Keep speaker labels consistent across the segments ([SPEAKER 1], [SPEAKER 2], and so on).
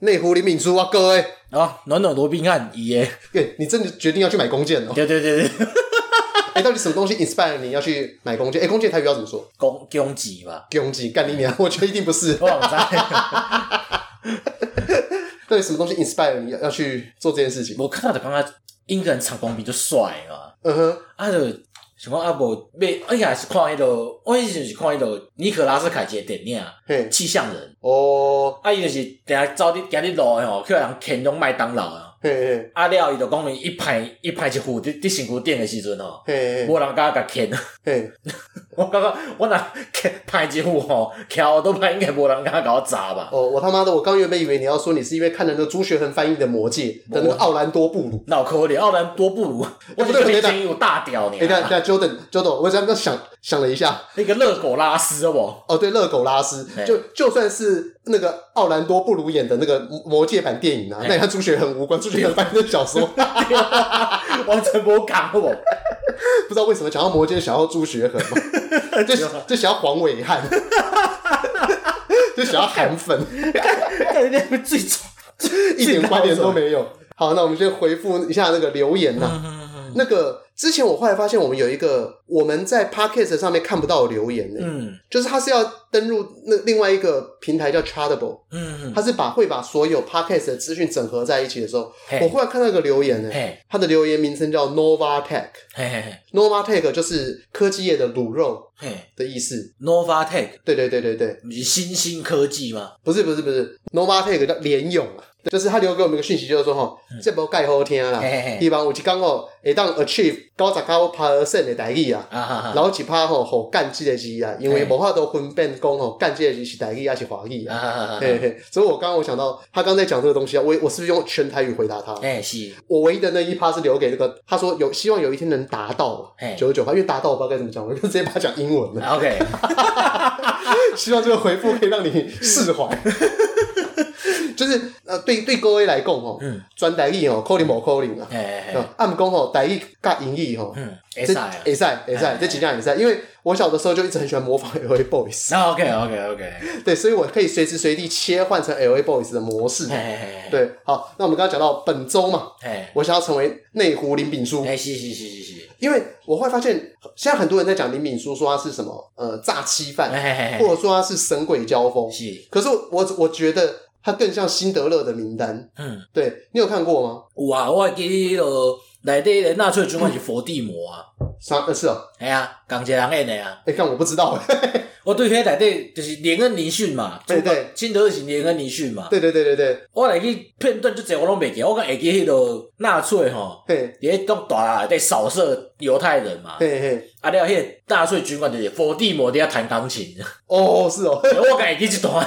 [SPEAKER 1] 内湖林敏珠啊，各位，
[SPEAKER 2] 啊，暖暖罗宾汉一耶，
[SPEAKER 1] 对你真的决定要去买弓 箭哦？
[SPEAKER 2] 对对对对，
[SPEAKER 1] 哎，到底什么东西 inspire 你要去买弓箭？哎，弓箭台语要怎么 说？
[SPEAKER 2] 攻攻击吧，
[SPEAKER 1] 弓箭干你娘！我觉得一定不是。
[SPEAKER 2] 我网 在，
[SPEAKER 1] 到底什么东西 inspire 你要要去做这件事情？
[SPEAKER 2] 我看到的刚刚英格兰长光兵就帅嘛，
[SPEAKER 1] 嗯哼，
[SPEAKER 2] 啊就想讲啊无被，哎呀是看迄落，我以前是看迄落尼可拉斯凯奇的电影
[SPEAKER 1] 嘿
[SPEAKER 2] 《气象人》，
[SPEAKER 1] 哦，
[SPEAKER 2] 啊伊就是定下走伫行伫路的吼，去人牵种麦当劳啊。
[SPEAKER 1] 嘿嘿
[SPEAKER 2] 啊了，伊就讲伊一排一排一副伫伫身躯顶的时阵吼，
[SPEAKER 1] 嘿嘿
[SPEAKER 2] 无人敢甲牵。
[SPEAKER 1] 嘿，
[SPEAKER 2] 我感觉我若 牵排一副吼，徛我都排应该无人敢甲我砸吧。
[SPEAKER 1] 哦，我他妈的，我刚原本以为你要说你是因为看了那个朱学恒翻译的《魔戒》的那个奥兰多布鲁。
[SPEAKER 2] 脑壳里奥兰多布鲁，我
[SPEAKER 1] 哦不
[SPEAKER 2] 觉
[SPEAKER 1] 对
[SPEAKER 2] 得
[SPEAKER 1] 不对
[SPEAKER 2] 已经有大屌你啊
[SPEAKER 1] 哎，等一下等一下，Jordan Jordan，我刚刚想想了一下，
[SPEAKER 2] 那个热狗拉丝好不好？
[SPEAKER 1] 哦，对，热狗拉斯，
[SPEAKER 2] 哎
[SPEAKER 1] 就就算是那个奥兰多布鲁演的那个魔《魔戒》版电影啊，
[SPEAKER 2] 哎
[SPEAKER 1] 那也和朱学恒无关，朱学恒翻译的小说，
[SPEAKER 2] 完全无讲好不好？哦
[SPEAKER 1] 不知道为什么讲到《魔戒》想要朱学恒嘛，就就想要黄伟汉，就想要韩粉，
[SPEAKER 2] 感觉那个最丑。
[SPEAKER 1] 一点关联都没有。好，那我们先回复一下那个留言呐、
[SPEAKER 2] 嗯
[SPEAKER 1] 那个之前我后来发现，我们有一个我们在 Podcast 上面看不到的留言呢、
[SPEAKER 2] 嗯
[SPEAKER 1] 就是它是要登入那另外一个平台叫 Chartable，
[SPEAKER 2] 嗯，
[SPEAKER 1] 它是把会把所有 podcast 的资讯整合在一起的时候，
[SPEAKER 2] 嘿
[SPEAKER 1] 我忽然看到一个留言呢、
[SPEAKER 2] 嘿
[SPEAKER 1] 它的留言名称叫 Nova Tech。
[SPEAKER 2] 嘿嘿嘿
[SPEAKER 1] Nova Tech 就是科技业的卤肉
[SPEAKER 2] 嘿
[SPEAKER 1] 的意思。
[SPEAKER 2] ，Nova Tech
[SPEAKER 1] 对对对对对，
[SPEAKER 2] 不是新兴科技吗？
[SPEAKER 1] 不是不是不是，Nova Tech 叫联勇啊，就是他留给我们一个讯息，就是说哈，这波盖好听啦
[SPEAKER 2] 嗯嘿，嘿
[SPEAKER 1] 希
[SPEAKER 2] 嘿，
[SPEAKER 1] 望有一天哦，会当 achieve 九十九 percent 的台语啊，
[SPEAKER 2] 啊哈
[SPEAKER 1] 然
[SPEAKER 2] 哈，
[SPEAKER 1] 后一趴吼吼干这个字啊，因为
[SPEAKER 2] 嘿
[SPEAKER 1] 无法度分辨讲吼干这个字是台语还是华语
[SPEAKER 2] 啊
[SPEAKER 1] 啊。
[SPEAKER 2] 哈哈
[SPEAKER 1] 嘿
[SPEAKER 2] 哈，
[SPEAKER 1] 嘿，所以我刚刚我想到他刚才讲这个东西啊，我我是不是用全台语回答他？
[SPEAKER 2] 哎是，
[SPEAKER 1] 我唯一的那一趴是留给那个，他说有希望有一天能达到
[SPEAKER 2] 嘿
[SPEAKER 1] 九十九趴，因为达到我不知道该怎么讲，我就直接把它讲英文了。
[SPEAKER 2] 啊 OK，
[SPEAKER 1] 希望这个回复可以让你释怀。 就是呃，对对各位来讲吼，
[SPEAKER 2] 嗯，
[SPEAKER 1] 专台语吼，扣零某扣零啊，
[SPEAKER 2] 嘿嘿嘿，
[SPEAKER 1] 啊，暗讲吼，台语甲英语吼，
[SPEAKER 2] 嗯，会
[SPEAKER 1] 这
[SPEAKER 2] 使啊
[SPEAKER 1] 会。赛会赛，这几样会赛，因为我小的时候就一直很喜欢模仿 L A Boys，
[SPEAKER 2] 那 OK OK OK，
[SPEAKER 1] 对，所以我可以随时随地切换成 L A Boys 的模式
[SPEAKER 2] 嘿。嘿 嘿，
[SPEAKER 1] 对，好，那我们刚刚讲到本周嘛，
[SPEAKER 2] 嘿，
[SPEAKER 1] 我想要成为内湖林炳书，
[SPEAKER 2] 哎是是是是 是，
[SPEAKER 1] 因为我会发现，现在很多人在讲林炳书，说他是什么呃诈欺犯，
[SPEAKER 2] 哎嘿
[SPEAKER 1] 或
[SPEAKER 2] 嘿
[SPEAKER 1] 者说他是神鬼交锋
[SPEAKER 2] 嘿，，是，
[SPEAKER 1] 可是我我觉得他更像辛德勒的名单。
[SPEAKER 2] 嗯。
[SPEAKER 1] 对你有看过吗？
[SPEAKER 2] 有啊，我会记迄落内底的纳粹军官是伏地魔啊，
[SPEAKER 1] 啥？呃，是哦，
[SPEAKER 2] 系啊，同一个人演的啊。
[SPEAKER 1] 哎，看我不知道。
[SPEAKER 2] 我对迄内底就是连恩尼逊嘛，
[SPEAKER 1] 对对
[SPEAKER 2] 主角，金德是连恩尼逊嘛。
[SPEAKER 1] 对对对对对，
[SPEAKER 2] 我来去片段就侪我拢袂记，我敢会记迄落纳粹吼，
[SPEAKER 1] 嘿
[SPEAKER 2] 伫迄栋大厦内底扫射犹太人嘛。
[SPEAKER 1] 嘿嘿，
[SPEAKER 2] 啊了，迄个纳粹军官就是伏地魔伫遐弹钢琴，
[SPEAKER 1] 哦，是哦，
[SPEAKER 2] 我敢会记这段。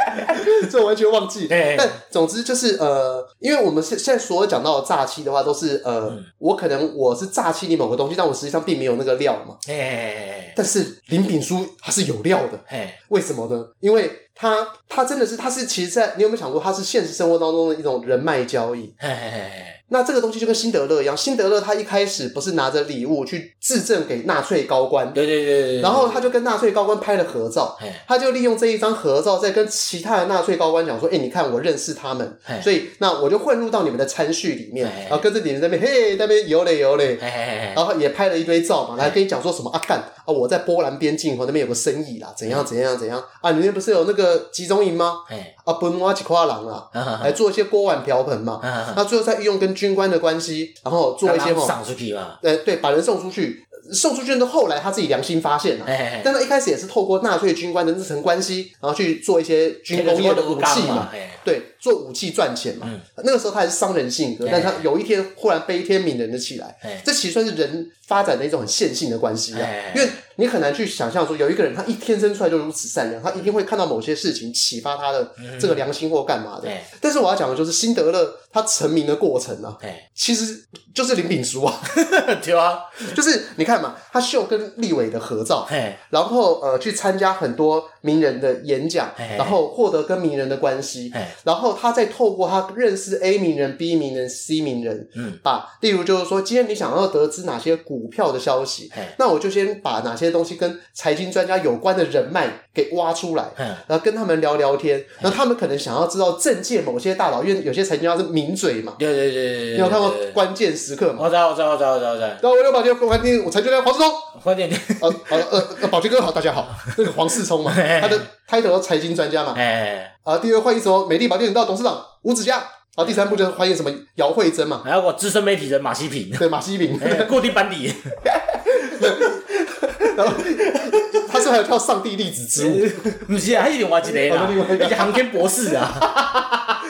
[SPEAKER 1] 这我完全忘记。
[SPEAKER 2] 嘿
[SPEAKER 1] 但总之就是呃，因为我们现现在所有讲到的诈欺的话，都是呃，
[SPEAKER 2] 嗯
[SPEAKER 1] 我可能我是诈欺你某个东西，但我实际上并没有那个料嘛。
[SPEAKER 2] 嘿嘿
[SPEAKER 1] 但是林炳书他是有料的，
[SPEAKER 2] 嘿，
[SPEAKER 1] 为什么呢？因为他他真的是他是其实在，你有没有想过，他是现实生活当中的一种人脉交易？
[SPEAKER 2] 嘿嘿嘿，
[SPEAKER 1] 那这个东西就跟辛德勒一样，辛德勒他一开始不是拿着礼物去质证给纳粹高官，
[SPEAKER 2] 对对对对对。
[SPEAKER 1] 然后他就跟纳粹高官拍了合照，
[SPEAKER 2] 嘿，
[SPEAKER 1] 他就利用这一张合照，在跟其他的纳粹高官讲说：“哎、你看我认识他们，
[SPEAKER 2] 嘿
[SPEAKER 1] 所以那我就混入到你们的餐叙里面
[SPEAKER 2] 嘿，
[SPEAKER 1] 然后跟着你们在那边嘿，在那边游嘞游嘞。”
[SPEAKER 2] 嘿嘿嘿嘿，
[SPEAKER 1] 然后也拍了一堆照嘛，来跟你讲说什么啊干啊，我在波兰边境哦，那边有个生意啦，怎样怎样怎样啊，你们不是有那个集中营吗？
[SPEAKER 2] 嘿，
[SPEAKER 1] 啊，本挖几块狼啦，
[SPEAKER 2] 哈哈哈
[SPEAKER 1] 来做一些锅碗瓢盆嘛。
[SPEAKER 2] 哈哈，
[SPEAKER 1] 那最后再运用跟军官的关系，然后做一些吼，
[SPEAKER 2] 送出去嘛。
[SPEAKER 1] 呃，对，把人送出去，呃送出去的后来他自己良心发现了、
[SPEAKER 2] 嘿嘿嘿。
[SPEAKER 1] 但他一开始也是透过纳粹军官的那层关系，然后去做一些军工业的武器嘛，
[SPEAKER 2] 嘿，
[SPEAKER 1] 对，做武器赚钱嘛。
[SPEAKER 2] 嗯
[SPEAKER 1] 那个时候他还是商人性格，
[SPEAKER 2] 嘿
[SPEAKER 1] 但他有一天忽然悲天悯人的起来，
[SPEAKER 2] 嘿，
[SPEAKER 1] 这其实算是人发展的一种很线性的关系啊
[SPEAKER 2] 嘿嘿。嘿
[SPEAKER 1] 因为你很难去想象说有一个人他一天生出来就如此善良，他一定会看到某些事情启发他的这个良心或干嘛的。
[SPEAKER 2] 嘿，
[SPEAKER 1] 但是我要讲的就是辛德勒他成名的过程啊，
[SPEAKER 2] 嘿，
[SPEAKER 1] 其实就是林炳书啊，
[SPEAKER 2] 对啊，
[SPEAKER 1] 就是你看嘛，他秀跟立伟的合照，
[SPEAKER 2] 嘿，
[SPEAKER 1] 然后呃去参加很多名人的演讲，
[SPEAKER 2] 嘿
[SPEAKER 1] 然后获得跟名人的关系，
[SPEAKER 2] 嘿，
[SPEAKER 1] 然后他再透过他认识 A 名人、B 名人、C 名人，
[SPEAKER 2] 嗯，
[SPEAKER 1] 把例如就是说，今天你想要得知哪些股票的消息，
[SPEAKER 2] 嘿，
[SPEAKER 1] 那我就先把哪些东西跟财经专家有关的人脉给挖出来，
[SPEAKER 2] 嗯
[SPEAKER 1] 然后跟他们聊聊天，然后他们可能想要知道政界某些大佬，因为有些财经专家是名嘴嘛，
[SPEAKER 2] 对对对对，
[SPEAKER 1] 你有看过
[SPEAKER 2] 对对对
[SPEAKER 1] 关键时刻吗？
[SPEAKER 2] 我知道，我知道，我知道，我知道，我知道。
[SPEAKER 1] 然后我就把这个关键，我财经专家黄志忠，
[SPEAKER 2] 快点，
[SPEAKER 1] 呃呃呃呃，宝杰哥好，大家好，那个黄世聪嘛，他的 title 叫财经专家嘛，
[SPEAKER 2] 哎，
[SPEAKER 1] 啊，第二换一什么美丽宝电影道董事长吴子嘉，啊，第三部就是欢迎什么姚慧珍嘛，
[SPEAKER 2] 还有我资深媒体人马西平，
[SPEAKER 1] 对马西 平，
[SPEAKER 2] 哎固定班底，
[SPEAKER 1] 然后 他是还有跳上帝粒子之舞，
[SPEAKER 2] 不是啊，还是另外一个
[SPEAKER 1] 哦另外一个
[SPEAKER 2] 啦，一个航天博士啊，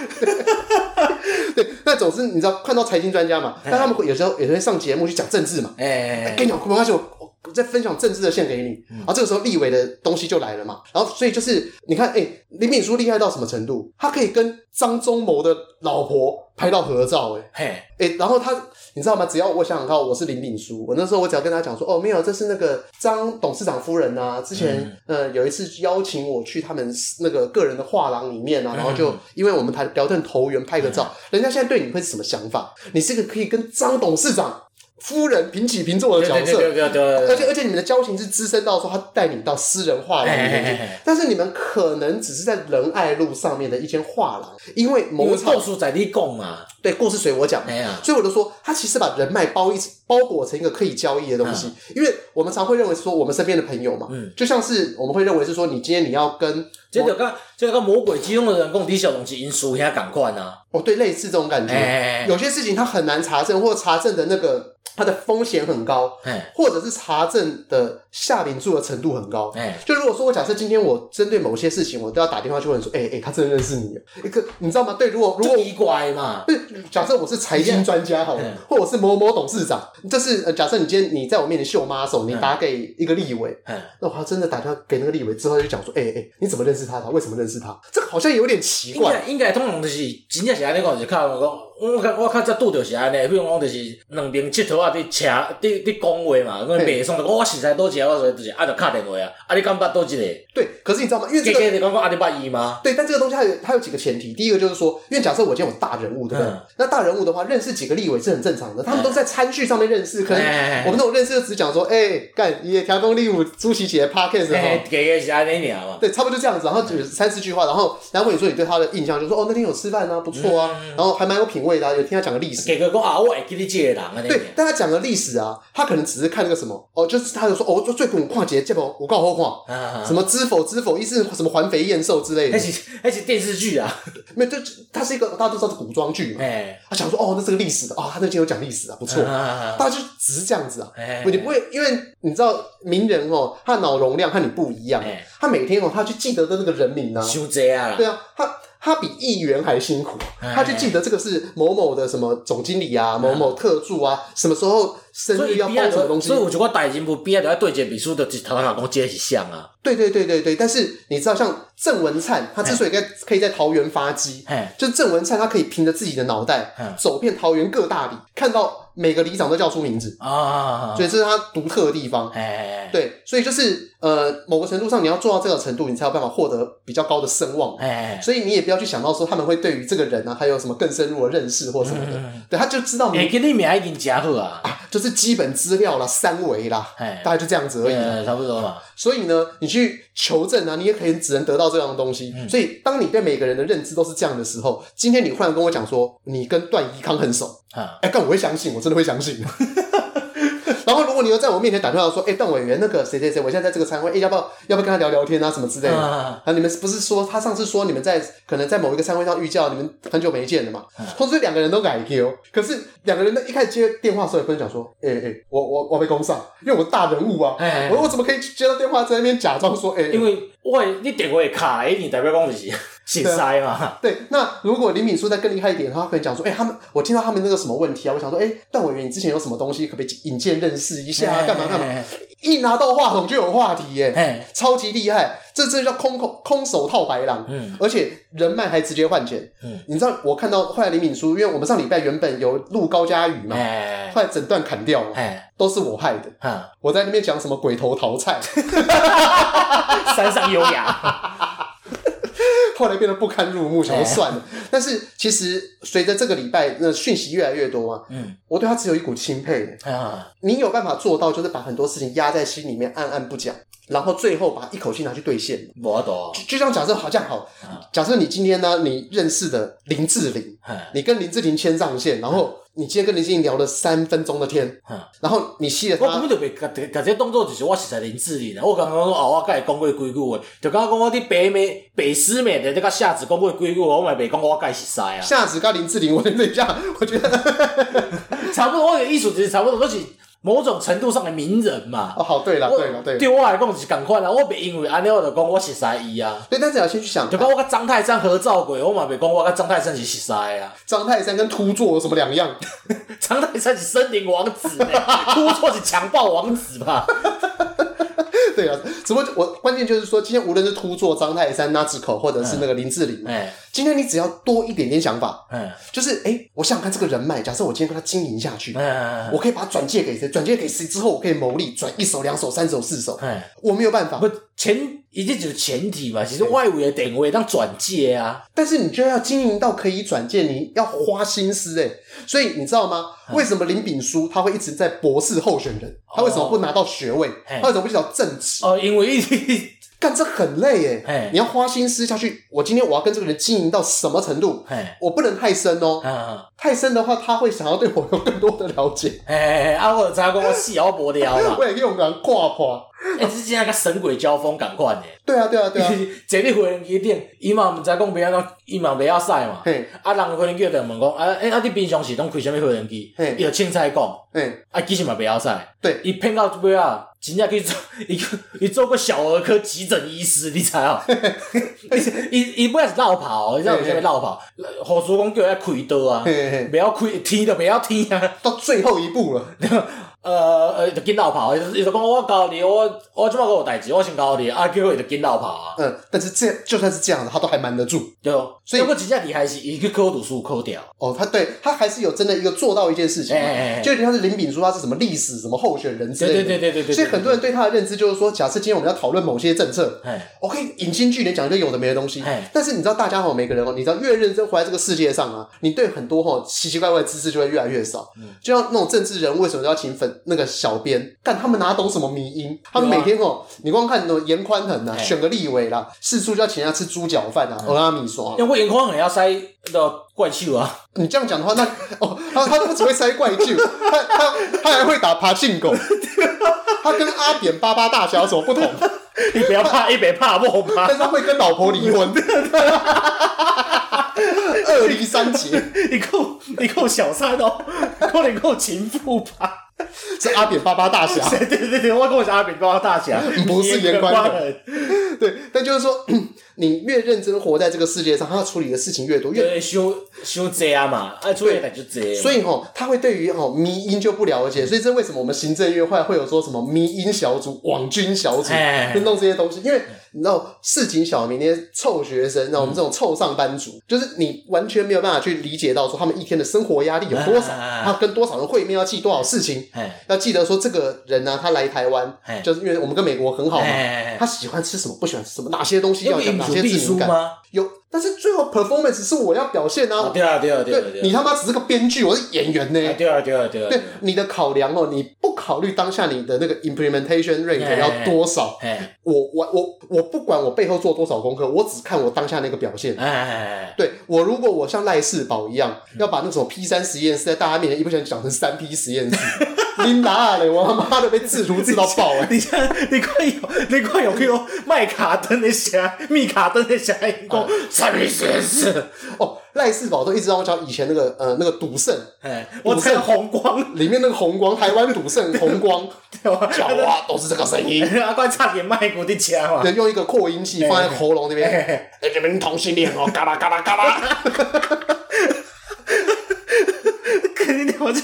[SPEAKER 1] 对，那总之你知道看到财经专家嘛，但他们会有时候也会上节目去讲政治嘛，
[SPEAKER 2] 哎，
[SPEAKER 1] 跟你讲，没关系，我我再分享政治的线给你。然后这个时候立委的东西就来了嘛。然后所以就是你看，哎、林敏书厉害到什么程度？他可以跟张忠谋的老婆拍到合照、哎。
[SPEAKER 2] 嘿，
[SPEAKER 1] 哎、然后他，你知道吗？只要我想想看，我是林炳书，我那时候我只要跟他讲说，哦，没有，这是那个张董事长夫人啊，之前、
[SPEAKER 2] 嗯
[SPEAKER 1] 呃有一次邀请我去他们那个个人的画廊里面
[SPEAKER 2] 嗯
[SPEAKER 1] 啊，然后就因为我们谈聊天投缘拍个照，人家现在对你会是什么想法？你是个可以跟张董事长夫人平起平坐的
[SPEAKER 2] 对
[SPEAKER 1] 角
[SPEAKER 2] 对
[SPEAKER 1] 色，
[SPEAKER 2] 对对对对
[SPEAKER 1] 而
[SPEAKER 2] 对，
[SPEAKER 1] 且而且你们的交情是滋生到说他带你到私人画廊里面去，
[SPEAKER 2] 哎哎哎哎
[SPEAKER 1] 但是你们可能只是在仁爱路上面的一间画廊，因为某
[SPEAKER 2] 我
[SPEAKER 1] 场
[SPEAKER 2] 告诉在你讲嘛，
[SPEAKER 1] 对故事随我讲，
[SPEAKER 2] 哎呀，
[SPEAKER 1] 所以我就说他其实把人脉包一包裹成一个可以交易的东西，因为我们常会认为说我们身边的朋友嘛，
[SPEAKER 2] 嗯
[SPEAKER 1] 就像是我们会认为是说你今天你要跟
[SPEAKER 2] 这就跟这就跟魔鬼激动的人讲，李小龙是因输遐共款啊，
[SPEAKER 1] 哦对类似这种感觉，
[SPEAKER 2] 哎，
[SPEAKER 1] 有些事情他很难查证，或者查证的那个它的风险很高，
[SPEAKER 2] 哎
[SPEAKER 1] 或者是查证的下民注的程度很高，
[SPEAKER 2] 哎，
[SPEAKER 1] 就如果说我假设今天我针对某些事情，我都要打电话去问说，哎、哎、他真的认识你？一个你知道吗？对，如果如
[SPEAKER 2] 就
[SPEAKER 1] 果
[SPEAKER 2] 奇怪嘛，
[SPEAKER 1] 不是假设我是财经专家好了
[SPEAKER 2] 嗯，
[SPEAKER 1] 或者是某某董事长，就是、呃、假设你今天你在我面前秀妈手，
[SPEAKER 2] 嗯
[SPEAKER 1] 你打给一个立委，
[SPEAKER 2] 哎，
[SPEAKER 1] 那我要真的打电话给那个立委之后就讲说，哎、哎、你怎么认识他的？为什么认识他？这个好像有点奇
[SPEAKER 2] 应
[SPEAKER 1] 怪。
[SPEAKER 2] 该应该通常就是真正是安尼讲，就较有讲，我较我较早拄着是安尼，比如讲就是两边佚佗啊，伫车伫伫讲话嘛，讲袂爽，就讲我实在倒一个，我实在就是啊，就敲电话啊，啊你感觉倒一个，
[SPEAKER 1] 对，可是你知道吗？因为这
[SPEAKER 2] 结
[SPEAKER 1] 个
[SPEAKER 2] 结就讲讲啊你捌伊吗？
[SPEAKER 1] 对，但这个东西它有它有几个前提，第一个就是说，因为假设我今天有大人物，对不对？
[SPEAKER 2] 嗯
[SPEAKER 1] 那大人物的话，认识几个立委是很正常的，他们都在餐叙上面认识，可能
[SPEAKER 2] 哎
[SPEAKER 1] 我们那种认识就只讲说，哎、干爷调风立武朱琪姐 podcast
[SPEAKER 2] 嘿，
[SPEAKER 1] 哈。
[SPEAKER 2] 结结是安尼尔嘛，
[SPEAKER 1] 对，差不多就这样子，然后就是三四句话，然后然后你说你对他的印象，就说哦那天有吃饭啊，不错
[SPEAKER 2] 嗯
[SPEAKER 1] 啊，然后还蛮有品味的、啊，有听他讲个历史。
[SPEAKER 2] 结果讲啊我会记你即个人安尼尔
[SPEAKER 1] 对，，但他讲的历史啊，他可能只是看那个什么哦，就是他就说哦，就最近有跨节这么我告后跨
[SPEAKER 2] 啊啊，啊哎
[SPEAKER 1] 什么知否知否，意思什么环肥燕瘦之类的
[SPEAKER 2] 迄，是迄是电视剧啊，
[SPEAKER 1] 没有，就它是一个大家都知道是古装剧嘛，
[SPEAKER 2] 哎，
[SPEAKER 1] 他想说哦，那是个历史的哦，他那天有讲历史啊，不错。
[SPEAKER 2] 啊
[SPEAKER 1] 大家就只是这样子啊，
[SPEAKER 2] 哎
[SPEAKER 1] 你不会，因为你知道名人哦，他的脑容量和你不一样
[SPEAKER 2] 哎，
[SPEAKER 1] 他每天哦，他去记得的那个人名啊，
[SPEAKER 2] 伤济啊
[SPEAKER 1] 对
[SPEAKER 2] 啦，
[SPEAKER 1] 啊，他他比议员还辛苦，
[SPEAKER 2] 哎嗯
[SPEAKER 1] 他去记得这个是某某的什么总经理啊，某某特助啊，什么时候生
[SPEAKER 2] 所
[SPEAKER 1] 日
[SPEAKER 2] 以
[SPEAKER 1] 要包什么东西
[SPEAKER 2] 所以，有一寡大人物边仔就要对一个秘书，就一头头讲即个是像啊，
[SPEAKER 1] 对对对对对。但是你知道，像郑文灿，他
[SPEAKER 2] 哎
[SPEAKER 1] 之所以在可以在桃园发迹，
[SPEAKER 2] 嘿。
[SPEAKER 1] 就是郑文灿他可以凭着自己的脑袋
[SPEAKER 2] 嗯
[SPEAKER 1] 走遍桃园各大里，看到每个里长都叫出名字。
[SPEAKER 2] 啊，
[SPEAKER 1] 所以这是他独特的地方。
[SPEAKER 2] 哎，
[SPEAKER 1] 对，所以就是呃，某个程度上你要做到这个程度，你才有办法获得比较高的声望。
[SPEAKER 2] 哎，
[SPEAKER 1] 所以你也不要去想到说他们会对于这个人啊，还有什么更深入的认识或什么的。对，他就知道
[SPEAKER 2] 哎，
[SPEAKER 1] 你、
[SPEAKER 2] 给你名已经真好啊，
[SPEAKER 1] 就是基本资料啦、三维啦，
[SPEAKER 2] 哎
[SPEAKER 1] 大，概就这样子而已啦。
[SPEAKER 2] 呃差不多嘛，
[SPEAKER 1] 所以呢，你去求证啊，你也可以只能得到这样的东西。所以当你对每个人的认知都是这样的时候，今天你忽然跟我讲说你跟段宜康很熟，
[SPEAKER 2] 啊，
[SPEAKER 1] 哎、但我会相信，我真的会相信。 然后如果你又在我面前打电话说，哎、段委员，那个谁谁谁，我现在在这个餐会，哎、要不要要不要跟他聊聊天啊，什么之类的。啊
[SPEAKER 2] 啊，
[SPEAKER 1] 你们不是说他上次说你们在可能在某一个餐会上遇到，你们很久没见了嘛？
[SPEAKER 2] 嗯
[SPEAKER 1] 同时两个人都改 Q，可是两个人一开始接电话的时候也不能讲说，哎、哎、我我我被攻上，因为我大人物啊，
[SPEAKER 2] 哎
[SPEAKER 1] 我我怎么可以接到电话在那边假装说，哎、哎
[SPEAKER 2] 因为我的你电话会卡，一定代表讲就是 信塞嘛，
[SPEAKER 1] 对，啊那如果林敏书再更厉害一点，他可能讲说，哎、他们我听到他们那个什么问题啊，我想说，哎、段委员，你之前有什么东西可不可以引荐认识一下啊？干嘛干嘛？
[SPEAKER 2] 嘛，
[SPEAKER 1] 一拿到话筒就有话题耶、
[SPEAKER 2] 哎，
[SPEAKER 1] 超级厉害，这这叫空口空手套白狼，
[SPEAKER 2] 嗯，
[SPEAKER 1] 而且人脉还直接换钱。
[SPEAKER 2] 嗯，
[SPEAKER 1] 你知道我看到后来林敏书，因为我们上礼拜原本有录高佳宇嘛，
[SPEAKER 2] 哎，
[SPEAKER 1] 后来整段砍掉了，
[SPEAKER 2] 哎，
[SPEAKER 1] 都是我害的。
[SPEAKER 2] 哈，
[SPEAKER 1] 我在那边讲什么 鬼头淘菜，
[SPEAKER 2] 山上优雅，
[SPEAKER 1] 后来变得不堪入
[SPEAKER 2] 哎
[SPEAKER 1] 目，想说算了。但是其实随着这个礼拜那讯息越来越多嘛，
[SPEAKER 2] 嗯
[SPEAKER 1] 我对他只有一股钦佩。
[SPEAKER 2] 啊，
[SPEAKER 1] 你有办法做到，就是把很多事情压在心里面，暗暗不讲，然后最后把一口气拿去兑现。
[SPEAKER 2] 无法度，
[SPEAKER 1] 就就像假设好像好
[SPEAKER 2] 嗯，
[SPEAKER 1] 假设你今天呢，你认识的林志玲，
[SPEAKER 2] 嘿
[SPEAKER 1] 你跟林志玲牵上线，然后你今天跟林志玲聊了三分钟的天
[SPEAKER 2] 嗯，
[SPEAKER 1] 然后你吸了
[SPEAKER 2] 欸我根
[SPEAKER 1] 她
[SPEAKER 2] 本，就袂甲甲这当做就是我实在林志玲啊！我刚刚说哦，我甲伊讲过几句话，就刚刚讲我啲白妹、白师妹在这甲夏子讲过几句话，我嘛袂讲我甲伊识识啊。
[SPEAKER 1] 下子跟林志玲，我等一下， 我觉得
[SPEAKER 2] 差不多，我的意思就是差不多都是某种程度上的名人嘛。
[SPEAKER 1] 哦，好，对了，
[SPEAKER 2] 我
[SPEAKER 1] 对了，对了，
[SPEAKER 2] 对我来讲就是共款啊，我袂因为安尼我就讲我识识伊啊。
[SPEAKER 1] 对，但是你要先去想
[SPEAKER 2] 就，讲我甲张泰山合照过，我嘛袂讲我甲张泰山是识识啊。
[SPEAKER 1] 张泰山跟秃座有什么两 样？
[SPEAKER 2] 张泰山是森林王子呢， 出错是强暴王子吧？
[SPEAKER 1] 对啊，只不过我关键就是说，今天无论是秃座、张泰山、那只口，或者是那个林志玲，
[SPEAKER 2] 哎
[SPEAKER 1] 今天你只要多一点点想法，
[SPEAKER 2] 嗯
[SPEAKER 1] 就是哎，诶我想想看这个人脉，假设我今天跟他经营下去，
[SPEAKER 2] 嗯
[SPEAKER 1] 我可以把它转借给谁？转借给谁之后，我可以牟利，转一手、两手、三手、四手，
[SPEAKER 2] 嗯。
[SPEAKER 1] 我没有办法
[SPEAKER 2] 不。前，伊这就是前提嘛，其实外围的定位当转介啊，
[SPEAKER 1] 但是你就要经营到可以转借，你要花心思哎、所以你知道吗？
[SPEAKER 2] 嗯
[SPEAKER 1] 为什么林炳书他会一直在博士候选人？他为什么不拿到学位？
[SPEAKER 2] 哦嘿
[SPEAKER 1] 他为什么不去找正职？
[SPEAKER 2] 哦，因为 伊，
[SPEAKER 1] 干这很累哎、
[SPEAKER 2] 嘿？
[SPEAKER 1] 你要花心思下去。我今天我要跟这个人经营到什么程度
[SPEAKER 2] 嘿，
[SPEAKER 1] 我不能太深哦，
[SPEAKER 2] 啊，
[SPEAKER 1] 太深的话他会想要对我有更多的了解，
[SPEAKER 2] 嘿嘿嘿，啊，我就知影讲我死我无聊 啦，
[SPEAKER 1] 我也用人挂破。
[SPEAKER 2] 哎，这真正甲神鬼交锋共款诶，
[SPEAKER 1] 对啊，对啊，对啊，
[SPEAKER 2] 坐伫无人机顶，伊嘛毋知讲要安怎，伊嘛袂晓使嘛，
[SPEAKER 1] 嘿，
[SPEAKER 2] 啊，人无人机就问讲，啊，诶，啊，你平常时拢开啥物无人机
[SPEAKER 1] 嘿？
[SPEAKER 2] 伊就凊彩讲，
[SPEAKER 1] 哎，
[SPEAKER 2] 啊，其实嘛袂晓使，
[SPEAKER 1] 对
[SPEAKER 2] 伊骗到尾啊，真正去做，伊 去伊做过小儿科急诊医师，你知 哦？伊伊伊本来是落跑，你知道有啥物落跑？护士讲叫伊开刀啊，
[SPEAKER 1] 嘿嘿，
[SPEAKER 2] 袂晓开天就袂晓天啊。
[SPEAKER 1] 到最后一步了。
[SPEAKER 2] 呃呃，就紧落跑，伊就伊就讲我教你，我我即摆有代志，我先教你，啊，结果伊就紧落跑啊，
[SPEAKER 1] 嗯，但是这就算是这样的，他都还瞒得住。
[SPEAKER 2] 对。
[SPEAKER 1] 所以
[SPEAKER 2] 不过真正厉害是伊去考读书考掉，
[SPEAKER 1] 哦，他对他还是有真的一个做到一件事情嘛，
[SPEAKER 2] 哎哎哎
[SPEAKER 1] 就有点像是林炳书他是什么历史什么候选人之
[SPEAKER 2] 对
[SPEAKER 1] 类的。
[SPEAKER 2] 对对对对对。
[SPEAKER 1] 所以很多人对他的认知就是说，假设今天我们要讨论某些政策，
[SPEAKER 2] 对，
[SPEAKER 1] 我可以引经据典讲一堆有的没的东西
[SPEAKER 2] 哎。
[SPEAKER 1] 但是你知道，大家哦，每个人哦，你知道越认真活在这个世界上啊，你对很多哦奇奇怪怪的知识就会越来越少。
[SPEAKER 2] 嗯
[SPEAKER 1] 就像那种政治人物为什么要请粉那个小编？
[SPEAKER 2] 啊
[SPEAKER 1] 但他们哪懂什么迷音？他们
[SPEAKER 2] 对啊
[SPEAKER 1] 每天哦，你光看那种严宽恒啊，
[SPEAKER 2] 哎嗯
[SPEAKER 1] 选个立委啦，四处就要请人家吃猪脚饭啊，俄阿米索啊
[SPEAKER 2] 嘿因为眼眶很要塞到怪兽啊。
[SPEAKER 1] 你这样讲的话，那哦，他他不只会塞怪兽，他他他还会打爬进狗，他跟阿扁巴巴大侠有什么不同？
[SPEAKER 2] 你不要怕，你别怕，我怕
[SPEAKER 1] 但。是他会跟老婆离婚，二离三结
[SPEAKER 2] 你够你够小三哦，可能够情妇吧？
[SPEAKER 1] 是阿扁巴巴大侠，
[SPEAKER 2] 对对对对，我跟我小阿扁瓜大侠，
[SPEAKER 1] 不是
[SPEAKER 2] 严
[SPEAKER 1] 严宽
[SPEAKER 2] 宽
[SPEAKER 1] 仁
[SPEAKER 2] 仁，
[SPEAKER 1] 对。但就是说， 你越认真活在这个世界上，他要处理的事情越多，越
[SPEAKER 2] 对，伤伤济啊嘛，啊，做代就济。
[SPEAKER 1] 所
[SPEAKER 2] 以
[SPEAKER 1] 以吼、他会对于吼、迷音就不了
[SPEAKER 2] 嗯
[SPEAKER 1] 解，所以这为什么我们行政院会会有说什么迷音小组、网军小组
[SPEAKER 2] 哎，嗯
[SPEAKER 1] 就弄这些东西，因为你知道市井小民那些臭学生，那我们这种臭上班
[SPEAKER 2] 嗯
[SPEAKER 1] 族，就是你完全没有办法去理解到说他们一天的生活压力有多少，
[SPEAKER 2] 哎哎哎哎
[SPEAKER 1] 他跟多少人会面，要记多少事情。
[SPEAKER 2] 哎
[SPEAKER 1] 要记得说，这个人呢、他来台湾
[SPEAKER 2] 哎，
[SPEAKER 1] 就是因为我们跟美国很好嘛
[SPEAKER 2] 哎哎哎，
[SPEAKER 1] 他喜欢吃什么，不喜欢吃什么，哪些东西
[SPEAKER 2] 因
[SPEAKER 1] 要
[SPEAKER 2] 为
[SPEAKER 1] 讲，
[SPEAKER 2] 民
[SPEAKER 1] 哪
[SPEAKER 2] 主
[SPEAKER 1] 些
[SPEAKER 2] 必
[SPEAKER 1] 字
[SPEAKER 2] 输
[SPEAKER 1] 母感
[SPEAKER 2] 吗？
[SPEAKER 1] 有。但是最后 performance 是我要表现
[SPEAKER 2] 啊
[SPEAKER 1] 啊，
[SPEAKER 2] 对啊对啊对啊
[SPEAKER 1] 对你
[SPEAKER 2] 啊
[SPEAKER 1] 他妈只是个编剧，我是演员呢。
[SPEAKER 2] 对啊对啊对啊对
[SPEAKER 1] 对
[SPEAKER 2] 啊。
[SPEAKER 1] 你的考量哦，你不考虑当下你的那个 implementation
[SPEAKER 2] 哎
[SPEAKER 1] rate 要多少？
[SPEAKER 2] 哎
[SPEAKER 1] 我我我我不管我背后做多少功课，我只看我当下那个表现
[SPEAKER 2] 哎。哎，
[SPEAKER 1] 对我，如果我像赖世宝一样，
[SPEAKER 2] 嗯
[SPEAKER 1] 要把那个什么 P 三实验室在大家面前一不小心讲成三 P 实验室， 琳达嘞，我他妈的被制毒制到爆哎、
[SPEAKER 2] 你像你看有你看有去麦卡登的侠、密卡登的侠，一共三零四四，
[SPEAKER 1] 哦，赖世宝都一直让我讲以前那个呃那个赌圣
[SPEAKER 2] 哎，我才红光
[SPEAKER 1] 里面那个红光，台湾赌圣红光，
[SPEAKER 2] 对吧？
[SPEAKER 1] 讲话都是这个声音。
[SPEAKER 2] 阿怪差点卖骨的枪嘛。
[SPEAKER 1] 对，用一个扩音器放在喉咙那边，
[SPEAKER 2] 嘿
[SPEAKER 1] 哎、
[SPEAKER 2] 嘿
[SPEAKER 1] 你们同性恋哦，嘎啦嘎啦嘎啦，
[SPEAKER 2] 肯定的，我这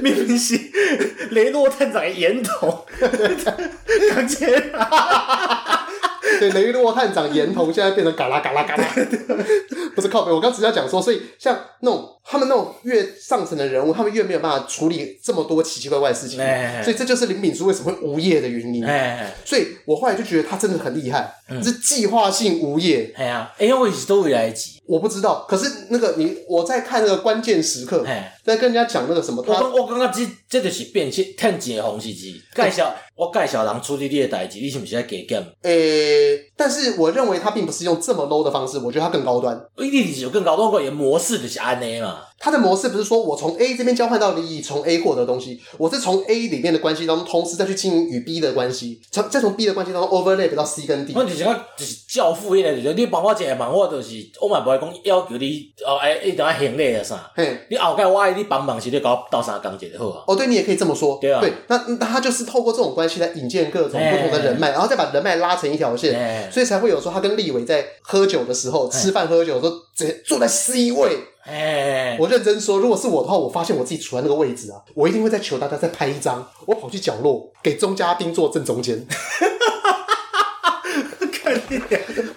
[SPEAKER 2] 明明是雷诺探长的烟 筒，钢切啊！
[SPEAKER 1] 对，雷诺探长岩头现在变成嘎啦嘎啦嘎啦，不是靠背，我刚只是要讲说，所以像那种他们那种越上层的人物，他们越没有办法处理这么多奇奇怪怪的事情嘛，
[SPEAKER 2] 哎
[SPEAKER 1] 所以这就是林敏书为什么会无业的原因。
[SPEAKER 2] 哎，
[SPEAKER 1] 所以我后来就觉得他真的很厉害，是计划性无业。
[SPEAKER 2] 系啊，哎，我是都未来集，
[SPEAKER 1] 我不知道，可是那个你我在看那个关键时刻，
[SPEAKER 2] 哎，
[SPEAKER 1] 在跟人家讲那个什么，
[SPEAKER 2] 我
[SPEAKER 1] 他
[SPEAKER 2] 感我感觉这这就是变现趁钱的方式之一。介绍我介绍人处理你的代志，你是毋是爱加减？
[SPEAKER 1] 诶、呃但是我认为他并不是用这么 low 的方式，我觉得他更高端。
[SPEAKER 2] 你就是有更搞懂个的模式就是安尼嘛。
[SPEAKER 1] 他的模式不是说我从 A 这边交换到利益，从 A 获得东西，我是从 A 里面的关系当中，同时再去经营与 B 的关系，从再从 B 的关系当中 overlap 到 C 跟 D
[SPEAKER 2] 我。就是讲，就是教父迄个，就是你帮我一个忙，我就是我嘛不会讲要求你哦，哎，一定要行礼啊啥。
[SPEAKER 1] 嘿，
[SPEAKER 2] 你后盖我爱你帮忙时，你甲我斗相共者就好啊。
[SPEAKER 1] 哦，对你也可以这么说。
[SPEAKER 2] 对啊
[SPEAKER 1] 那那他就是透过这种关系来引荐各种不同的人脉，然后再把人脉拉成一条线，
[SPEAKER 2] 哎，
[SPEAKER 1] 所以才会有说他跟立伟在喝酒的时候，吃饭喝酒的时候，直接坐在 C 位。
[SPEAKER 2] 哎，
[SPEAKER 1] 我认真说，如果是我的话，我发现我自己处在那个位置啊，我一定会再求大家再拍一张，我跑去角落给钟嘉宾坐正中间。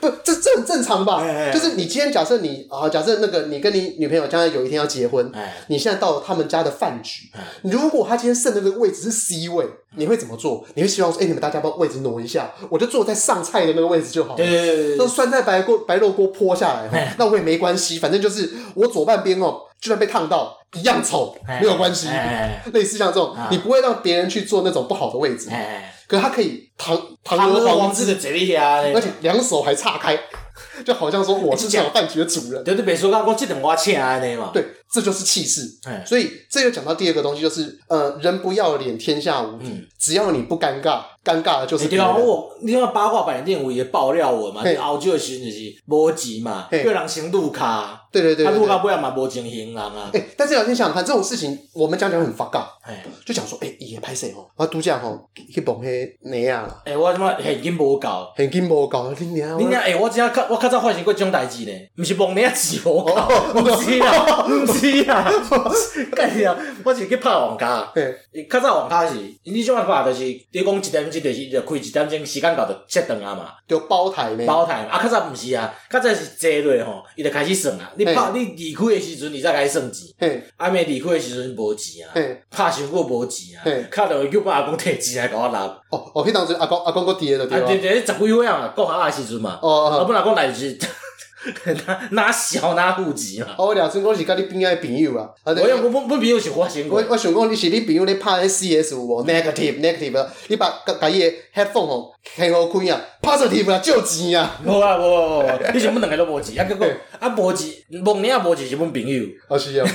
[SPEAKER 1] 不，这这很正常吧？
[SPEAKER 2] 哎哎
[SPEAKER 1] 就是你今天假设你啊，假设那个你跟你女朋友将来有一天要结婚，
[SPEAKER 2] 哎，
[SPEAKER 1] 你现在到了他们家的饭局
[SPEAKER 2] 哎，
[SPEAKER 1] 如果他今天剩的那个位置是 C 位，你会怎么做？你会希望说，哎、你们大家把位置挪一下，我就坐在上菜的那个位置就好了
[SPEAKER 2] 对。对对对
[SPEAKER 1] 那
[SPEAKER 2] 对，
[SPEAKER 1] 酸菜白锅白肉锅泼下来哦
[SPEAKER 2] 哎，
[SPEAKER 1] 那我也没关系，反正就是我左半边哦，就算被烫到一样丑，
[SPEAKER 2] 哎
[SPEAKER 1] 没有关系。
[SPEAKER 2] 哎
[SPEAKER 1] 类似像这种
[SPEAKER 2] 啊，
[SPEAKER 1] 你不会让别人去做那种不好的位置
[SPEAKER 2] 哎，哎，
[SPEAKER 1] 可是他可以堂堂
[SPEAKER 2] 堂
[SPEAKER 1] 而
[SPEAKER 2] 而
[SPEAKER 1] 皇
[SPEAKER 2] 皇之
[SPEAKER 1] 之，
[SPEAKER 2] 的坐啊你遐
[SPEAKER 1] 而
[SPEAKER 2] 咧
[SPEAKER 1] 且。两手还岔开， 就好像说我是这
[SPEAKER 2] 哎这样
[SPEAKER 1] 场饭局的主人。
[SPEAKER 2] 对，你别说讲讲即顿我请安尼嘛。
[SPEAKER 1] 对，这就是气势。
[SPEAKER 2] 哎，
[SPEAKER 1] 所以这又讲到第二个东西，就是呃，人不要脸，天下无敌
[SPEAKER 2] 嗯。
[SPEAKER 1] 只要你不尴尬，尴尬的就是
[SPEAKER 2] 对
[SPEAKER 1] 别
[SPEAKER 2] 啊，
[SPEAKER 1] 人。
[SPEAKER 2] 我你看八卦版顶有伊个爆料文嘛，
[SPEAKER 1] 嘿
[SPEAKER 2] 你后少的时阵就是无钱嘛，
[SPEAKER 1] 嘿
[SPEAKER 2] 叫人先撸卡，啊
[SPEAKER 1] 对对对对
[SPEAKER 2] 撸
[SPEAKER 1] 对
[SPEAKER 2] 卡。尾也嘛无情形人啊。
[SPEAKER 1] 哎，但是聊天想想看，这种事情我们讲讲很 fuck up。
[SPEAKER 2] 哎，
[SPEAKER 1] 就讲说，哎、欸，伊会歹势吼，我拄则吼去碰迄奶啊啦，
[SPEAKER 2] 哎，我他妈现金无够。
[SPEAKER 1] 现金无够，恁娘，
[SPEAKER 2] 你
[SPEAKER 1] 我
[SPEAKER 2] 娘诶，我真较我较早发生过这种代志呢，毋是忘你啊自我搞，
[SPEAKER 1] 哦
[SPEAKER 2] 毋是啊，毋是啊， 干呀！我是去拍网咖，
[SPEAKER 1] 嘿，
[SPEAKER 2] 伊较早网咖是，你种诶拍就是，你讲一点钟就是就开一点钟，时间到就切断啊嘛，
[SPEAKER 1] 就包台呢，
[SPEAKER 2] 包台嘛。啊，较早毋是啊，较早是坐落吼，伊就开始算啊。你
[SPEAKER 1] 嗯
[SPEAKER 2] 拍你离开诶时阵，你再开始算钱，
[SPEAKER 1] 嘿，
[SPEAKER 2] 啊，免离开诶时阵无钱啊，
[SPEAKER 1] 嘿，
[SPEAKER 2] 拍伤久无钱啊
[SPEAKER 1] 嘿，
[SPEAKER 2] 较落去叫我阿公摕钱来甲我拿，啊，
[SPEAKER 1] 哦，哦，迄当时阿公阿公搁伫诶就对
[SPEAKER 2] 就
[SPEAKER 1] 了，
[SPEAKER 2] 就十几岁啊嘛，国下诶时阵嘛。
[SPEAKER 1] 哦
[SPEAKER 2] 我
[SPEAKER 1] 哦，
[SPEAKER 2] 本来讲来就是 拿拿小拿户籍嘛。
[SPEAKER 1] 哦，我俩阵我是甲你边仔朋友啊，啊
[SPEAKER 2] 我我我我朋友是花钱
[SPEAKER 1] 我
[SPEAKER 2] 过，
[SPEAKER 1] 我想讲你是你朋友咧拍迄 CS 有无？negative negative 哦啊，你把甲甲伊诶 headphone 吼开好开啊，positive 啊，借钱 啊，
[SPEAKER 2] 无啊无无无，你是阮两个都无钱，啊结果
[SPEAKER 1] 嘿
[SPEAKER 2] 啊无钱，蒙年啊无钱是阮朋友，
[SPEAKER 1] 哦是啊，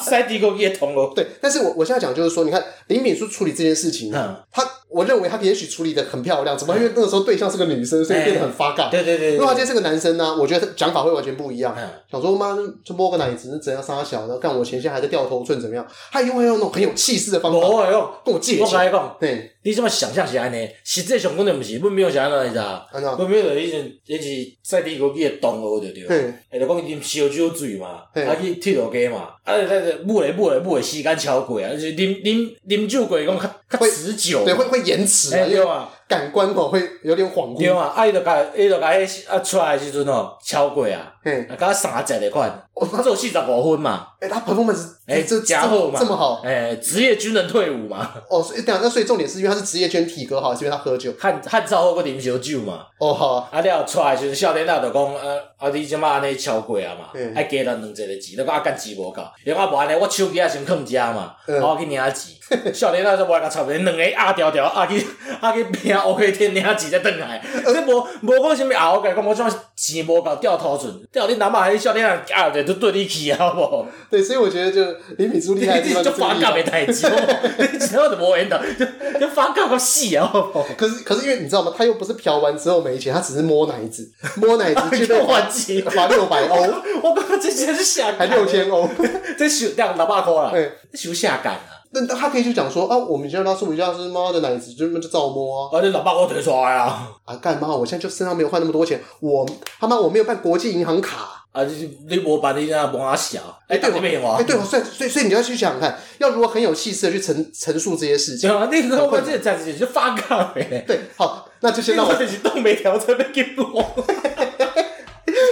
[SPEAKER 2] 塞地沟伊个同路。
[SPEAKER 1] 对，但是我我现在讲就是说，你看林敏书处理这件事情，啊
[SPEAKER 2] 嗯，
[SPEAKER 1] 他我认为他也许处理的很漂亮，怎么因为那个时候对象是个女生，所以变得很发尬。
[SPEAKER 2] 对对对
[SPEAKER 1] 如果他今天
[SPEAKER 2] 对，
[SPEAKER 1] 是个男生呢、我觉得他讲法会完全不一样。
[SPEAKER 2] 嗯，
[SPEAKER 1] 想说妈，就摸个奶子怎样杀小的，干我前线还在掉头寸怎么样？他一定会用那种很有气势的方法
[SPEAKER 2] 无诶用。
[SPEAKER 1] 跟我借
[SPEAKER 2] 哦我甲
[SPEAKER 1] 钱。
[SPEAKER 2] 你讲，
[SPEAKER 1] 对，
[SPEAKER 2] 你即么想象是安尼，实际上阮就毋是，阮朋友是安怎你知道？
[SPEAKER 1] 按照
[SPEAKER 2] 阮朋友就是迄阵，迄是塞地沟伊个同路着着。
[SPEAKER 1] 对
[SPEAKER 2] 会就讲啉烧酒醉嘛，
[SPEAKER 1] 嘿
[SPEAKER 2] 啊去铁路街嘛，啊咱就舞咧舞咧舞咧时间超过啊，就是啉啉啉酒过讲较较
[SPEAKER 1] 会
[SPEAKER 2] 持久嘛。
[SPEAKER 1] 对，会会延迟啊，
[SPEAKER 2] 哎
[SPEAKER 1] 因
[SPEAKER 2] 对
[SPEAKER 1] 为
[SPEAKER 2] 啊，
[SPEAKER 1] 感官哦会有点恍
[SPEAKER 2] 对
[SPEAKER 1] 惚。
[SPEAKER 2] 啊，啊伊就甲伊就甲迄啊出来的时阵哦，超过啊，
[SPEAKER 1] 嘿，
[SPEAKER 2] 啊甲三十的款，
[SPEAKER 1] 哦
[SPEAKER 2] 他做四十五分嘛，
[SPEAKER 1] 哎，他 performance
[SPEAKER 2] 哎，
[SPEAKER 1] 这这
[SPEAKER 2] 加厚嘛，
[SPEAKER 1] 这么好
[SPEAKER 2] 哎，职业军人退伍嘛，
[SPEAKER 1] 哦，所以等一下那所以重点是因为他是职业圈体格好，还是因为他喝酒？
[SPEAKER 2] 汉汉朝后个啉烧酒嘛，
[SPEAKER 1] 哦，好啊，
[SPEAKER 2] 啊了出来的时阵，少年仔就讲，呃，啊你即马安尼超过啊嘛
[SPEAKER 1] 嗯，
[SPEAKER 2] 爱加咱两一个钱，你讲啊干钱无够，伊讲啊无安尼，我手机啊先放遮嘛，
[SPEAKER 1] 嗯
[SPEAKER 2] 啊我去领 钱，少年仔说无甲差不多，两个压条条啊去啊去拼乌黑天领钱才转来，
[SPEAKER 1] 呃
[SPEAKER 2] 这无无讲啥物啊，我甲你讲我即马钱无够掉头寸，掉你南妈迄少年仔啊就都对你去啊好无，
[SPEAKER 1] 对，所以我觉得就李敏珠
[SPEAKER 2] 你
[SPEAKER 1] 厉害的地
[SPEAKER 2] 你
[SPEAKER 1] 方
[SPEAKER 2] 就
[SPEAKER 1] 就这个
[SPEAKER 2] 发
[SPEAKER 1] 地
[SPEAKER 2] 夹
[SPEAKER 1] 方
[SPEAKER 2] 的代志，好无 你真的无缘投，就就发夹到死 啊好无，
[SPEAKER 1] 哦可是可是因为你知道吗？他又不是嫖完之后没钱，他只是摸奶子，摸奶子去
[SPEAKER 2] 哎又还钱
[SPEAKER 1] 罚六百哦欧，
[SPEAKER 2] 我感觉这真是下
[SPEAKER 1] 还六千欧。
[SPEAKER 2] 这收两六百块啦，
[SPEAKER 1] 对
[SPEAKER 2] 这收下岗啊！
[SPEAKER 1] 那那他可以就讲说啊，我们现在拉斯维加斯妈的奶子就就照摸啊
[SPEAKER 2] 啊，你六百块退出来啊！
[SPEAKER 1] 啊！干妈，我现在就身上没有换那么多钱，我他妈我没有办国际银行卡。
[SPEAKER 2] 啊，你你无办你那无阿小，哎，
[SPEAKER 1] 对
[SPEAKER 2] 对
[SPEAKER 1] 我
[SPEAKER 2] 你没有啊？
[SPEAKER 1] 哎，对哦，所以所以所以你要去想想看，要如何很有气势的去陈陈述这些事
[SPEAKER 2] 对
[SPEAKER 1] 情。
[SPEAKER 2] 啊，你看我这暂时就发哎岗的，
[SPEAKER 1] 对，好，那就先
[SPEAKER 2] 现在
[SPEAKER 1] 让
[SPEAKER 2] 我
[SPEAKER 1] 我
[SPEAKER 2] 就是动没调车被给我。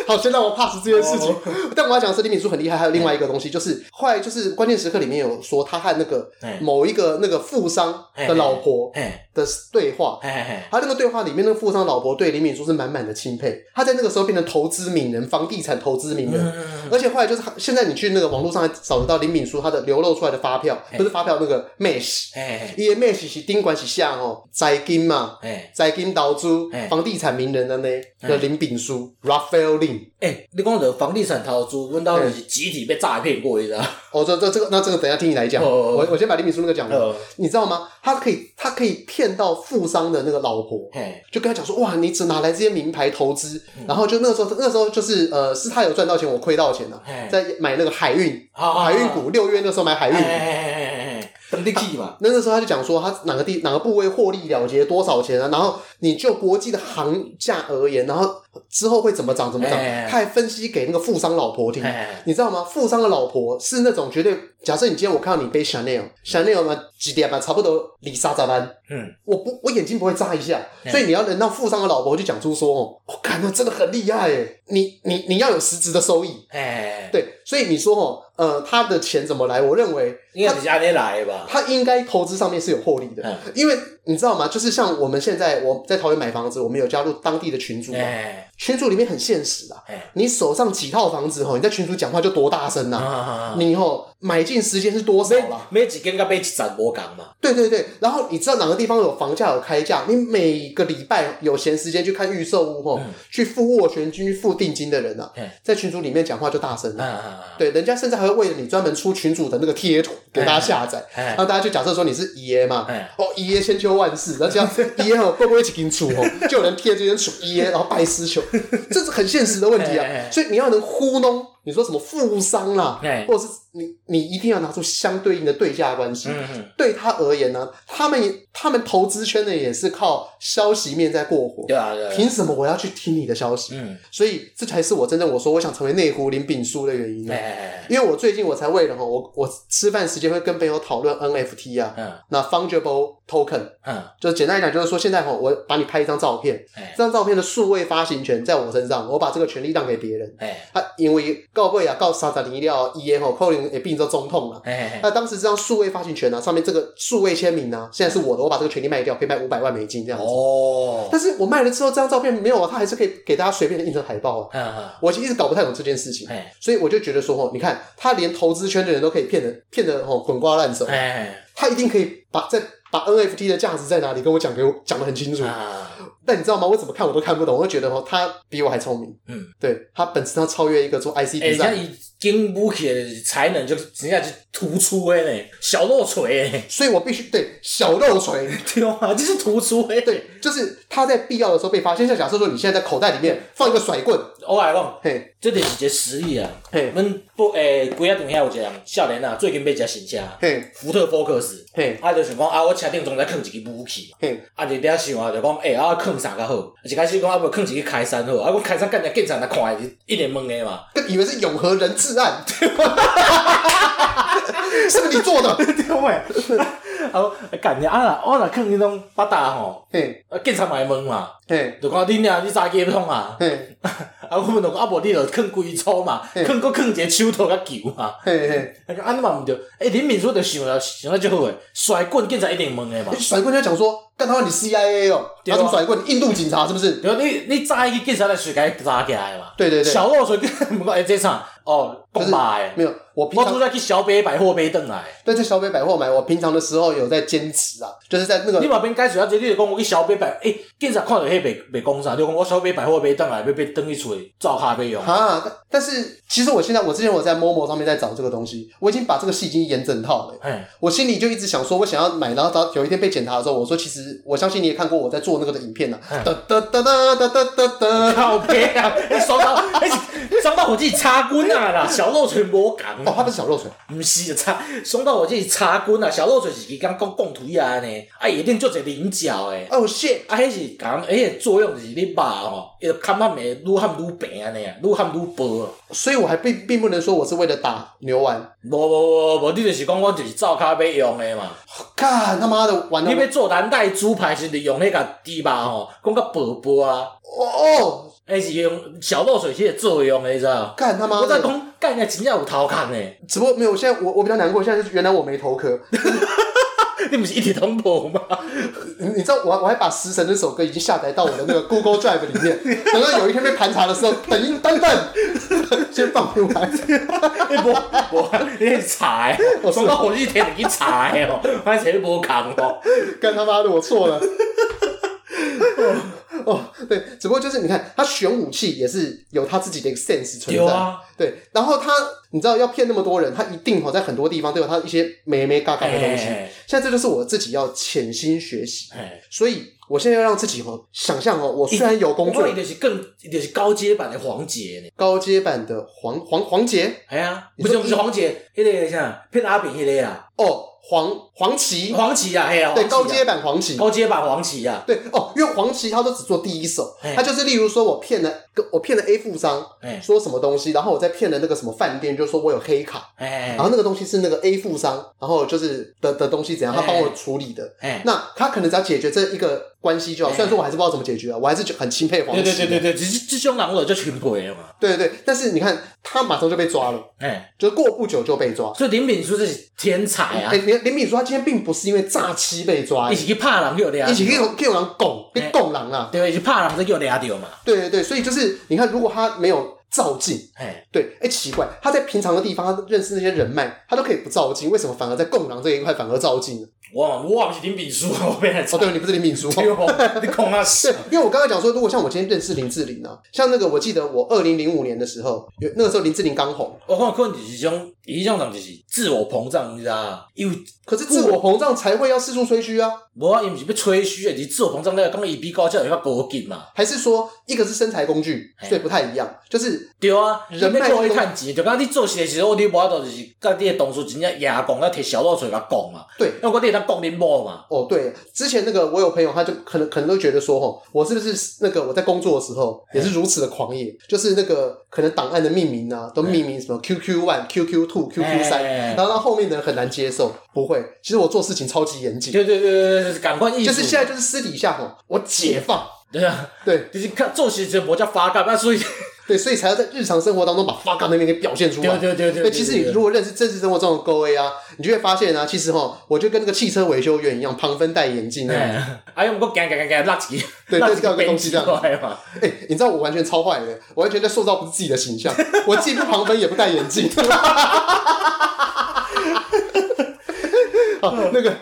[SPEAKER 1] 好，先让我 pass 这件事情。
[SPEAKER 2] 哦
[SPEAKER 1] 但我要讲的是李敏书很厉害，还有另外一个东西，就是后来就是关键时刻里面有说他和那个
[SPEAKER 2] 嘿
[SPEAKER 1] 某一个那个富商
[SPEAKER 2] 哎
[SPEAKER 1] 的老婆
[SPEAKER 2] 嘿
[SPEAKER 1] 的对话。
[SPEAKER 2] 嘿嘿嘿，
[SPEAKER 1] 他那个对话里面，那个富商老婆对李敏书是满满的钦佩。他在那个时候变成投资名人，房地产投资名人。
[SPEAKER 2] 嗯，
[SPEAKER 1] 而且后来就是他，现在你去那个网络上还找得到林敏书他的流露出来的发票，不是发票那个 mesh，
[SPEAKER 2] 嘿嘿
[SPEAKER 1] 伊的 mesh 是顶管是啥哦，财金嘛，
[SPEAKER 2] 嘿，
[SPEAKER 1] 财金投资
[SPEAKER 2] 哎，
[SPEAKER 1] 房地产名人的呢的林炳书 Raphael Lin，
[SPEAKER 2] 哎，你讲着房地产投资，阮兜就是集体被诈骗过，你知道？
[SPEAKER 1] 哦，这这这个那这个等一下听你来讲，
[SPEAKER 2] 哦哦哦
[SPEAKER 1] 我我先把林炳书那个 讲完，
[SPEAKER 2] 呃，
[SPEAKER 1] 你知道吗？他可以他可以骗到富商的那个老婆，
[SPEAKER 2] 嘿，
[SPEAKER 1] 就跟他讲说，哇，你只哪来这些名牌投资？然后就那个时候，那时候就是呃，是他有赚到钱，我亏到钱了、
[SPEAKER 2] 嘿
[SPEAKER 1] 在买那个海运，
[SPEAKER 2] 好
[SPEAKER 1] 海运，股，六月那时候买海
[SPEAKER 2] 嘿
[SPEAKER 1] 运
[SPEAKER 2] 嘿
[SPEAKER 1] 股。
[SPEAKER 2] 嘿嘿嘿，等你去嘛，
[SPEAKER 1] 那那时候他就讲说，他哪个地哪个部位获利了结多少钱啊？然后你就国际的行价而言，然后之后会怎么涨怎么涨
[SPEAKER 2] 哎哎哎，
[SPEAKER 1] 他还分析给那个富商老婆听
[SPEAKER 2] 哎哎哎。
[SPEAKER 1] 你知道吗？富商的老婆是那种绝对，假设你今天我看到你背 Chanel，Chanel 嘛几点吧，差不多里莎咋班，
[SPEAKER 2] 嗯，
[SPEAKER 1] 我不我眼睛不会眨一下，
[SPEAKER 2] 哎
[SPEAKER 1] 所以你要能让富商的老婆就讲出说，哦，我看那真的很厉害诶，你你你要有实质的收益。
[SPEAKER 2] 哎，
[SPEAKER 1] 对，所以你说哦，呃，他的钱怎么来？我认为
[SPEAKER 2] 应该就是安尼来的吧？
[SPEAKER 1] 他应该投资上面是有获利的，
[SPEAKER 2] 嗯
[SPEAKER 1] 因为你知道吗？就是像我们现在我在桃园买房子，我们有加入当地的群组嘛，
[SPEAKER 2] 哎，
[SPEAKER 1] 群组里面很现实啊
[SPEAKER 2] 哎。
[SPEAKER 1] 你手上几套房子吼，哦你在群组讲话就多大声呐、
[SPEAKER 2] 啊
[SPEAKER 1] 你吼买进时间是多少啦？
[SPEAKER 2] 每每一间甲每一层无共嘛，
[SPEAKER 1] 对对对，然后你知道哪个地方有房价有开价，你每个礼拜有闲时间去看预售屋吼，
[SPEAKER 2] 嗯
[SPEAKER 1] 去付斡旋金、去付定金的人啊
[SPEAKER 2] 嗯，
[SPEAKER 1] 在群组里面讲话就大声了、
[SPEAKER 2] 啊，
[SPEAKER 1] 对，人家甚至还会为了你专门出群主的那个贴图给大家下载，
[SPEAKER 2] 哎
[SPEAKER 1] 让大家就假设说你是爷嘛
[SPEAKER 2] 哎，
[SPEAKER 1] 哦爷千秋万世，然后这样爷哦会不会一起跟出 哦，就有人贴这些楚爷，然后拜师求，这是很现实的问题
[SPEAKER 2] 哎哎
[SPEAKER 1] 啊
[SPEAKER 2] 哎。
[SPEAKER 1] 所以你要能糊弄，你说什么富商啦
[SPEAKER 2] 哎，
[SPEAKER 1] 或者是你你一定要拿出相对应的对价关系。
[SPEAKER 2] 嗯，
[SPEAKER 1] 对他而言呢、他们也他们投资圈的也是靠消息面在过活
[SPEAKER 2] 对，啊，对啊，
[SPEAKER 1] 凭什么我要去听你的消息？
[SPEAKER 2] 嗯，
[SPEAKER 1] 所以这才是我真正我说我想成为内湖林炳书的原因、啊。
[SPEAKER 2] 哎，
[SPEAKER 1] 因为我最近我才为了哈，我我吃饭时间会跟朋友讨论 NFT 啊，
[SPEAKER 2] 嗯
[SPEAKER 1] 那 fungible token，
[SPEAKER 2] 嗯，
[SPEAKER 1] 就简单来讲就是说，现在哈，我把你拍一张照片，
[SPEAKER 2] 哎
[SPEAKER 1] 这张照片的数位发行权在我身上，我把这个权利让给别人。
[SPEAKER 2] 哎
[SPEAKER 1] 他、因为告贵啊，告沙扎尼料伊耶吼，扣零也并做总统了。
[SPEAKER 2] 哎
[SPEAKER 1] 那当时这张数位发行权呢、啊，上面这个数位签名呢、啊，现在是我的，我把这个权利卖掉，可以卖五百万美金这样子。
[SPEAKER 2] 哦，
[SPEAKER 1] 但是我卖了之后，这张照片没有啊，它还是可以给大家随便的印成海报啊。
[SPEAKER 2] 嗯
[SPEAKER 1] 我其实一直搞不太懂这件事情。
[SPEAKER 2] 哎
[SPEAKER 1] 所以我就觉得说，哦，你看他连投资圈的人都可以骗得骗得哦滚瓜烂熟，
[SPEAKER 2] 哎
[SPEAKER 1] 他一定可以把在把 NFT 的价值在哪里跟我讲给我讲得很清楚。
[SPEAKER 2] 啊，
[SPEAKER 1] 但你知道吗？我怎么看我都看不懂，我就觉得哦，他比我还聪明。
[SPEAKER 2] 嗯，
[SPEAKER 1] 对他本质上超越一个做 IC
[SPEAKER 2] 哎，你
[SPEAKER 1] design，、
[SPEAKER 2] 看伊经武器的才能就真正是突出的呢，小肉锤呢，
[SPEAKER 1] 所以我必须对小肉锤，
[SPEAKER 2] 对啊，这是突出的。
[SPEAKER 1] 对，就是他在必要的时候被发现。像假设说你现在在口袋里面放一个甩棍，
[SPEAKER 2] 我来讲，
[SPEAKER 1] 嘿，
[SPEAKER 2] 这就是一个实力啊。
[SPEAKER 1] 嘿，
[SPEAKER 2] 阮不诶，规仔场遐有一个人少年啊，最近买一只新车，
[SPEAKER 1] 嘿，
[SPEAKER 2] 福特 Focus，
[SPEAKER 1] 嘿，
[SPEAKER 2] 啊，就想讲啊，我车顶总在放一支武器。
[SPEAKER 1] 嘿，
[SPEAKER 2] 啊，你了想啊，就讲，诶、欸，啊，囥啥较好？一开始讲啊，无囥一个开山好，啊，我开山干只警察来看的，一脸懵的 嘛。
[SPEAKER 1] 跟以为是永和人质案， 是不是你做的？
[SPEAKER 2] 对袂？ 啊，我干你啊啦，我若囥迄种八达吼，
[SPEAKER 1] 嘿，
[SPEAKER 2] 啊，警察嘛会问嘛，
[SPEAKER 1] 嘿，
[SPEAKER 2] 就讲你俩你啥计不通啊？
[SPEAKER 1] 嘿，
[SPEAKER 2] 啊，我们就讲啊，无你就囥规组嘛，
[SPEAKER 1] 嗯
[SPEAKER 2] 囥搁囥一个手套甲球嘛。
[SPEAKER 1] 嘿，嘿。
[SPEAKER 2] 啊，安尼嘛毋对，诶、林敏书就想了想了足好诶，甩棍警察一定问诶嘛。
[SPEAKER 1] 甩棍就讲说，干他妈你 CIA 哦，拿
[SPEAKER 2] 对啊
[SPEAKER 1] 什么甩棍？印度警察是不是？
[SPEAKER 2] 对，你你早起去警察来水甲伊抓起来嘛。
[SPEAKER 1] 对对对，
[SPEAKER 2] 小落水跟 问讲，诶、哎这啥？哦，
[SPEAKER 1] 就
[SPEAKER 2] 讲
[SPEAKER 1] 是
[SPEAKER 2] 吧诶。
[SPEAKER 1] 没有，我平
[SPEAKER 2] 我拄
[SPEAKER 1] 常
[SPEAKER 2] 则去小北百货买转来，
[SPEAKER 1] 对在小北百货买，我平常的时候有在兼职啊，就是在那
[SPEAKER 2] 你
[SPEAKER 1] 个
[SPEAKER 2] 嘛免解释啊！即你就讲我去小北百，诶、警察看到迄袂袂讲啥，就讲我小北百货买转来，要要转去厝里照下要用。
[SPEAKER 1] 啊，但但是其实我现在我之前我在 Momo 上面在找这个东西，我已经把这个戏已经演整套了。
[SPEAKER 2] 嘿，
[SPEAKER 1] 我心里就一直想说，我想要买，然后到有一天被检查的时候，我说其实我相信你也看过我在做那个的影片呐、啊，哒哒哒哒哒哒哒哒。
[SPEAKER 2] 嗯靠北啊！你爽到，你爽到我自己插棍啊啦！小落水无共
[SPEAKER 1] 哦，它不是小肉水，
[SPEAKER 2] 毋是插，爽到我这是插棍啊！小漏水是伊讲讲讲腿啊呢，啊一定做者菱角诶。
[SPEAKER 1] 哦 shit，
[SPEAKER 2] 啊，迄是讲，迄个作用就是你肉吼，伊就砍喊会愈喊愈平安尼啊，愈喊愈薄啊。
[SPEAKER 1] 所以我还并并不能说我是为了打牛丸，
[SPEAKER 2] 无无无无，你就是讲我就是照卡要用诶嘛。
[SPEAKER 1] 干他妈的玩了
[SPEAKER 2] 你要做蓝带猪排是利用迄个猪肉吼，讲较薄薄啊。
[SPEAKER 1] 哦哦，
[SPEAKER 2] 迄是用小漏水器的作用的，你知道？
[SPEAKER 1] 干他妈
[SPEAKER 2] 我在
[SPEAKER 1] 的！
[SPEAKER 2] 讲，干个真正有头壳呢，
[SPEAKER 1] 只不过没有，现在我我比较难过，现在就是原来我没头壳。
[SPEAKER 2] 你不是一直通报吗？
[SPEAKER 1] 你你知道我还我还把《食神》这首歌已经下载到我的那个 Google Drive 里面，等到有一天被盘查的时候，等一等 等，先放出来。
[SPEAKER 2] 你无无，你是查的，我讲到火炬天你去查的哦，反正你无空哦。
[SPEAKER 1] 干他妈的，我错了。哦，对，只不过就是你看，他选武器也是有他自己的一个 sense 存
[SPEAKER 2] 有
[SPEAKER 1] 在。
[SPEAKER 2] 啊，
[SPEAKER 1] 对，然后他，你知道要骗那么多人，他一定好在很多地方都有他一些没没嘎嘎的东西。
[SPEAKER 2] 哎
[SPEAKER 1] 现在这就是我自己要潜心学习，
[SPEAKER 2] 哎，
[SPEAKER 1] 所以我现在要让自己哦想象哦，我虽然有工
[SPEAKER 2] 哎我
[SPEAKER 1] 作
[SPEAKER 2] 讲伊，就是更，伊就是高阶版的黄杰呢。
[SPEAKER 1] 高阶版的黄黄黄杰
[SPEAKER 2] 哎呀，
[SPEAKER 1] 你
[SPEAKER 2] 不是
[SPEAKER 1] 说
[SPEAKER 2] 不是黄杰，迄个啥骗阿炳迄个啊，
[SPEAKER 1] 哦，黄黄旗，
[SPEAKER 2] 黄旗啊，嘿啊，
[SPEAKER 1] 对，高
[SPEAKER 2] 黄旗
[SPEAKER 1] 阶
[SPEAKER 2] 啊
[SPEAKER 1] 版黄旗，
[SPEAKER 2] 高阶版黄旗啊，
[SPEAKER 1] 对哦，因为黄旗他都只做第一手
[SPEAKER 2] 嘿，
[SPEAKER 1] 他就是例如说我骗了个我骗了 A 富商，
[SPEAKER 2] 哎
[SPEAKER 1] 说什么东西，然后我再骗了那个什么饭店，就说我有黑卡，
[SPEAKER 2] 哎
[SPEAKER 1] 然后那个东西是那个 A 富商，然后就是的的东西怎样，他帮我处理的。
[SPEAKER 2] 哎，
[SPEAKER 1] 那他可能只要解决这一个关系就好，
[SPEAKER 2] 嘿
[SPEAKER 1] 虽然说我还是不知道怎么解决啊，我还是很钦佩黄
[SPEAKER 2] 哎对
[SPEAKER 1] 旗。
[SPEAKER 2] 对对对对，这这种人我就钦佩的嘛。
[SPEAKER 1] 对对对但是你看他马上就被抓了，
[SPEAKER 2] 哎，
[SPEAKER 1] 就是过不久就被抓。
[SPEAKER 2] 所以林炳书这是天才啊
[SPEAKER 1] 哎，，林林敏说他今天并不是因为诈欺被抓
[SPEAKER 2] 伊，是去拍人叫掠到，
[SPEAKER 1] 一起给有给有人拱，被
[SPEAKER 2] 嘿
[SPEAKER 1] 拱人啊。
[SPEAKER 2] 对，伊是拍人才叫掠到嘛。
[SPEAKER 1] 对对对，所以就是你看，如果他没有照进，
[SPEAKER 2] 哎，
[SPEAKER 1] 对，哎、奇怪，他在平常的地方，他认识那些人脉，他都可以不照进，为什么反而在共狼这一块反而照进呢？
[SPEAKER 2] 我我也不是林炳书，我被来
[SPEAKER 1] 哦，对，你不是林敏书、
[SPEAKER 2] 对哦，你讲啊是
[SPEAKER 1] 对，因为我刚才讲说，如果像我今天认识林志玲啊，像那个我记得我二零零五年的时候，有那个时候林志玲刚红，
[SPEAKER 2] 我看可能就是种，伊迄种人就是自我膨胀，你知道吗？伊有
[SPEAKER 1] 可是自
[SPEAKER 2] 哦
[SPEAKER 1] 我膨胀才会要四处吹嘘啊，
[SPEAKER 2] 无啊，伊毋是要吹嘘诶，是自我膨胀了，讲伊比高才有法高级嘛。
[SPEAKER 1] 还是说一个是身材工具，
[SPEAKER 2] 嘿
[SPEAKER 1] 所以不太一样，就是
[SPEAKER 2] 对啊，
[SPEAKER 1] 人
[SPEAKER 2] 人
[SPEAKER 1] 脉
[SPEAKER 2] 要做
[SPEAKER 1] 是
[SPEAKER 2] 去趁钱，就讲你做事诶时候，你无法度就是甲你诶同事真正牙讲，甲摕小漏嘴甲讲嘛。
[SPEAKER 1] 对。
[SPEAKER 2] 因为我你会当讲恁某嘛，
[SPEAKER 1] 哦，对，之前那个我有朋友，他就可能可能都觉得说，吼，我是不是那个我在工作的时候也是如此的狂野，就是那个可能档案的命名啊，都命名什么 QQ one、QQ two、QQ 三，
[SPEAKER 2] 哎
[SPEAKER 1] 然后让后面的人很难接受。不会，其实我做事情超级严谨，
[SPEAKER 2] 对对对对对，感官意识，
[SPEAKER 1] 就是现在就是私底下吼，我解放，
[SPEAKER 2] 对啊，
[SPEAKER 1] 对
[SPEAKER 2] 就是看做事就无遮发干，那所以
[SPEAKER 1] 对，所以才要在日常生活当中把发刚那边给表现出来。
[SPEAKER 2] 对对对
[SPEAKER 1] 对，
[SPEAKER 2] 对，
[SPEAKER 1] 其实你如果认识真实生活中的各位啊，你就会发现啊，其实哈，我就跟那个汽车维修员一样，旁分戴眼镜那样。
[SPEAKER 2] 哎，啊，用我行行行行，拉起，
[SPEAKER 1] 嗯对
[SPEAKER 2] 拉起
[SPEAKER 1] 这个东西这样
[SPEAKER 2] 过来嘛。
[SPEAKER 1] 哎、你知道我完全超坏的，我完全在塑造不是自己的形象，我既不旁分也不戴眼镜。 好，那个，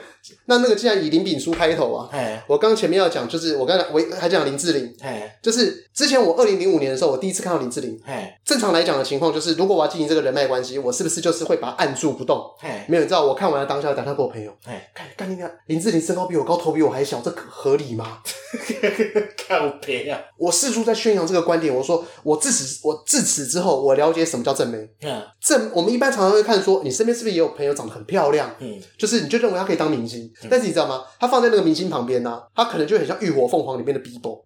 [SPEAKER 1] 那那个，既然以林炳书开头啊，
[SPEAKER 2] 哎
[SPEAKER 1] 我刚前面要讲，就是我刚才我还讲林志玲，
[SPEAKER 2] 哎
[SPEAKER 1] 就是之前我二零零五年的时候，我第一次看到林志玲。
[SPEAKER 2] 哎
[SPEAKER 1] 正常来讲的情况就是，如果我要经营这个人脉关系，我是不是就是会把它按住不动？
[SPEAKER 2] 哎
[SPEAKER 1] 没有，你知道我看完了当下打电话给我朋友，
[SPEAKER 2] 哎，
[SPEAKER 1] 看干你娘，林志玲身高比我高，头比我还小，这可合理吗？
[SPEAKER 2] 靠别啊！
[SPEAKER 1] 我四处在宣扬这个观点，我说我自此我自此之后，我了解什么叫正妹。
[SPEAKER 2] 嗯
[SPEAKER 1] 正我们一般常常会看说，你身边是不是也有朋友长得很漂亮，
[SPEAKER 2] 嗯，
[SPEAKER 1] 就是你就认为她可以当明星，但是你知道吗？她放在那个明星旁边呢、啊她可能就很像《浴火凤凰》里面的 Bibo。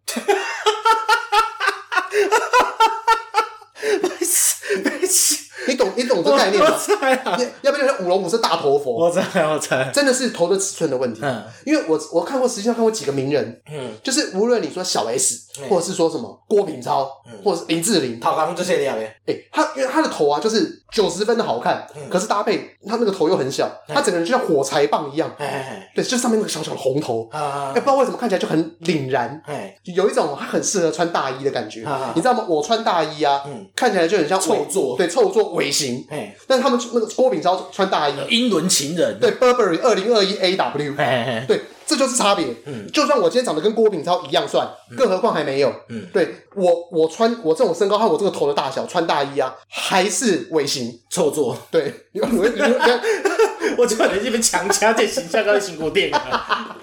[SPEAKER 2] 白痴，
[SPEAKER 1] 你懂你懂这概念
[SPEAKER 2] 我
[SPEAKER 1] 吗？
[SPEAKER 2] 猜啊，
[SPEAKER 1] 要要不然就像舞龙舞狮大头佛，
[SPEAKER 2] 我猜我猜，
[SPEAKER 1] 真的是头的尺寸的问题。
[SPEAKER 2] 嗯
[SPEAKER 1] 因为我我看过，实际上看过几个名人，
[SPEAKER 2] 嗯，
[SPEAKER 1] 就是无论你说小 S，
[SPEAKER 2] 嗯
[SPEAKER 1] 或者是说什么郭品超，或者是林志玲，
[SPEAKER 2] 头壳做些了呗，
[SPEAKER 1] 哎、他因为他的头啊，就是九十分的好看，
[SPEAKER 2] 嗯
[SPEAKER 1] 可是搭配他那个头又很小，
[SPEAKER 2] 嗯
[SPEAKER 1] 他整个人就像火柴棒一样，
[SPEAKER 2] 哎
[SPEAKER 1] 对，就上面那个小小的红头，
[SPEAKER 2] 啊
[SPEAKER 1] 哎、不知道为什么看起来就很凛然，
[SPEAKER 2] 哎
[SPEAKER 1] 有一种他很适合穿大衣的感觉，
[SPEAKER 2] 啊
[SPEAKER 1] 你知道吗？我穿大衣啊，
[SPEAKER 2] 嗯
[SPEAKER 1] 看起来就很像伪
[SPEAKER 2] 臭作
[SPEAKER 1] 对，臭作尾型，
[SPEAKER 2] 哎，
[SPEAKER 1] 但是他们那个郭炳超穿大衣，
[SPEAKER 2] 英伦情人，
[SPEAKER 1] 对，Burberry 二零二一 AW，
[SPEAKER 2] 哎，
[SPEAKER 1] 对，这就是差别。
[SPEAKER 2] 嗯
[SPEAKER 1] 就算我今天长得跟郭炳超一样算，更何况还没有。
[SPEAKER 2] 嗯
[SPEAKER 1] 对我，我穿我这种身高和我这个头的大小，穿大衣啊，还是尾型。
[SPEAKER 2] 臭作，
[SPEAKER 1] 对， 你你会你会
[SPEAKER 2] 我就把你这边强加这形象到辛苦店啊，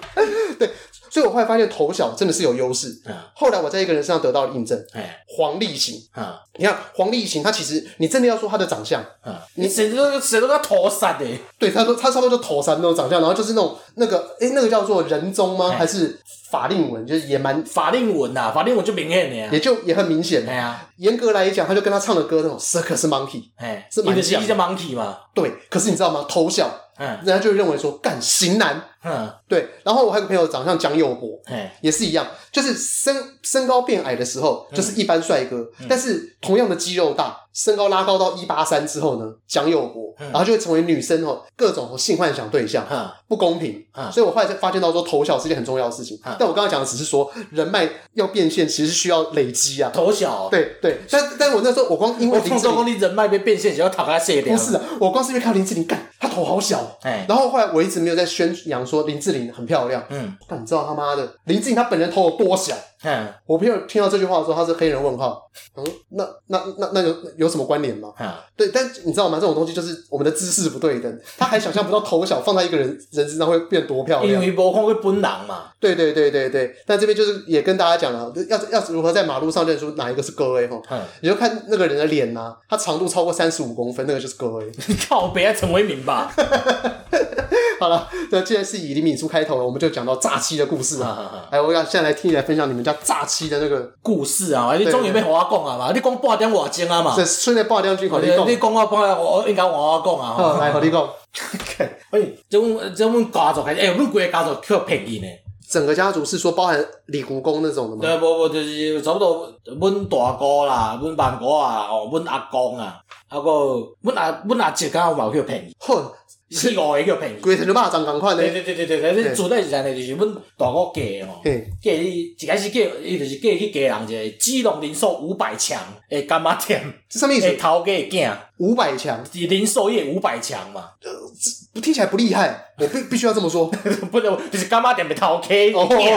[SPEAKER 1] 所以我后来发现头小真的是有优势。后来我在一个人身上得到了印证，
[SPEAKER 2] 哎
[SPEAKER 1] 黄立行。
[SPEAKER 2] 啊
[SPEAKER 1] 你看黄立行，他其实你真的要说他的长相，
[SPEAKER 2] 啊，你谁都谁都要头杀的，
[SPEAKER 1] 对，他说他差不多就头山那种长相，然后就是那种那个哎、那个叫做仁宗吗？
[SPEAKER 2] 哎
[SPEAKER 1] 还是法令纹？就是也蛮
[SPEAKER 2] 法令纹呐，法令纹就明显的呀，
[SPEAKER 1] 也就也很明显。
[SPEAKER 2] 哎呀，
[SPEAKER 1] 严格来讲，他就跟他唱的歌那种 Circus Monkey，
[SPEAKER 2] 哎，
[SPEAKER 1] 是蛮
[SPEAKER 2] 你的
[SPEAKER 1] 像
[SPEAKER 2] 是一只 monkey 嘛，
[SPEAKER 1] 对。可是你知道吗？头小，
[SPEAKER 2] 嗯
[SPEAKER 1] 人家就会认为说干型男，
[SPEAKER 2] 嗯，
[SPEAKER 1] 对，然后我还有个朋友长相蒋友柏，
[SPEAKER 2] 嘿，
[SPEAKER 1] 也是一样，就是身身高变矮的时候，就是一般帅哥，
[SPEAKER 2] 嗯
[SPEAKER 1] 但是同样的肌肉大，身高拉高到一八三之后呢，蒋友柏，
[SPEAKER 2] 嗯
[SPEAKER 1] 然后就会成为女生哦各种性幻想对象，
[SPEAKER 2] 嗯，
[SPEAKER 1] 不公平
[SPEAKER 2] 啊。
[SPEAKER 1] 所以我后来才发现到说，头小是一件很重要的事情
[SPEAKER 2] 啊。
[SPEAKER 1] 但我刚刚讲的只是说，人脉要变现，其实是需要累积啊。
[SPEAKER 2] 头小，
[SPEAKER 1] 对对，但但我那时候我光因为
[SPEAKER 2] 嗯我
[SPEAKER 1] 林
[SPEAKER 2] 听
[SPEAKER 1] 志玲
[SPEAKER 2] 说讲你人脉被变现，就要头壳细掉。
[SPEAKER 1] 不是，啊，我光是因为看林志玲，干她头好小哦。
[SPEAKER 2] 哎，
[SPEAKER 1] 然后后来我一直没有在宣扬说林志玲很漂亮，
[SPEAKER 2] 嗯
[SPEAKER 1] 但你知道他妈的林志颖她本人头有多小？
[SPEAKER 2] 嗯
[SPEAKER 1] 我朋友听到这句话的时候，他是黑人问号。嗯，那那那那有有什么关联吗？
[SPEAKER 2] 嗯，
[SPEAKER 1] 对，但你知道吗？这种东西就是我们的知识不对等，他还想象不到头小放在一个人人身上会变多漂
[SPEAKER 2] 因
[SPEAKER 1] 亮。
[SPEAKER 2] 为无看过本人嘛，
[SPEAKER 1] 对对对对对，但这边就是也跟大家讲了，要要如何在马路上认出哪一个是哥 A 吼，
[SPEAKER 2] 哼，
[SPEAKER 1] 你就看那个人的脸呐、他长度超过三十五公分，那个就是哥 A。
[SPEAKER 2] 你靠北啊，陈为民 吧，
[SPEAKER 1] 好了，那既然是以李敏珠开头了，我们就讲到诈欺的故事啊。
[SPEAKER 2] 啊
[SPEAKER 1] 哎，我要现在来听你来分享你们家诈欺的那个，
[SPEAKER 2] 故事啊，你终于要互我讲啊嘛，你讲半点外钟啊嘛，
[SPEAKER 1] 这顺便爆掉句口令
[SPEAKER 2] 你
[SPEAKER 1] 共，
[SPEAKER 2] 讲我半点，我应该我讲啊，
[SPEAKER 1] 好来口令共。
[SPEAKER 2] 喂，这阮这阮家族开始，哎、欸，阮规个家族去骗去呢。
[SPEAKER 1] 整个家族是说包含李国公那种的吗？
[SPEAKER 2] 对，无无就是差不多，阮大哥啦，阮万哥啊，哦，阮阿公啊，啊个阮阿阮阿叔敢有嘛有去骗去，
[SPEAKER 1] 哼，
[SPEAKER 2] 四五个去骗去。
[SPEAKER 1] 鬼城就骂长赶快
[SPEAKER 2] 对
[SPEAKER 1] 嘞！
[SPEAKER 2] 对对对对，你主要是安尼，就是阮大哥嫁的吼，
[SPEAKER 1] 嘿，
[SPEAKER 2] 嫁伊一开始嫁，伊就是嫁去嫁人一个基隆零售五百强诶干妈店
[SPEAKER 1] 这上面
[SPEAKER 2] 诶
[SPEAKER 1] 思？
[SPEAKER 2] 头家的囝，
[SPEAKER 1] 五百强，呃
[SPEAKER 2] 是零售业五百强嘛，
[SPEAKER 1] 不听起来不厉害，我必必须要这么说。
[SPEAKER 2] 不能就是干妈店的头家的
[SPEAKER 1] 哦
[SPEAKER 2] 囝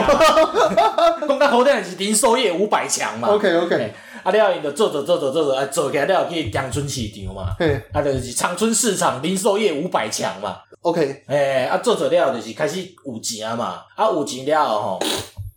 [SPEAKER 2] 嘛，讲较好听是零售业五百强嘛。
[SPEAKER 1] OK
[SPEAKER 2] 嘿
[SPEAKER 1] OK，
[SPEAKER 2] 啊了，因就做做做做做做，啊做起来了去长春市场嘛，
[SPEAKER 1] 嘿
[SPEAKER 2] 啊就是长春市场零售业五百强嘛，
[SPEAKER 1] OK，
[SPEAKER 2] 诶、啊做做了就是开始有钱嘛，啊有钱了吼，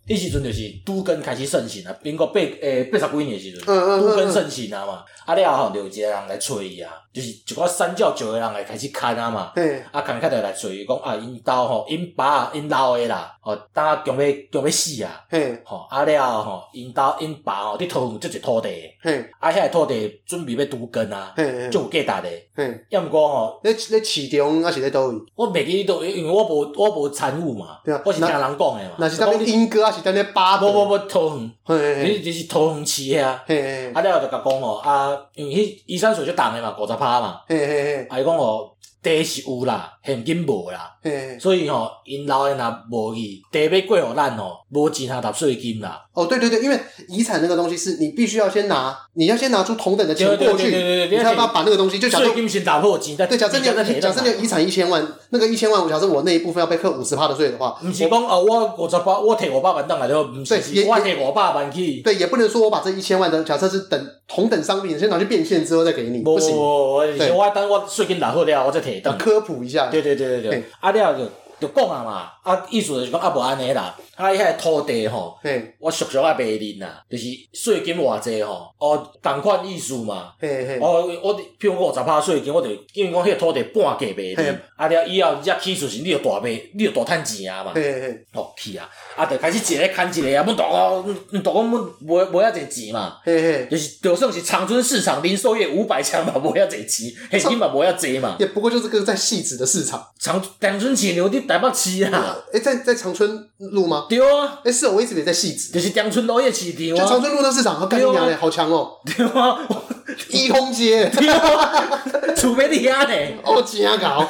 [SPEAKER 2] 迄时阵就是都跟开始盛行啊，民国八诶、八十几年的时阵，
[SPEAKER 1] 嗯嗯
[SPEAKER 2] 都跟
[SPEAKER 1] 嗯嗯，
[SPEAKER 2] 盛行啊嘛，啊了后就有一个人来找伊啊，就是一个三教九的人来开始牵啊嘛。
[SPEAKER 1] 嘿，
[SPEAKER 2] 啊，牵较着来找伊讲啊，因兜吼，因爸因老诶啦，吼、当啊强要强要死啊，
[SPEAKER 1] 嘿
[SPEAKER 2] 吼、啊了后吼，因兜因爸吼，伫桃园即一土地，
[SPEAKER 1] 嘿
[SPEAKER 2] 啊，遐个土地准备要拄根啊，
[SPEAKER 1] 嘿
[SPEAKER 2] 就有价值的。
[SPEAKER 1] 嘿，
[SPEAKER 2] 要毋过吼，
[SPEAKER 1] 你你市场还是在倒位？
[SPEAKER 2] 我袂记都，因为我无我无参与嘛
[SPEAKER 1] 对啊，
[SPEAKER 2] 我是听
[SPEAKER 1] 那
[SPEAKER 2] 人讲的嘛。
[SPEAKER 1] 那是在那
[SPEAKER 2] 就讲
[SPEAKER 1] 英哥，还是在那巴
[SPEAKER 2] 无无
[SPEAKER 1] 德？
[SPEAKER 2] 无桃园，
[SPEAKER 1] 嘿嘿
[SPEAKER 2] 你就是桃园市遐。啊，
[SPEAKER 1] 嘿嘿
[SPEAKER 2] 了后就甲讲吼，啊，因为迄遗产税就重的嘛，五十趴嘛。
[SPEAKER 1] 嘿嘿
[SPEAKER 2] 啊，伊讲吼，地是有啦，现金无啦，
[SPEAKER 1] 嘿嘿，
[SPEAKER 2] 所以吼，因老的若无去，地要过互咱吼，无钱通纳税金啦。
[SPEAKER 1] 哦对对对，因为遗产那个东西是你必须要先拿，你要先拿出同等的钱过去，你才要把把那个东西就假
[SPEAKER 2] 税
[SPEAKER 1] 设
[SPEAKER 2] 金先打破钱，再
[SPEAKER 1] 对，假设
[SPEAKER 2] 再
[SPEAKER 1] 你
[SPEAKER 2] 提
[SPEAKER 1] 有假设你有遗产一千万，那个一千万，我假设我那一部分要被课五十趴的税的话，
[SPEAKER 2] 毋是讲哦，我五十八，我摕五百万当来了，毋是
[SPEAKER 1] 对也
[SPEAKER 2] 是我摕五百万去，
[SPEAKER 1] 对，也不能说我把这一千万的假设是等同等商品，先拿去变现之后再给你，
[SPEAKER 2] 无
[SPEAKER 1] 不行，
[SPEAKER 2] 无无，
[SPEAKER 1] 对
[SPEAKER 2] 是我等我税金拿好了，我再摕
[SPEAKER 1] 要
[SPEAKER 2] 当。
[SPEAKER 1] 科普一下。
[SPEAKER 2] 对对对对对
[SPEAKER 1] 嘿，
[SPEAKER 2] 啊了就就讲啊嘛，啊意思就是讲啊无安尼啦，啊伊遐土地吼，
[SPEAKER 1] 嘿，
[SPEAKER 2] 我俗俗啊袂认啦，就是税金偌济吼，哦同款意思嘛。
[SPEAKER 1] 嘿嘿，
[SPEAKER 2] 哦，我譬如讲五十趴税金，我就因为讲迄个土地半价袂
[SPEAKER 1] 嘿
[SPEAKER 2] 认，啊了以后，只起就是你就大卖，你就大趁钱啊嘛。
[SPEAKER 1] 嘿嘿嘿
[SPEAKER 2] 哦，去啊！啊，就开始一个牵一个啊，阮大哥，阮大哥，阮无无遐侪钱嘛，
[SPEAKER 1] 嘿嘿，
[SPEAKER 2] 就是就算是长春市场零售业五百强嘛，无遐侪钱，现金嘛无遐侪嘛。
[SPEAKER 1] 也不过就是个在细致的市场。
[SPEAKER 2] 长长春市场伫台北市啊，
[SPEAKER 1] 哎，在在长春路吗？
[SPEAKER 2] 对啊，
[SPEAKER 1] 哎，是哦，我一直以为在细致。
[SPEAKER 2] 就是长春路夜市
[SPEAKER 1] 就
[SPEAKER 2] 场
[SPEAKER 1] 长
[SPEAKER 2] 啊，
[SPEAKER 1] 春路那市场，好干你娘嘞，好强哦！
[SPEAKER 2] 对啊，我
[SPEAKER 1] 一空街，
[SPEAKER 2] 对啊，厝边伫遐呢。
[SPEAKER 1] 哦，真啊搞，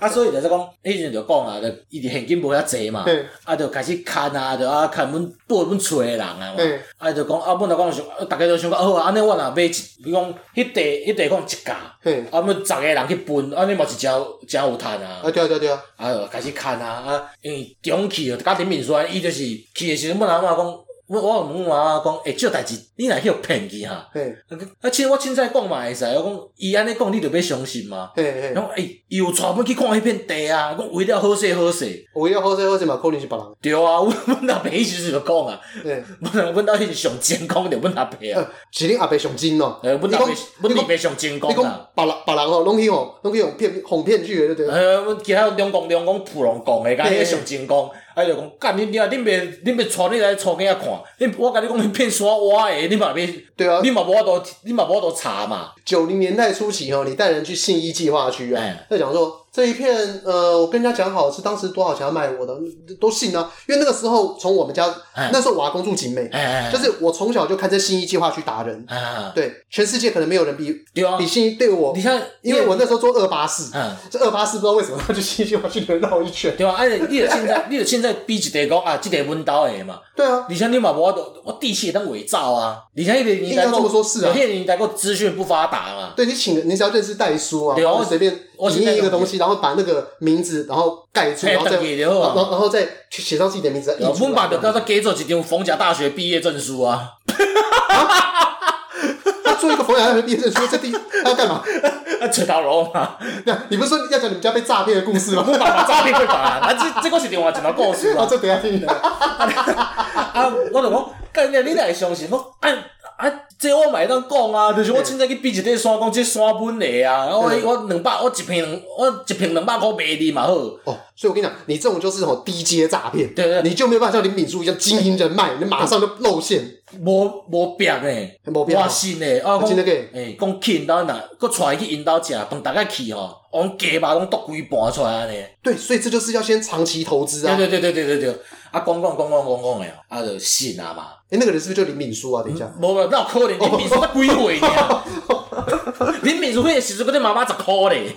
[SPEAKER 2] 啊，所以就是讲，迄阵就讲啊，就伊就现金无遐侪嘛
[SPEAKER 1] 嘿，
[SPEAKER 2] 啊，就开始牵啊，就啊牵阮报阮厝诶人啊嘛
[SPEAKER 1] 嘿，
[SPEAKER 2] 啊就讲啊，阮就讲想，啊大家就想讲，好啊，安尼我若买一，比如讲，迄地迄地讲一价，
[SPEAKER 1] 嘿，
[SPEAKER 2] 啊，要十个人去分，安尼嘛是真有真有趁啊
[SPEAKER 1] 啊，，对啊对啊对啊，
[SPEAKER 2] 啊就开始牵啊，啊，因为中去就甲顶面说，伊就是去诶时阵，阮阿嬷讲。我我有问阮阿嬷讲，诶、欸，这代志你若去互骗去哈？
[SPEAKER 1] 嘿
[SPEAKER 2] 啊，其实我凊彩讲嘛会使，我讲伊安尼讲，你就要相信嘛。
[SPEAKER 1] 嘿嘿，
[SPEAKER 2] 然后诶，伊、有带阮去看迄片地啊，讲为了好势好势。
[SPEAKER 1] 我要好势好势嘛，可能是别人，
[SPEAKER 2] 对啊， 阮阮阿伯迄时就讲啊，
[SPEAKER 1] 对。
[SPEAKER 2] 阮阮兜迄时上成功着，阮阿伯啊，
[SPEAKER 1] 呃，是恁阿伯上金咯，
[SPEAKER 2] 呃，阮阿伯
[SPEAKER 1] 你
[SPEAKER 2] 阮
[SPEAKER 1] 你
[SPEAKER 2] 阿
[SPEAKER 1] 讲
[SPEAKER 2] 伯上成
[SPEAKER 1] 你
[SPEAKER 2] 功啊。
[SPEAKER 1] 讲别人别人吼，拢去吼，拢去用骗哄骗去的，对不对？
[SPEAKER 2] 呃，阮其他两公两公普龙讲诶，甲迄
[SPEAKER 1] 嘿
[SPEAKER 2] 个上成功，啊伊就讲，干恁娘，恁袂恁袂带你来粗囝看，恁我甲你讲，恁骗山我诶，你嘛袂，
[SPEAKER 1] 对啊
[SPEAKER 2] 你，嘛无 法度，你嘛无法度查嘛。
[SPEAKER 1] 哦九零年代初期吼，你带人去信义计划区啊
[SPEAKER 2] 哎，
[SPEAKER 1] 在讲说这一片，呃，我跟人家讲好是当时多少钱要卖我的，都信啊。因为那个时候从我们家，
[SPEAKER 2] 哎
[SPEAKER 1] 那时候我阿公住景美，
[SPEAKER 2] 哎哎，
[SPEAKER 1] 就是我从小就看这新一计划去打人。
[SPEAKER 2] 哎哎，
[SPEAKER 1] 对，全世界可能没有人比
[SPEAKER 2] 对啊
[SPEAKER 1] 比，新一对我
[SPEAKER 2] 你，看，
[SPEAKER 1] 因为我那时候做二八四，
[SPEAKER 2] 嗯。
[SPEAKER 1] 这二八四不知道为什么他去新一计划去绕一圈。
[SPEAKER 2] 对啊，而且你就凊彩，你就凊彩比一地讲啊，即地阮兜诶嘛。
[SPEAKER 1] 对啊，
[SPEAKER 2] 而且你嘛无法度，我地契会当伪造啊。而且迄个年代
[SPEAKER 1] 硬要这么说是啊
[SPEAKER 2] 迄个年代个资讯不发 达嘛。
[SPEAKER 1] 对你请人，你只要认识代书啊，
[SPEAKER 2] 对啊
[SPEAKER 1] 然后随便
[SPEAKER 2] 我
[SPEAKER 1] 你
[SPEAKER 2] 请代
[SPEAKER 1] 印一个
[SPEAKER 2] 书
[SPEAKER 1] 东西，然后把那个名字然后盖住，
[SPEAKER 2] 嘿
[SPEAKER 1] 然后再
[SPEAKER 2] 登记就
[SPEAKER 1] 然
[SPEAKER 2] 好啊
[SPEAKER 1] 后然后再去写上自己的名字，再印出
[SPEAKER 2] 阮爸
[SPEAKER 1] 来
[SPEAKER 2] 就叫做加做一张逢甲大学毕业证书啊，
[SPEAKER 1] 他做一个冯小刚的毕业证书，这第一他要干嘛？
[SPEAKER 2] 啊，扯头路嘛，
[SPEAKER 1] 那你不是说要讲你们家被诈骗的故事吗？
[SPEAKER 2] 阮爸嘛诈骗过吧？啊，这这个是另外一条故事
[SPEAKER 1] 啊，
[SPEAKER 2] 啊。
[SPEAKER 1] 这等一下听。
[SPEAKER 2] 啊，我就讲，干你，你哪会相信？我啊啊，这我嘛会当讲啊，就是我凊彩去比一块山，讲这山本的啊，我
[SPEAKER 1] 嗯
[SPEAKER 2] 我两百，我一瓶两，我一瓶两百块卖你嘛好。
[SPEAKER 1] 哦，所以我跟你讲，你这种就是那种低阶诈骗，
[SPEAKER 2] 对对对
[SPEAKER 1] 你就没有办法像林敏珠一样经营人脉，你马上就露馅。
[SPEAKER 2] 无无病诶，
[SPEAKER 1] 无病啊
[SPEAKER 2] 我信诶，啊，讲
[SPEAKER 1] 真的假的
[SPEAKER 2] 诶，讲去因兜若佮带伊去因兜食饭，逐个去吼，往鸡肉拢剁规盘出来安尼。
[SPEAKER 1] 对，所以这就是要先长期投资啊。
[SPEAKER 2] 对对对对对对对，啊，讲讲讲讲讲讲诶，啊，就信啊嘛。
[SPEAKER 1] 哎，那个人是不是就林敏珠啊？等一下，
[SPEAKER 2] 无无，那有可能林秘书
[SPEAKER 1] 哦
[SPEAKER 2] 才几岁尔？林秘书迄个时 阵，佮你妈妈十箍咧，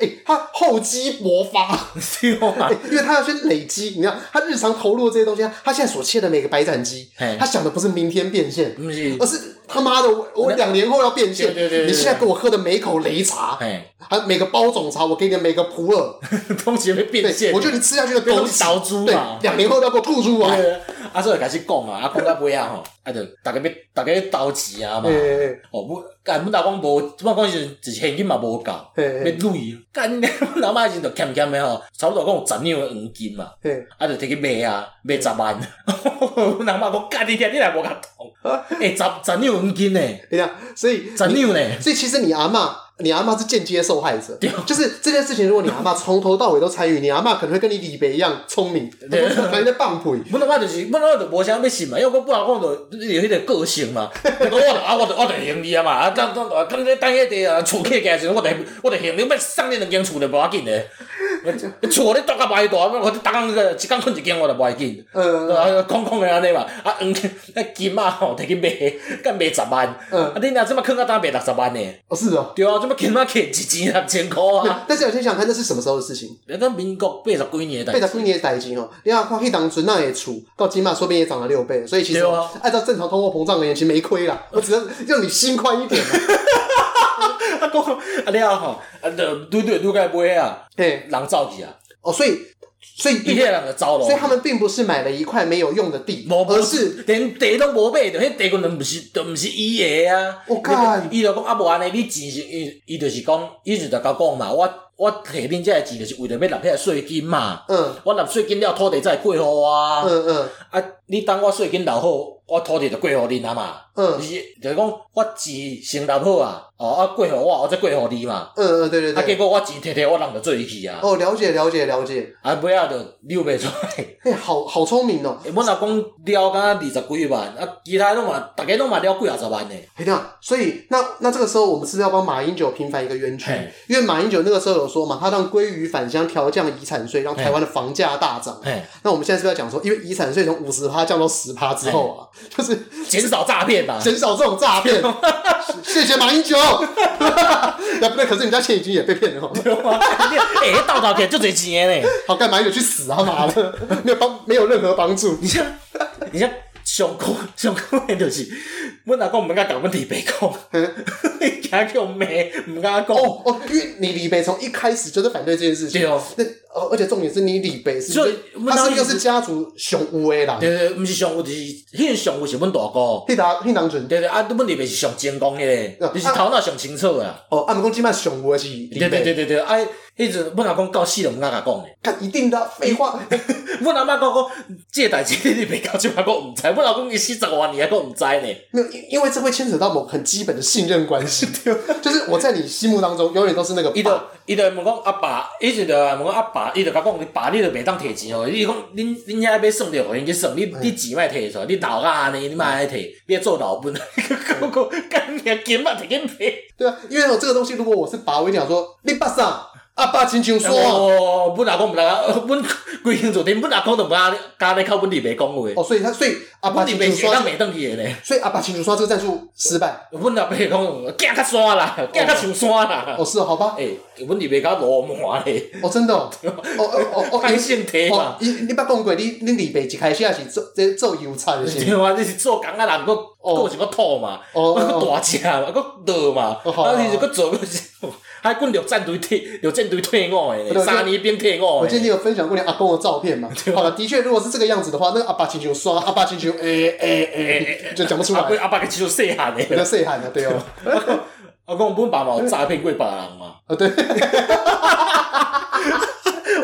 [SPEAKER 1] 哎，他厚积薄发，
[SPEAKER 2] 对啊嘛
[SPEAKER 1] 哎？因为他要先累积。你看，他日常投入的这些东西，他现在所切的每个白斩鸡
[SPEAKER 2] 嘿，
[SPEAKER 1] 他想的不是明天变现，
[SPEAKER 2] 毋是
[SPEAKER 1] 而，是他妈的我我两年后要变现。
[SPEAKER 2] 对对对对对
[SPEAKER 1] 你现在给我喝的每一口擂茶，
[SPEAKER 2] 嘿，
[SPEAKER 1] 还有每个包种茶，我给你的每个普洱，
[SPEAKER 2] 拢是要变
[SPEAKER 1] 对，
[SPEAKER 2] 现的。
[SPEAKER 1] 我觉得你吃下去的
[SPEAKER 2] 不要
[SPEAKER 1] 东
[SPEAKER 2] 去
[SPEAKER 1] 西，
[SPEAKER 2] 投资
[SPEAKER 1] 对
[SPEAKER 2] 嘛，
[SPEAKER 1] 两年后要给我吐出来。
[SPEAKER 2] 对啊，所以就开始讲嘛，啊，讲到尾啊吼，啊，就逐个要逐个要投钱啊嘛。
[SPEAKER 1] 诶
[SPEAKER 2] 哦，我干阮老公无，我讲时阵就是现金嘛无够，
[SPEAKER 1] 诶
[SPEAKER 2] 要
[SPEAKER 1] 诶
[SPEAKER 2] 镭，干 阮老妈时阵就欠欠的吼，差不多讲有十两的黄金嘛，
[SPEAKER 1] 诶，
[SPEAKER 2] 啊就摕去卖啊，卖十万。 阮老妈讲干你天，你若无甲 讲，诶、十十两黄金呢，
[SPEAKER 1] 对呀，所以
[SPEAKER 2] 十
[SPEAKER 1] 你
[SPEAKER 2] 两呢，
[SPEAKER 1] 所以其实你阿嬷，你阿嬷是间接受害者，就是这件事情，如果你阿嬷从头到尾都参与，你阿嬷可能会跟你李北一样聪明，
[SPEAKER 2] 对
[SPEAKER 1] 可能在放屁。
[SPEAKER 2] 阮老妈就是，阮老妈就无啥要信嘛，因为我本来讲就你有迄个个性嘛，我就啊我就我就行你啊嘛，啊当当当咧等迄个啊厝客来时阵，我就我就行你，要送你两间厝就无要紧的，厝咧住甲歹大，我逐工个一工困一间我就无要紧。
[SPEAKER 1] 呃，
[SPEAKER 2] 啊，空空的安尼嘛，啊，黄金啊金啊吼，摕去卖，甲卖十万，
[SPEAKER 1] 嗯
[SPEAKER 2] 啊，你若即么囥到当卖六十万呢？
[SPEAKER 1] 哦是哦。
[SPEAKER 2] 对啊，即么金啊摕一钱六千箍啊，
[SPEAKER 1] 但是有些想看那是什么时候的事情？
[SPEAKER 2] 咱咱民国八十几年的
[SPEAKER 1] 被
[SPEAKER 2] 代，
[SPEAKER 1] 他亏你的代金哦，你看看那当时那也出到今嘛，说不定也涨了六倍，所以其实
[SPEAKER 2] 对哦啊
[SPEAKER 1] 按照正常通货膨胀而言，其实没亏啦，我只是让你心宽一点嘛。
[SPEAKER 2] 啊讲啊了吼，啊就对对 对该买啊，
[SPEAKER 1] 嘿，
[SPEAKER 2] 人走去啊，
[SPEAKER 1] 哦，所以所以
[SPEAKER 2] 伊迄个人就走咯
[SPEAKER 1] 所以。他们并不是买了一块没有用的地
[SPEAKER 2] 无，无
[SPEAKER 1] 而是
[SPEAKER 2] 连地都无买着，迄地根就毋是，就毋是伊的啊！
[SPEAKER 1] 我干
[SPEAKER 2] 伊就讲啊，无安尼，你钱是伊，伊就是讲，伊就甲我讲嘛，我我摕恁遮个钱，就是为着要纳遐税金嘛。
[SPEAKER 1] 嗯
[SPEAKER 2] 我纳税金了，土地才会过互我啊。
[SPEAKER 1] 嗯嗯
[SPEAKER 2] 啊，你等我税金留好，我土地就过互恁啊嘛。就
[SPEAKER 1] 嗯
[SPEAKER 2] 是就是讲，我钱先留好啊，哦，啊过互我，我再过互你嘛。
[SPEAKER 1] 嗯嗯，对对
[SPEAKER 2] 啊，结
[SPEAKER 1] 对，
[SPEAKER 2] 果我钱摕摕，我人就做伊去啊，
[SPEAKER 1] 哦，了解了解了解，
[SPEAKER 2] 啊，尾仔就溜袂出来。
[SPEAKER 1] 嘿，好好聪明哦。
[SPEAKER 2] 欸我若讲了敢二十几万，啊，其他拢嘛，逐个拢嘛了几啊十万呢。
[SPEAKER 1] 哎，这样，所以那那这个时候，我们是不是要帮马英九平反一个冤屈
[SPEAKER 2] 嘿？
[SPEAKER 1] 因为马英九那个时候有说嘛，他让鲑鱼返乡调降遗产税，让台湾的房价大涨。
[SPEAKER 2] 嘿，
[SPEAKER 1] 那我们现在是不是要讲说，因为遗产税从五十趴降到十趴之后啊，就是
[SPEAKER 2] 减少诈骗嘛。
[SPEAKER 1] 减少这种诈骗。
[SPEAKER 2] 啊
[SPEAKER 1] 谢谢马英九。 那不对，可是人家钱已经也被骗了哦。
[SPEAKER 2] 哎、欸，到头给就这钱的呢。
[SPEAKER 1] 好，干马英九去死啊！妈的，没有帮，没有任何帮助。
[SPEAKER 2] 你像，你像上苦上苦的就是，阮阿公毋敢甲阮弟爸讲，惊叫骂，毋敢讲。
[SPEAKER 1] 哦哦，因为你李北从一开始就是反对这件事情。
[SPEAKER 2] 对哦
[SPEAKER 1] 那哦，而且重点是你李北是
[SPEAKER 2] 所以
[SPEAKER 1] 他是不是又是家族雄乌 A 啦？
[SPEAKER 2] 对对，毋是上有，就是迄个上有是阮大哥。
[SPEAKER 1] 黑达黑当准。
[SPEAKER 2] 对对，啊，阮弟爸是上精光的，就是头脑上清楚的。啊
[SPEAKER 1] 哦，暗公鸡嘛雄乌的是李
[SPEAKER 2] 对对对
[SPEAKER 1] 北，
[SPEAKER 2] 对对，啊，迄阵阮阿公到死都毋敢甲讲的。
[SPEAKER 1] 看一定的啊废 话。
[SPEAKER 2] 阮阿嬷讲讲，即个代志你袂到即摆，我毋知。阮老公伊死十外年，还佫毋知呢。
[SPEAKER 1] 没有，因因为这会牵扯到某很基本的信任关系， 就是我在你心目当中永远都是那个
[SPEAKER 2] 伊就
[SPEAKER 1] 爸。
[SPEAKER 2] 伊就问讲阿爸，伊就就问讲阿爸，伊就甲讲，你爸你就袂当摕钱哦。伊讲恁恁遐要算着，互因去算，你你钱莫摕出来，你老啊安尼，你莫安尼摕，你要做老本。讲讲干你金嘛摕去买，
[SPEAKER 1] 对啊，因为我这个东西，如果我是爸，我会讲说你爸上阿爸亲像说，
[SPEAKER 2] 哦，本来讲毋来啊，阮规兴做阵，本来讲都毋敢敢咧靠本地白讲话，
[SPEAKER 1] 哦，所以他所以阿爸
[SPEAKER 2] 本地
[SPEAKER 1] 亲
[SPEAKER 2] 白
[SPEAKER 1] 像
[SPEAKER 2] 是咱
[SPEAKER 1] 说，
[SPEAKER 2] 袂当去的呢。
[SPEAKER 1] 所以阿爸亲像说这个战术失败。
[SPEAKER 2] 阮阿伯讲，行较山啦，行较上山啦
[SPEAKER 1] 哦，。是哦，好吧，
[SPEAKER 2] 诶，阮伫袂甲罗马咧，
[SPEAKER 1] 哦，真的哦，哦哦哦哦，
[SPEAKER 2] 太性体
[SPEAKER 1] 你
[SPEAKER 2] 嘛
[SPEAKER 1] 哦。你你捌讲过，你你李白一开始也是做这做油菜的是
[SPEAKER 2] 对啊，你是做工啊，人佫佫是个土嘛，
[SPEAKER 1] 哦
[SPEAKER 2] 佫
[SPEAKER 1] 哦
[SPEAKER 2] 大只嘛，佫落嘛，
[SPEAKER 1] 哦好
[SPEAKER 2] 啊，你是佫做佫是， 还滚陆战队退，陆战队退伍的
[SPEAKER 1] 对
[SPEAKER 2] 呢，
[SPEAKER 1] 对
[SPEAKER 2] 三年兵退伍
[SPEAKER 1] 我记
[SPEAKER 2] 的
[SPEAKER 1] 得你
[SPEAKER 2] 呢。
[SPEAKER 1] 有分享过你阿公的照片嘛？好了，的确，如果是这个样子的话，那个阿爸请求刷，阿爸请求诶诶诶，就讲 不出
[SPEAKER 2] 阿
[SPEAKER 1] 来
[SPEAKER 2] 伯，阿啊爸个只有细汉
[SPEAKER 1] 比较
[SPEAKER 2] 的，
[SPEAKER 1] 细汉的对哦。
[SPEAKER 2] 我讲阮爸嘛有诈骗过别人 嘛，
[SPEAKER 1] 啊对，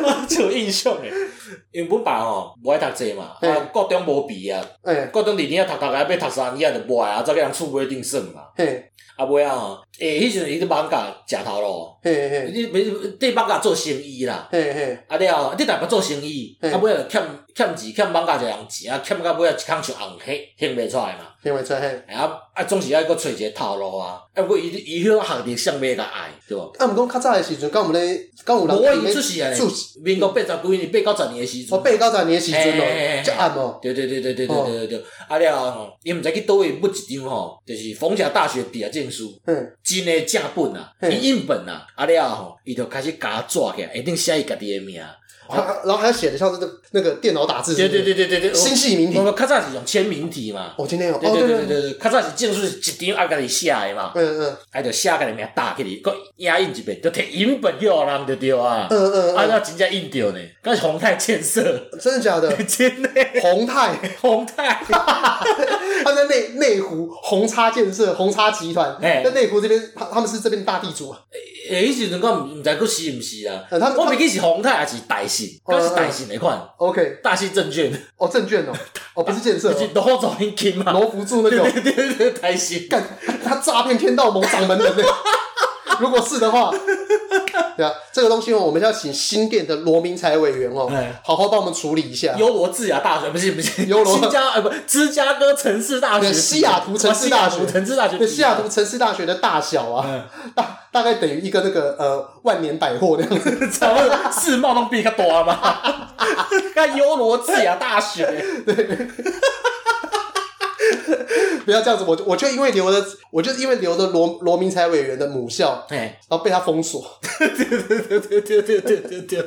[SPEAKER 2] 我就有印象诶。 因为阮爸吼无爱读册嘛，
[SPEAKER 1] 嘿
[SPEAKER 2] 啊，高中无毕啊，
[SPEAKER 1] 哎
[SPEAKER 2] 高中二年啊读读来要读三年啊就无爱啊，再去人厝尾顶耍嘛，
[SPEAKER 1] 嘿
[SPEAKER 2] 啊尾啊吼，诶，迄时阵伊伫网咖食头路，
[SPEAKER 1] 嘿嘿
[SPEAKER 2] 你袂伫网咖做生意啦。
[SPEAKER 1] 嘿嘿，
[SPEAKER 2] 啊了，你台北做生意，
[SPEAKER 1] 嘿
[SPEAKER 2] 啊尾仔欠欠钱，欠网家一人钱，啊欠到尾仔一空就红起，兴袂出来嘛。
[SPEAKER 1] 听袂出来嘿。
[SPEAKER 2] 啊啊，总是爱搁找一个头路啊。啊，不过伊伊迄个学历上尾甲爱，对无？
[SPEAKER 1] 啊，毋讲较早的时阵，敢有咧，敢有人
[SPEAKER 2] 无伊
[SPEAKER 1] 咧
[SPEAKER 2] 出世啊，
[SPEAKER 1] 出
[SPEAKER 2] 民国八十几年、八九十年诶时
[SPEAKER 1] 我
[SPEAKER 2] 阵。
[SPEAKER 1] 八九十年的时阵
[SPEAKER 2] 嘿嘿嘿嘿
[SPEAKER 1] 哦，遮暗哦，
[SPEAKER 2] 对对对对对对对对对，啊了吼，伊毋知去倒位买一张吼，就是逢甲大学毕业证书，
[SPEAKER 1] 嗯，
[SPEAKER 2] 真诶正本啊，
[SPEAKER 1] 嘿
[SPEAKER 2] 伊印本啊，啊了吼，伊就开始加纸起来，一定写伊家己诶名。
[SPEAKER 1] 还然后还写的像是那个那个电脑打字，
[SPEAKER 2] 对对，对对对对，
[SPEAKER 1] 星系名体
[SPEAKER 2] 我。们较早是用签名体嘛，
[SPEAKER 1] 哦，今天哦，
[SPEAKER 2] 对
[SPEAKER 1] 哦
[SPEAKER 2] 对
[SPEAKER 1] 对
[SPEAKER 2] 对
[SPEAKER 1] 对
[SPEAKER 2] 对
[SPEAKER 1] 对，
[SPEAKER 2] 对，较早是证书是一张啊，家己写的嘛，
[SPEAKER 1] 嗯嗯
[SPEAKER 2] 啊，就写家己名打起去，搁影印一遍，就摕影本去互人就对啊，
[SPEAKER 1] 嗯嗯
[SPEAKER 2] 啊，
[SPEAKER 1] 嗯
[SPEAKER 2] 那真正印着呢，敢是宏泰建设，？
[SPEAKER 1] 嗯，真的假的
[SPEAKER 2] 真的
[SPEAKER 1] 宏泰，
[SPEAKER 2] 宏泰，
[SPEAKER 1] 他在内内湖红叉建设、红叉集团，
[SPEAKER 2] 哎
[SPEAKER 1] 在内湖这边，他他们是这边大地主啊。
[SPEAKER 2] 诶，迄时阵我毋毋知佫是毋是啊，
[SPEAKER 1] 呃他们
[SPEAKER 2] 我袂记是宏泰还是大信，
[SPEAKER 1] 嗯
[SPEAKER 2] 敢是大信迄款，
[SPEAKER 1] OK，
[SPEAKER 2] 大信证券，
[SPEAKER 1] 哦，证券哦，哦不是建设
[SPEAKER 2] 就是
[SPEAKER 1] 哦，
[SPEAKER 2] 罗总迄金嘛，
[SPEAKER 1] 罗福柱那
[SPEAKER 2] 对
[SPEAKER 1] 个哦
[SPEAKER 2] 对对对对，大信，
[SPEAKER 1] 干他诈骗天道盟掌门人呢？如果是的话，对啊，这个东西哦，我们要请新店的罗明才委员哦
[SPEAKER 2] 哎，
[SPEAKER 1] 好好帮我们处理一下。
[SPEAKER 2] 优罗智雅大学不是不是，
[SPEAKER 1] 优罗
[SPEAKER 2] 新加呃不芝加哥城市大学
[SPEAKER 1] 对
[SPEAKER 2] 比，
[SPEAKER 1] 西雅图城市大学
[SPEAKER 2] 哦西雅图城市大学比，
[SPEAKER 1] 对，西雅图城市大学的大小啊，
[SPEAKER 2] 嗯，
[SPEAKER 1] 大大概等于一个那个呃万年百货那样子。
[SPEAKER 2] 差不多世贸拢比较大嘛， 看优罗智雅大学，
[SPEAKER 1] 不要这样子，我就我就因为留了，我就因为留了罗罗明才委员的母校，
[SPEAKER 2] 哎，
[SPEAKER 1] 然后被他封锁。
[SPEAKER 2] 对对对对对对对对，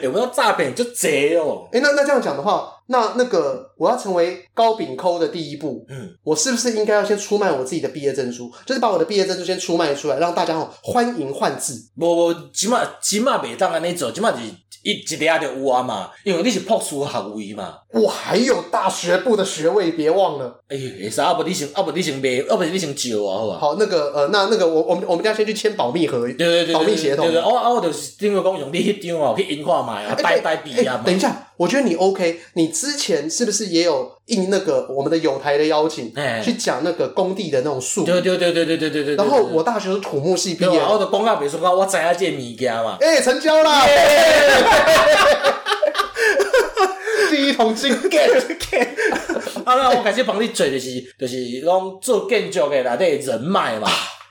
[SPEAKER 2] 哎，我要诈骗就贼哦，
[SPEAKER 1] 哎，那那这样讲的话，那那个我要成为高饼抠的第一步，
[SPEAKER 2] 嗯，
[SPEAKER 1] 我是不是应该要先出卖我自己的毕业证书？就是把我的毕业证书先出卖出来，让大家哦欢迎换字。
[SPEAKER 2] 无无，即马即马袂当安尼做，即马是一一粒就有啊嘛，因为你是博士学位嘛。
[SPEAKER 1] 我还有大学部的学位，别忘了。
[SPEAKER 2] 哎，会使啊不你先啊不你先卖，啊不你先借我好吧？
[SPEAKER 1] 好，那个呃，那那个我我们我们家先去签保密合约。
[SPEAKER 2] 对对对，对
[SPEAKER 1] 保密协同
[SPEAKER 2] 对对对我啊，我就是顶个讲用你迄张哦，去印看卖啊，
[SPEAKER 1] 哎
[SPEAKER 2] 代
[SPEAKER 1] 对
[SPEAKER 2] 代比啊
[SPEAKER 1] 哎
[SPEAKER 2] 嘛
[SPEAKER 1] 等。一下，我觉得你 OK，你之前是不是也有应那个我们的友台的邀请，
[SPEAKER 2] 哎
[SPEAKER 1] 去讲那个工地的那种术语？
[SPEAKER 2] 对对对对对对对对。
[SPEAKER 1] 然后我大学是土木系毕
[SPEAKER 2] 对
[SPEAKER 1] 业
[SPEAKER 2] 啊，，我就讲到袂说讲，我知影这物件嘛。
[SPEAKER 1] 哎，成交啦！第一桶 金 get，
[SPEAKER 2] 啊，那我开始帮你做就是就是讲做建筑的内底人脉嘛。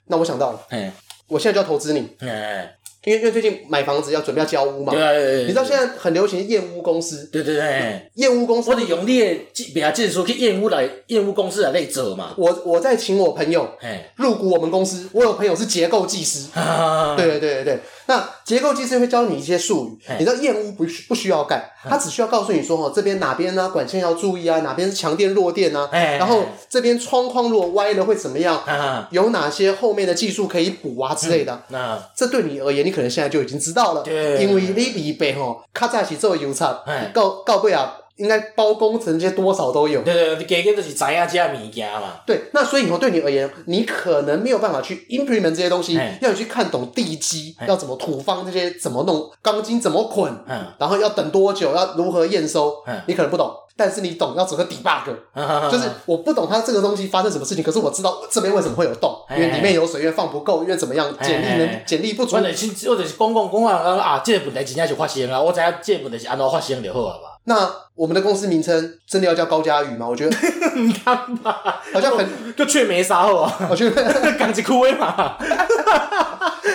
[SPEAKER 1] 那我想到了，
[SPEAKER 2] 嘿，
[SPEAKER 1] 我现在就要投资你，
[SPEAKER 2] 哎，
[SPEAKER 1] 因为因为最近买房子要准备要交屋嘛
[SPEAKER 2] 对，啊对对对。
[SPEAKER 1] 你知道现在很流行验屋公司，
[SPEAKER 2] 对对对，嘿
[SPEAKER 1] 验屋公司
[SPEAKER 2] 我，就用你的名证书去验屋来验屋公司来内做嘛。
[SPEAKER 1] 我我在请我朋友
[SPEAKER 2] 嘿，
[SPEAKER 1] 入股我们公司，我有朋友是结构技师，
[SPEAKER 2] 啊，
[SPEAKER 1] 对对对对，那结构技师会教你一些术语
[SPEAKER 2] 嘿，嗯
[SPEAKER 1] 你知道燕屋不需不需要盖，他只需要告诉你说哦，这边哪边呢、管线要注意啊，哪边是强电弱电啊，
[SPEAKER 2] 哎
[SPEAKER 1] 然后这边窗框如果歪了会怎么样，
[SPEAKER 2] 啊，
[SPEAKER 1] 有哪些后面的技术可以补啊之类的。
[SPEAKER 2] 那
[SPEAKER 1] 这对你而言，你可能现在就已经知道了，
[SPEAKER 2] 对
[SPEAKER 1] 因为你李北吼，卡扎起做油厂
[SPEAKER 2] 哎，
[SPEAKER 1] 告告贝啊，应该包工程这些多少都有。
[SPEAKER 2] 对对对，你加减就是知影这物件嘛。
[SPEAKER 1] 对，那所以以后对你而言，你可能没有办法去 implement 这些东西
[SPEAKER 2] 哎，
[SPEAKER 1] 要你去看懂地基
[SPEAKER 2] 哎，
[SPEAKER 1] 要怎么土方这些怎么弄，钢筋怎么捆，
[SPEAKER 2] 嗯，
[SPEAKER 1] 然后要等多久，要如何验收
[SPEAKER 2] 哎，
[SPEAKER 1] 你可能不懂，但是你懂要整个 debug。
[SPEAKER 2] 就
[SPEAKER 1] 就是我不懂它这个东西发生什么事情，可是我知道这边为什么会有洞，因为
[SPEAKER 2] 哎
[SPEAKER 1] 里面有水源放不够，因为怎么样，简历
[SPEAKER 2] 哎
[SPEAKER 1] 能简历不足
[SPEAKER 2] 我。就是我就是讲讲讲啊，讲啊，这个问题真正是发生啊，我知影这个问题是安怎发生就好啊嘛。
[SPEAKER 1] 那我们的公司名称真的要叫高佳宇吗？我 觉得好像很，
[SPEAKER 2] 就却没啥好啊，
[SPEAKER 1] 我觉得
[SPEAKER 2] 讲一句话嘛。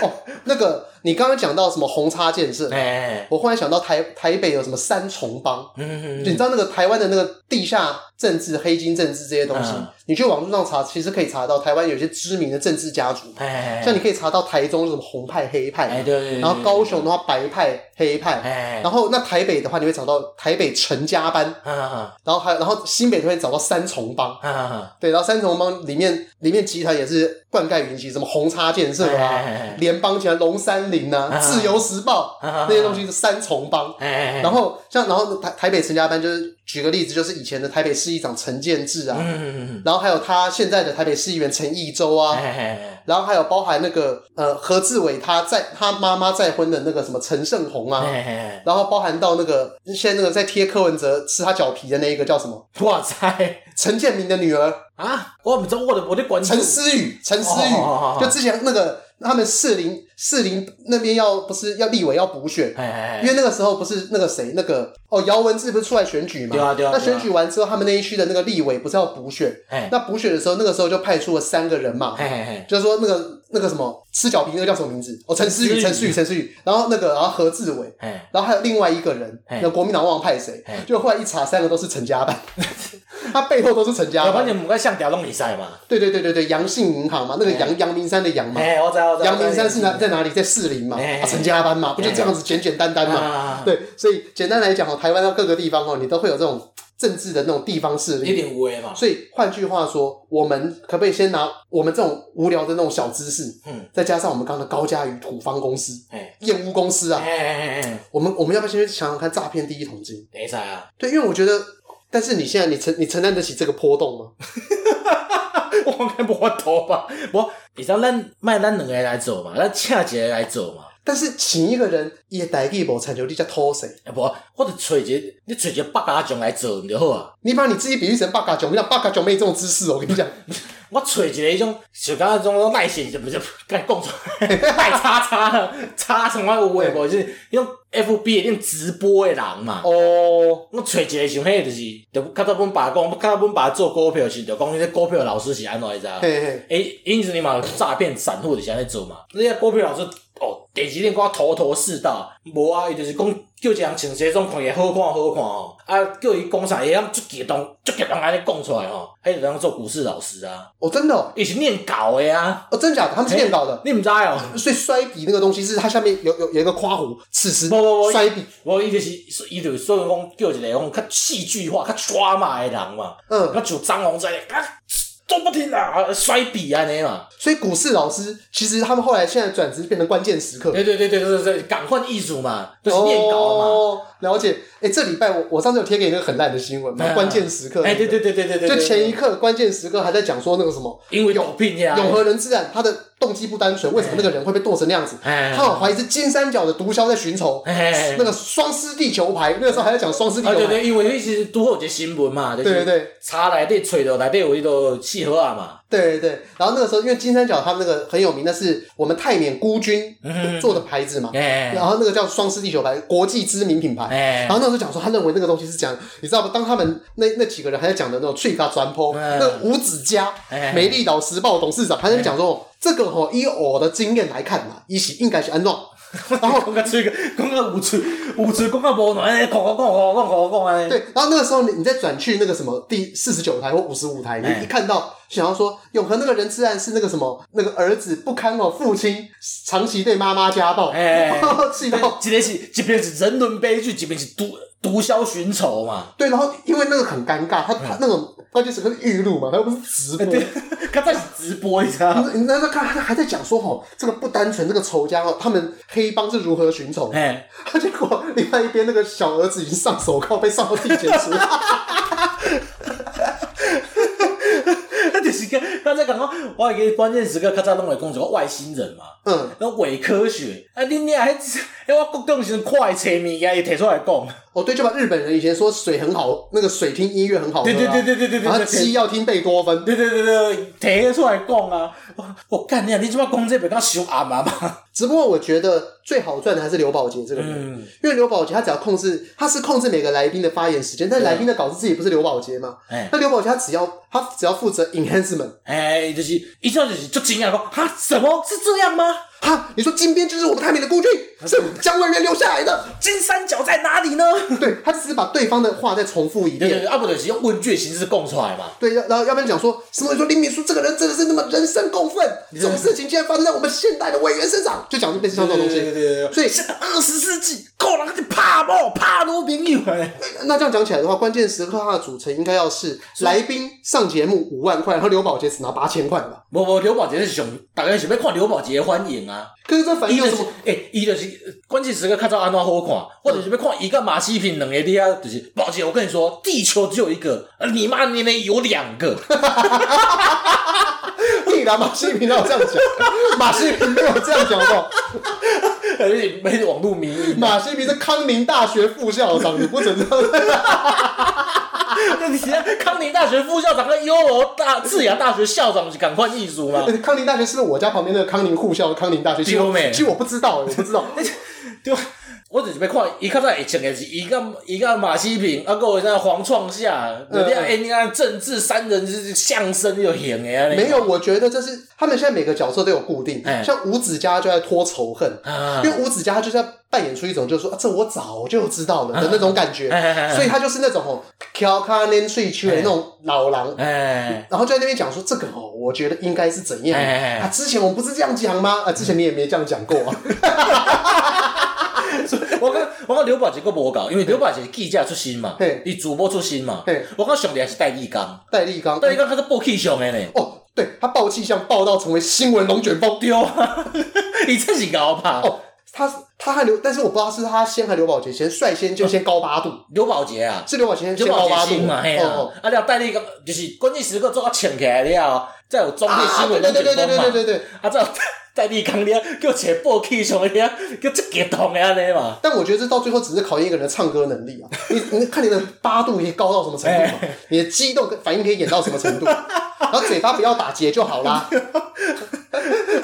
[SPEAKER 1] 哦，那个你刚刚讲到什么红叉建设，
[SPEAKER 2] 哎，
[SPEAKER 1] 我忽然想到台台北有什么三重帮，
[SPEAKER 2] 嗯，
[SPEAKER 1] 你知道那个台湾的那个地下政治、黑金政治这些东西
[SPEAKER 2] 嗯，
[SPEAKER 1] 你去网络上查，其实可以查到台湾有些知名的政治家族，
[SPEAKER 2] 哎，
[SPEAKER 1] 像你可以查到台中是什么红派、黑
[SPEAKER 2] 哎
[SPEAKER 1] 派，
[SPEAKER 2] 对对，对
[SPEAKER 1] 然后高，雄的话白派、黑派，
[SPEAKER 2] 哎，
[SPEAKER 1] 然后那台北的话你会找到台北陈家班，
[SPEAKER 2] 啊啊
[SPEAKER 1] 然后还有然后新北就会找到三重帮。
[SPEAKER 2] 啊啊，
[SPEAKER 1] 对，然后三重帮里面里面集团也是灌溉云集，什么红叉建设啊、
[SPEAKER 2] 哎
[SPEAKER 1] 联邦集团、龙山林啊、
[SPEAKER 2] 啊
[SPEAKER 1] 自由时报
[SPEAKER 2] 那
[SPEAKER 1] 那些东，西是三重帮。
[SPEAKER 2] 哎哎，
[SPEAKER 1] 然后像然后台台北陈家班就是举个例子，就是以前的台北市议长陈建志啊，
[SPEAKER 2] 嗯，
[SPEAKER 1] 然后还有他现在的台北市议员陈义洲啊，
[SPEAKER 2] 哎
[SPEAKER 1] 然后还有包含那个呃何志伟他在他妈妈再婚的那个什么陈胜宏啊，
[SPEAKER 2] 哎，
[SPEAKER 1] 然后包含到那个现在那个在贴柯文哲吃他脚皮的那一个叫什么
[SPEAKER 2] 哇塞
[SPEAKER 1] 陈建明的女儿
[SPEAKER 2] 啊，我不知道我的我的关注
[SPEAKER 1] 陈，思雨，陈思
[SPEAKER 2] 哦哦哦哦
[SPEAKER 1] 雨，
[SPEAKER 2] 哦
[SPEAKER 1] 就之前那个他们士林士林那边要不是要立委要补选，
[SPEAKER 2] 哎
[SPEAKER 1] 因为那个时候不是那个谁，那个哦，姚文智不是出来选举嘛？
[SPEAKER 2] 对啊对啊
[SPEAKER 1] 那
[SPEAKER 2] 对啊
[SPEAKER 1] 选举完之后，他们那一区的那个立委不是要补选？
[SPEAKER 2] 哎
[SPEAKER 1] 那补选的时候，那个时候就派出了三个人嘛，
[SPEAKER 2] 哎哎，
[SPEAKER 1] 就是说那个那个什么吃脚皮那个叫什么名字？哦，陈思宇，
[SPEAKER 2] 陈
[SPEAKER 1] 陈
[SPEAKER 2] 思
[SPEAKER 1] 思
[SPEAKER 2] 宇
[SPEAKER 1] 宇，陈思宇。然后那个，然后何志伟，
[SPEAKER 2] 哎，
[SPEAKER 1] 然后还有另外一个人，
[SPEAKER 2] 哎
[SPEAKER 1] 那国民党忘了派谁
[SPEAKER 2] 哎，
[SPEAKER 1] 就后来一查，三个都是陈家班， 他背后都是陈家
[SPEAKER 2] 要不然
[SPEAKER 1] 班。
[SPEAKER 2] 你们该上条弄比赛嘛，
[SPEAKER 1] 对对对对对，阳信银行嘛，那个阳阳明山的阳嘛，
[SPEAKER 2] 哎，我知道我知道，
[SPEAKER 1] 阳明山是哪在哪里？在士林嘛，
[SPEAKER 2] 哎
[SPEAKER 1] 啊陈家班嘛，不就这样子简简单单嘛？
[SPEAKER 2] 啊，
[SPEAKER 1] 对，所以简单来讲哦，台湾到各个地方哦，你都会有这种政治的那种地方势
[SPEAKER 2] 一
[SPEAKER 1] 力。
[SPEAKER 2] 定有的嘛，
[SPEAKER 1] 所以换句话说，我们可不可以先拿我们这种无聊的那种小知识，
[SPEAKER 2] 嗯，
[SPEAKER 1] 再加上我们刚刚的高嘉瑜土方公司、
[SPEAKER 2] 哎
[SPEAKER 1] 燕屋公司
[SPEAKER 2] 哎
[SPEAKER 1] 啊，
[SPEAKER 2] 哎哎，
[SPEAKER 1] 我们我们要不要先去想想看诈骗第一桶金？
[SPEAKER 2] 没赛啊，
[SPEAKER 1] 对，因为我觉得，但是你现在你承你承担得起这个波动吗？
[SPEAKER 2] 我该无法度吧，我，你知道咱卖咱两个来做嘛，咱请一个来做嘛。
[SPEAKER 1] 但是请一个人也代替某产球力叫偷谁？
[SPEAKER 2] 啊，无，我著找一个，你找一个北家将来做毋就好啊。
[SPEAKER 1] 你把你自己比喻成八嘎囧，你讲八嘎囧没这种知识哦，我跟你讲，
[SPEAKER 2] 我找一个迄种，像刚刚种耐心，就不是该讲出来，太叉叉了，叉什么有诶无？就是迄种 FB 迄种直播诶人嘛。
[SPEAKER 1] 哦，
[SPEAKER 2] 我找一个像迄个就是，就较早阮爸讲，较早阮爸做股票时，就讲迄个股票老师是安怎你知影？
[SPEAKER 1] 嘿嘿，
[SPEAKER 2] 诶，因此你嘛有诈骗散户就是安尼做嘛。你个股票老师哦，第几天我头头是道，无啊，伊就是讲叫一个人穿西装看起来好看好看吼，啊，叫伊讲啥，伊咁足激动足激动安尼讲出来吼，迄就当做股市老师啊，
[SPEAKER 1] 哦，真的哦，
[SPEAKER 2] 伊是念稿的啊，
[SPEAKER 1] 哦，真假的，他们是念稿的。
[SPEAKER 2] 你毋知哦、
[SPEAKER 1] 所以摔笔那个东西是它下面有有有一个夸弧，此时
[SPEAKER 2] 不不不
[SPEAKER 1] 摔笔，
[SPEAKER 2] 无伊就是伊就是所以讲叫一个讲较戏剧化、较 drama 的人嘛，
[SPEAKER 1] 嗯，
[SPEAKER 2] 较像张宏在啊，做不停啊，啊甩笔安尼嘛，
[SPEAKER 1] 所以股市老师其实他们后来现在转职变成关键时刻，
[SPEAKER 2] 对对对对对对，赶快艺术嘛，就是念稿嘛。
[SPEAKER 1] 哦，了解。哎，这礼拜我我上次有贴给你那个很烂的新闻嘛
[SPEAKER 2] 嗯，
[SPEAKER 1] 关键时刻，
[SPEAKER 2] 哎，对对对对对对，
[SPEAKER 1] 就
[SPEAKER 2] 对
[SPEAKER 1] 前一刻关键时刻还在讲说那个什么
[SPEAKER 2] 因为有病呀，
[SPEAKER 1] 永和人自然他的动机不单纯，为什么那个人会被剁成那样子？
[SPEAKER 2] 哎，
[SPEAKER 1] 他好怀疑是金三角的毒枭在寻仇，
[SPEAKER 2] 哎，
[SPEAKER 1] 那个双狮地球牌，那个时候还在讲双狮地
[SPEAKER 2] 啊
[SPEAKER 1] 球
[SPEAKER 2] 对
[SPEAKER 1] 牌，
[SPEAKER 2] 对，因为迄时拄好有一个新闻嘛，就
[SPEAKER 1] 对对
[SPEAKER 2] 是
[SPEAKER 1] 对。
[SPEAKER 2] 查内底揣到内底有迄个气盒啊嘛，
[SPEAKER 1] 对对对，然后那个时候因为金三角他们那个很有名，那是我们泰缅孤军
[SPEAKER 2] 嗯
[SPEAKER 1] 做的牌子嘛，
[SPEAKER 2] 哎
[SPEAKER 1] 然后那个叫双狮地球牌，国际知名品牌。
[SPEAKER 2] 哎
[SPEAKER 1] 然后那时候讲说，他认为那个东西是讲，你知道不？当他们那那几个人还在讲的那种翠发传播，
[SPEAKER 2] 嗯
[SPEAKER 1] 那个吴子嘉、
[SPEAKER 2] 哎
[SPEAKER 1] 美丽岛时报董事长，他在讲说，这个吼、以我的经验来看嘛，一起应该是安装。然后
[SPEAKER 2] 讲到吹个，讲到有吹有吹，讲到无暖，哎，讲讲讲讲讲讲讲安尼，
[SPEAKER 1] 对，然后那个时候你你再转去那个什么第四十九台或五十五台，
[SPEAKER 2] 哎
[SPEAKER 1] 你一看到想要说永和那个人自然是那个什么那个儿子不堪哦，父亲长期对妈妈家暴，
[SPEAKER 2] 哎哎哎
[SPEAKER 1] 然后 气到
[SPEAKER 2] 一个是一边是人伦悲剧，一边是毒毒枭寻仇嘛，
[SPEAKER 1] 对，然后因为那个很尴尬，他他那种关键时刻是预录嘛，他又不是直
[SPEAKER 2] 哎
[SPEAKER 1] 播。
[SPEAKER 2] 刚才是直播，你知道吗？
[SPEAKER 1] 你那那看他还在讲说哦，这个不单纯，这个仇家哦，他们黑帮是如何寻仇？
[SPEAKER 2] 哎，
[SPEAKER 1] 他 结果另外一边那个小儿子已经上手铐，被上到地检 署。
[SPEAKER 2] 那就是讲，刚才讲讲，我一个关键时刻，较早拢会讲一个外星人嘛。
[SPEAKER 1] 嗯，
[SPEAKER 2] 那伪科学啊！你你啊，迄迄我国中时阵看伊找物件，伊摕出来讲。
[SPEAKER 1] 哦对，就把日本人以前说水很好，那个水听音乐很好喝啊、
[SPEAKER 2] 对对对对对对对
[SPEAKER 1] 然后
[SPEAKER 2] 对
[SPEAKER 1] 鸡
[SPEAKER 2] 对，
[SPEAKER 1] 要听贝多芬，
[SPEAKER 2] 对对对对，摕迄出来讲啊！我我干你啊！你即摆讲这袂讲伤暗啊嘛？
[SPEAKER 1] 只不过我觉得最好赚的还是刘宝杰这个人，
[SPEAKER 2] 嗯，
[SPEAKER 1] 因为刘宝杰他只要控制，他是控制每个来宾的发言时间，但
[SPEAKER 2] 对啊
[SPEAKER 1] 来宾的稿子自己不是刘宝杰嘛？
[SPEAKER 2] 哎
[SPEAKER 1] 那刘宝杰他只要他只要负责 enhancement，
[SPEAKER 2] 哎，就是伊种就是足惊讶讲哈，什么是这样吗？
[SPEAKER 1] 哈，你说金边就是我们泰民的孤军，
[SPEAKER 2] 嗯
[SPEAKER 1] 是蒋委员留下来的。
[SPEAKER 2] 金三角在哪里呢？
[SPEAKER 1] 对他只是把对方的话再重复一
[SPEAKER 2] 对对
[SPEAKER 1] 遍。
[SPEAKER 2] 对，啊不就是用问句的形式供出来嘛。
[SPEAKER 1] 对，要然后要不然讲说什么？你说林敏书这个人真的是那么人神共愤，
[SPEAKER 2] 嗯
[SPEAKER 1] 这种事情竟然发生在我们现代的委员身上，就讲出类似像这种东
[SPEAKER 2] 对对
[SPEAKER 1] 西。
[SPEAKER 2] 对对对，
[SPEAKER 1] 所以
[SPEAKER 2] 现在二十世纪，够人就怕某怕奴朋友诶。
[SPEAKER 1] 那这样讲起来的话，关键时刻它的组成应该要是来宾上节目五万块，然后刘宝杰只拿八千块吧。
[SPEAKER 2] 无无刘宝杰是上，大家想要看刘宝杰的反应啊。
[SPEAKER 1] 可是这反
[SPEAKER 2] 伊
[SPEAKER 1] 应有
[SPEAKER 2] 就是
[SPEAKER 1] 什么？
[SPEAKER 2] 诶，伊就是呃关键时刻看到安怎好看，我就是要看伊跟马西平两个底下，就是宝杰，我跟你说，地球只有一个，而你妈你呢有两个，
[SPEAKER 1] 你拿马戏频道这样讲，马戏频没有这样讲过。
[SPEAKER 2] 而且没网络迷因，
[SPEAKER 1] 马戏频是康宁大学副校长，你不准这样。
[SPEAKER 2] 你看康宁大学副校长跟优柔大智雅大学校长是赶快艺术吗？
[SPEAKER 1] 康宁大学是不是我家旁边那个康宁护校？康宁大学，其实
[SPEAKER 2] 丢
[SPEAKER 1] 我
[SPEAKER 2] 妹
[SPEAKER 1] 其实我不知道，我不知道。
[SPEAKER 2] 对吧？ 我就是要看伊较早会穿的是伊甲伊甲马西平，啊，还有那黄创夏，有
[SPEAKER 1] 嗯
[SPEAKER 2] 点因啊政治三人是相声有型的啊，
[SPEAKER 1] 没有，我觉得这是他们现在每个角色都有固定
[SPEAKER 2] 哎，
[SPEAKER 1] 像吴子嘉就在拖仇恨，
[SPEAKER 2] 啊
[SPEAKER 1] 因，为吴子嘉他就是在扮演出一种就是说、啊、这我早就知道了的那种感觉
[SPEAKER 2] 哎哎哎哎，
[SPEAKER 1] 所以他就是那种哦，调侃年岁区的那种老狼。
[SPEAKER 2] 哎，
[SPEAKER 1] 然后就在那边讲说这个哦，我觉得应该是怎样
[SPEAKER 2] 哎哎哎
[SPEAKER 1] 啊？之前我们不是这样讲吗？啊，之前你也没这样讲过啊。
[SPEAKER 2] 我讲我讲刘宝杰佫无搞，因为刘宝杰是记者出身嘛
[SPEAKER 1] 嘿，
[SPEAKER 2] 伊主播出身嘛
[SPEAKER 1] 嘿，
[SPEAKER 2] 我讲上帝还是戴立刚，
[SPEAKER 1] 戴立刚，
[SPEAKER 2] 戴立刚他是报气象的呢，
[SPEAKER 1] 哦，对他爆气象爆到成为新闻龙卷风。
[SPEAKER 2] 对啊， 伊真是搞怕。
[SPEAKER 1] 哦，他他和刘，但是我不知道是他先还刘宝杰先率先就先高八度，
[SPEAKER 2] 刘宝杰啊，
[SPEAKER 1] 是刘宝杰先
[SPEAKER 2] 刘
[SPEAKER 1] 先高
[SPEAKER 2] 宝
[SPEAKER 1] 八
[SPEAKER 2] 杰
[SPEAKER 1] 度
[SPEAKER 2] 新嘛，嘿啊
[SPEAKER 1] 哦，
[SPEAKER 2] 啊了戴立刚就是关键时刻做啊请起来了，再有中
[SPEAKER 1] 哦，
[SPEAKER 2] 立新闻
[SPEAKER 1] 对对对对
[SPEAKER 2] 龙卷风
[SPEAKER 1] 对对
[SPEAKER 2] 嘛
[SPEAKER 1] 对对。
[SPEAKER 2] 啊，这代理工了，叫一个报气上了，叫一激动的安尼嘛。
[SPEAKER 1] 但我觉得这到最后只是考验一个人的唱歌能力啊！你你看你的八度可以高到什么程度嘛？
[SPEAKER 2] 哎
[SPEAKER 1] 你的激动跟反应可以演到什么 程度？然后嘴巴不要打结就好啦。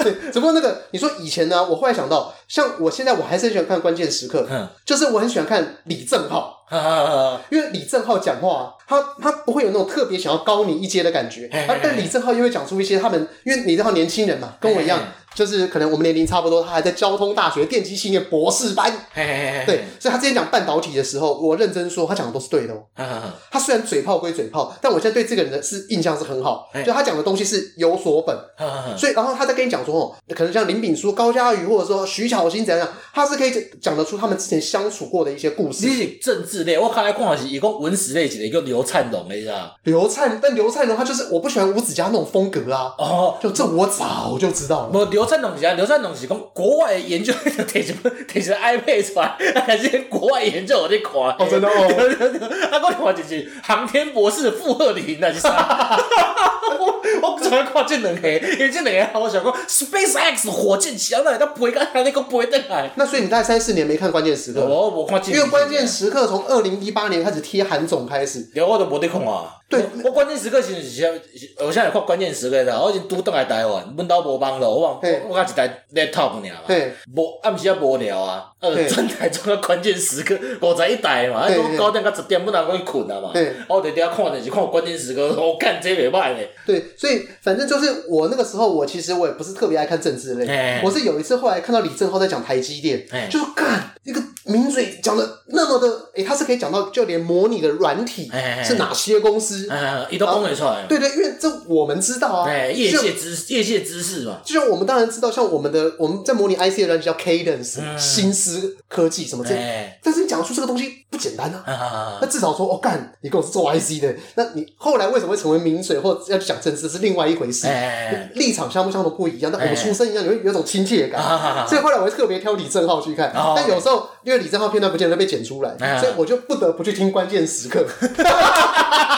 [SPEAKER 1] 对，只不过那个你说以前呢、我后来想到，像我现在我还是很喜欢看《关键时刻》
[SPEAKER 2] 嗯，
[SPEAKER 1] 就是我很喜欢看李正浩。
[SPEAKER 2] 哈哈哈
[SPEAKER 1] 因为李正浩讲话，啊他他不会有那种特别想要高你一阶的感觉，
[SPEAKER 2] 嘿嘿嘿
[SPEAKER 1] 啊但李正浩又会讲出一些他们，因为李正浩年轻人嘛，跟我一样
[SPEAKER 2] 嘿嘿，
[SPEAKER 1] 就是可能我们年龄差不多，他还在交通大学电机系念博士班，
[SPEAKER 2] 嘿嘿嘿嘿，
[SPEAKER 1] 对，所以他之前讲半导体的时候，我认真说他讲的都是对的、哦。
[SPEAKER 2] 哈哈哈，
[SPEAKER 1] 他虽然嘴炮归嘴炮，但我现在对这个人的是印象是很好
[SPEAKER 2] 哎，嗯
[SPEAKER 1] 就他讲的东西是有所本。
[SPEAKER 2] 哈哈哈，
[SPEAKER 1] 所以，然后他在跟你讲说，哦，可能像林炳书、高佳瑜，或者说徐巧芯怎样，他是可以讲得出他们之前相处过的一些故
[SPEAKER 2] 你
[SPEAKER 1] 事。
[SPEAKER 2] 是政治类，我看来看的是伊讲文史类一个叫刘灿荣的，你知道？
[SPEAKER 1] 刘灿，但刘灿荣他就是我不喜欢吴子嘉那种风格啊，
[SPEAKER 2] 哦，
[SPEAKER 1] 就这我早就知道了。
[SPEAKER 2] 无刘灿荣是啊，刘灿荣是讲国外的研究，摕一本摕一个 iPad 出来，还是国外研究我咧看。哦
[SPEAKER 1] 真的哦
[SPEAKER 2] 对对对，啊，我另外就是航天博士傅鹤林那是啥？ 我我昨天看这两个，因为这两个我想讲 SpaceX 火箭起来，那他飞到那个飞得来。
[SPEAKER 1] 那所以你大概三四年没看关键时刻，
[SPEAKER 2] 我我看这，
[SPEAKER 1] 因为关键，时刻从二零一八年开始贴韩总开始，
[SPEAKER 2] 对，我都无得看啊。
[SPEAKER 1] 对
[SPEAKER 2] 我，我关键时刻是是，我现在看关键时刻啦，我已经拄倒来台湾，阮兜无网络，我
[SPEAKER 1] 嘿
[SPEAKER 2] 我我甲一台 laptop 尔嘛。
[SPEAKER 1] 对，
[SPEAKER 2] 无暗时啊无聊啊，啊
[SPEAKER 1] 嘿
[SPEAKER 2] 转台中啊关键时刻五十一台嘛，啊
[SPEAKER 1] 嘿
[SPEAKER 2] 讲
[SPEAKER 1] 嘿
[SPEAKER 2] 九点到十点本来我去困啊嘛，
[SPEAKER 1] 嘿
[SPEAKER 2] 啊我伫遐看电视看关键时刻，我干这袂歹咧，
[SPEAKER 1] 对，所以反正就是我那个时候，我其实我也不是特别爱看政治类，
[SPEAKER 2] 哎
[SPEAKER 1] 我是有一次后来看到李正浩在讲台积电，
[SPEAKER 2] 哎
[SPEAKER 1] 就是干一个名嘴讲的那么的，诶，他是可以讲到就连模拟的软体
[SPEAKER 2] 哎哎哎
[SPEAKER 1] 是哪些公司，
[SPEAKER 2] 啊，伊都讲会出来，
[SPEAKER 1] 对对，因为这我们知道啊，
[SPEAKER 2] 哎，业
[SPEAKER 1] 就
[SPEAKER 2] 界知业界知识嘛，
[SPEAKER 1] 就像我们当然知道，像我们的我们在模拟 IC 的软体叫 Cadence、新思科技什么这，
[SPEAKER 2] 嗯哎，
[SPEAKER 1] 但是你讲出这个东西不简单啊。
[SPEAKER 2] 啊
[SPEAKER 1] 那，至少说，哦，干，你跟我是做 IC 的，那你后来为什么会成为名嘴或要去讲政治是另外一回事。
[SPEAKER 2] 哎，
[SPEAKER 1] 立场相不相同不一样，但我
[SPEAKER 2] 哎
[SPEAKER 1] 们出身一样，有有一种亲切
[SPEAKER 2] 啊
[SPEAKER 1] 感。
[SPEAKER 2] 哈哈
[SPEAKER 1] 所
[SPEAKER 2] 哈，
[SPEAKER 1] 以后来我会特别挑李正浩去看，
[SPEAKER 2] 哦
[SPEAKER 1] 但有时候因为李正浩片段不见得被剪出来
[SPEAKER 2] 哎，
[SPEAKER 1] 所以我就不得不去听关键时刻，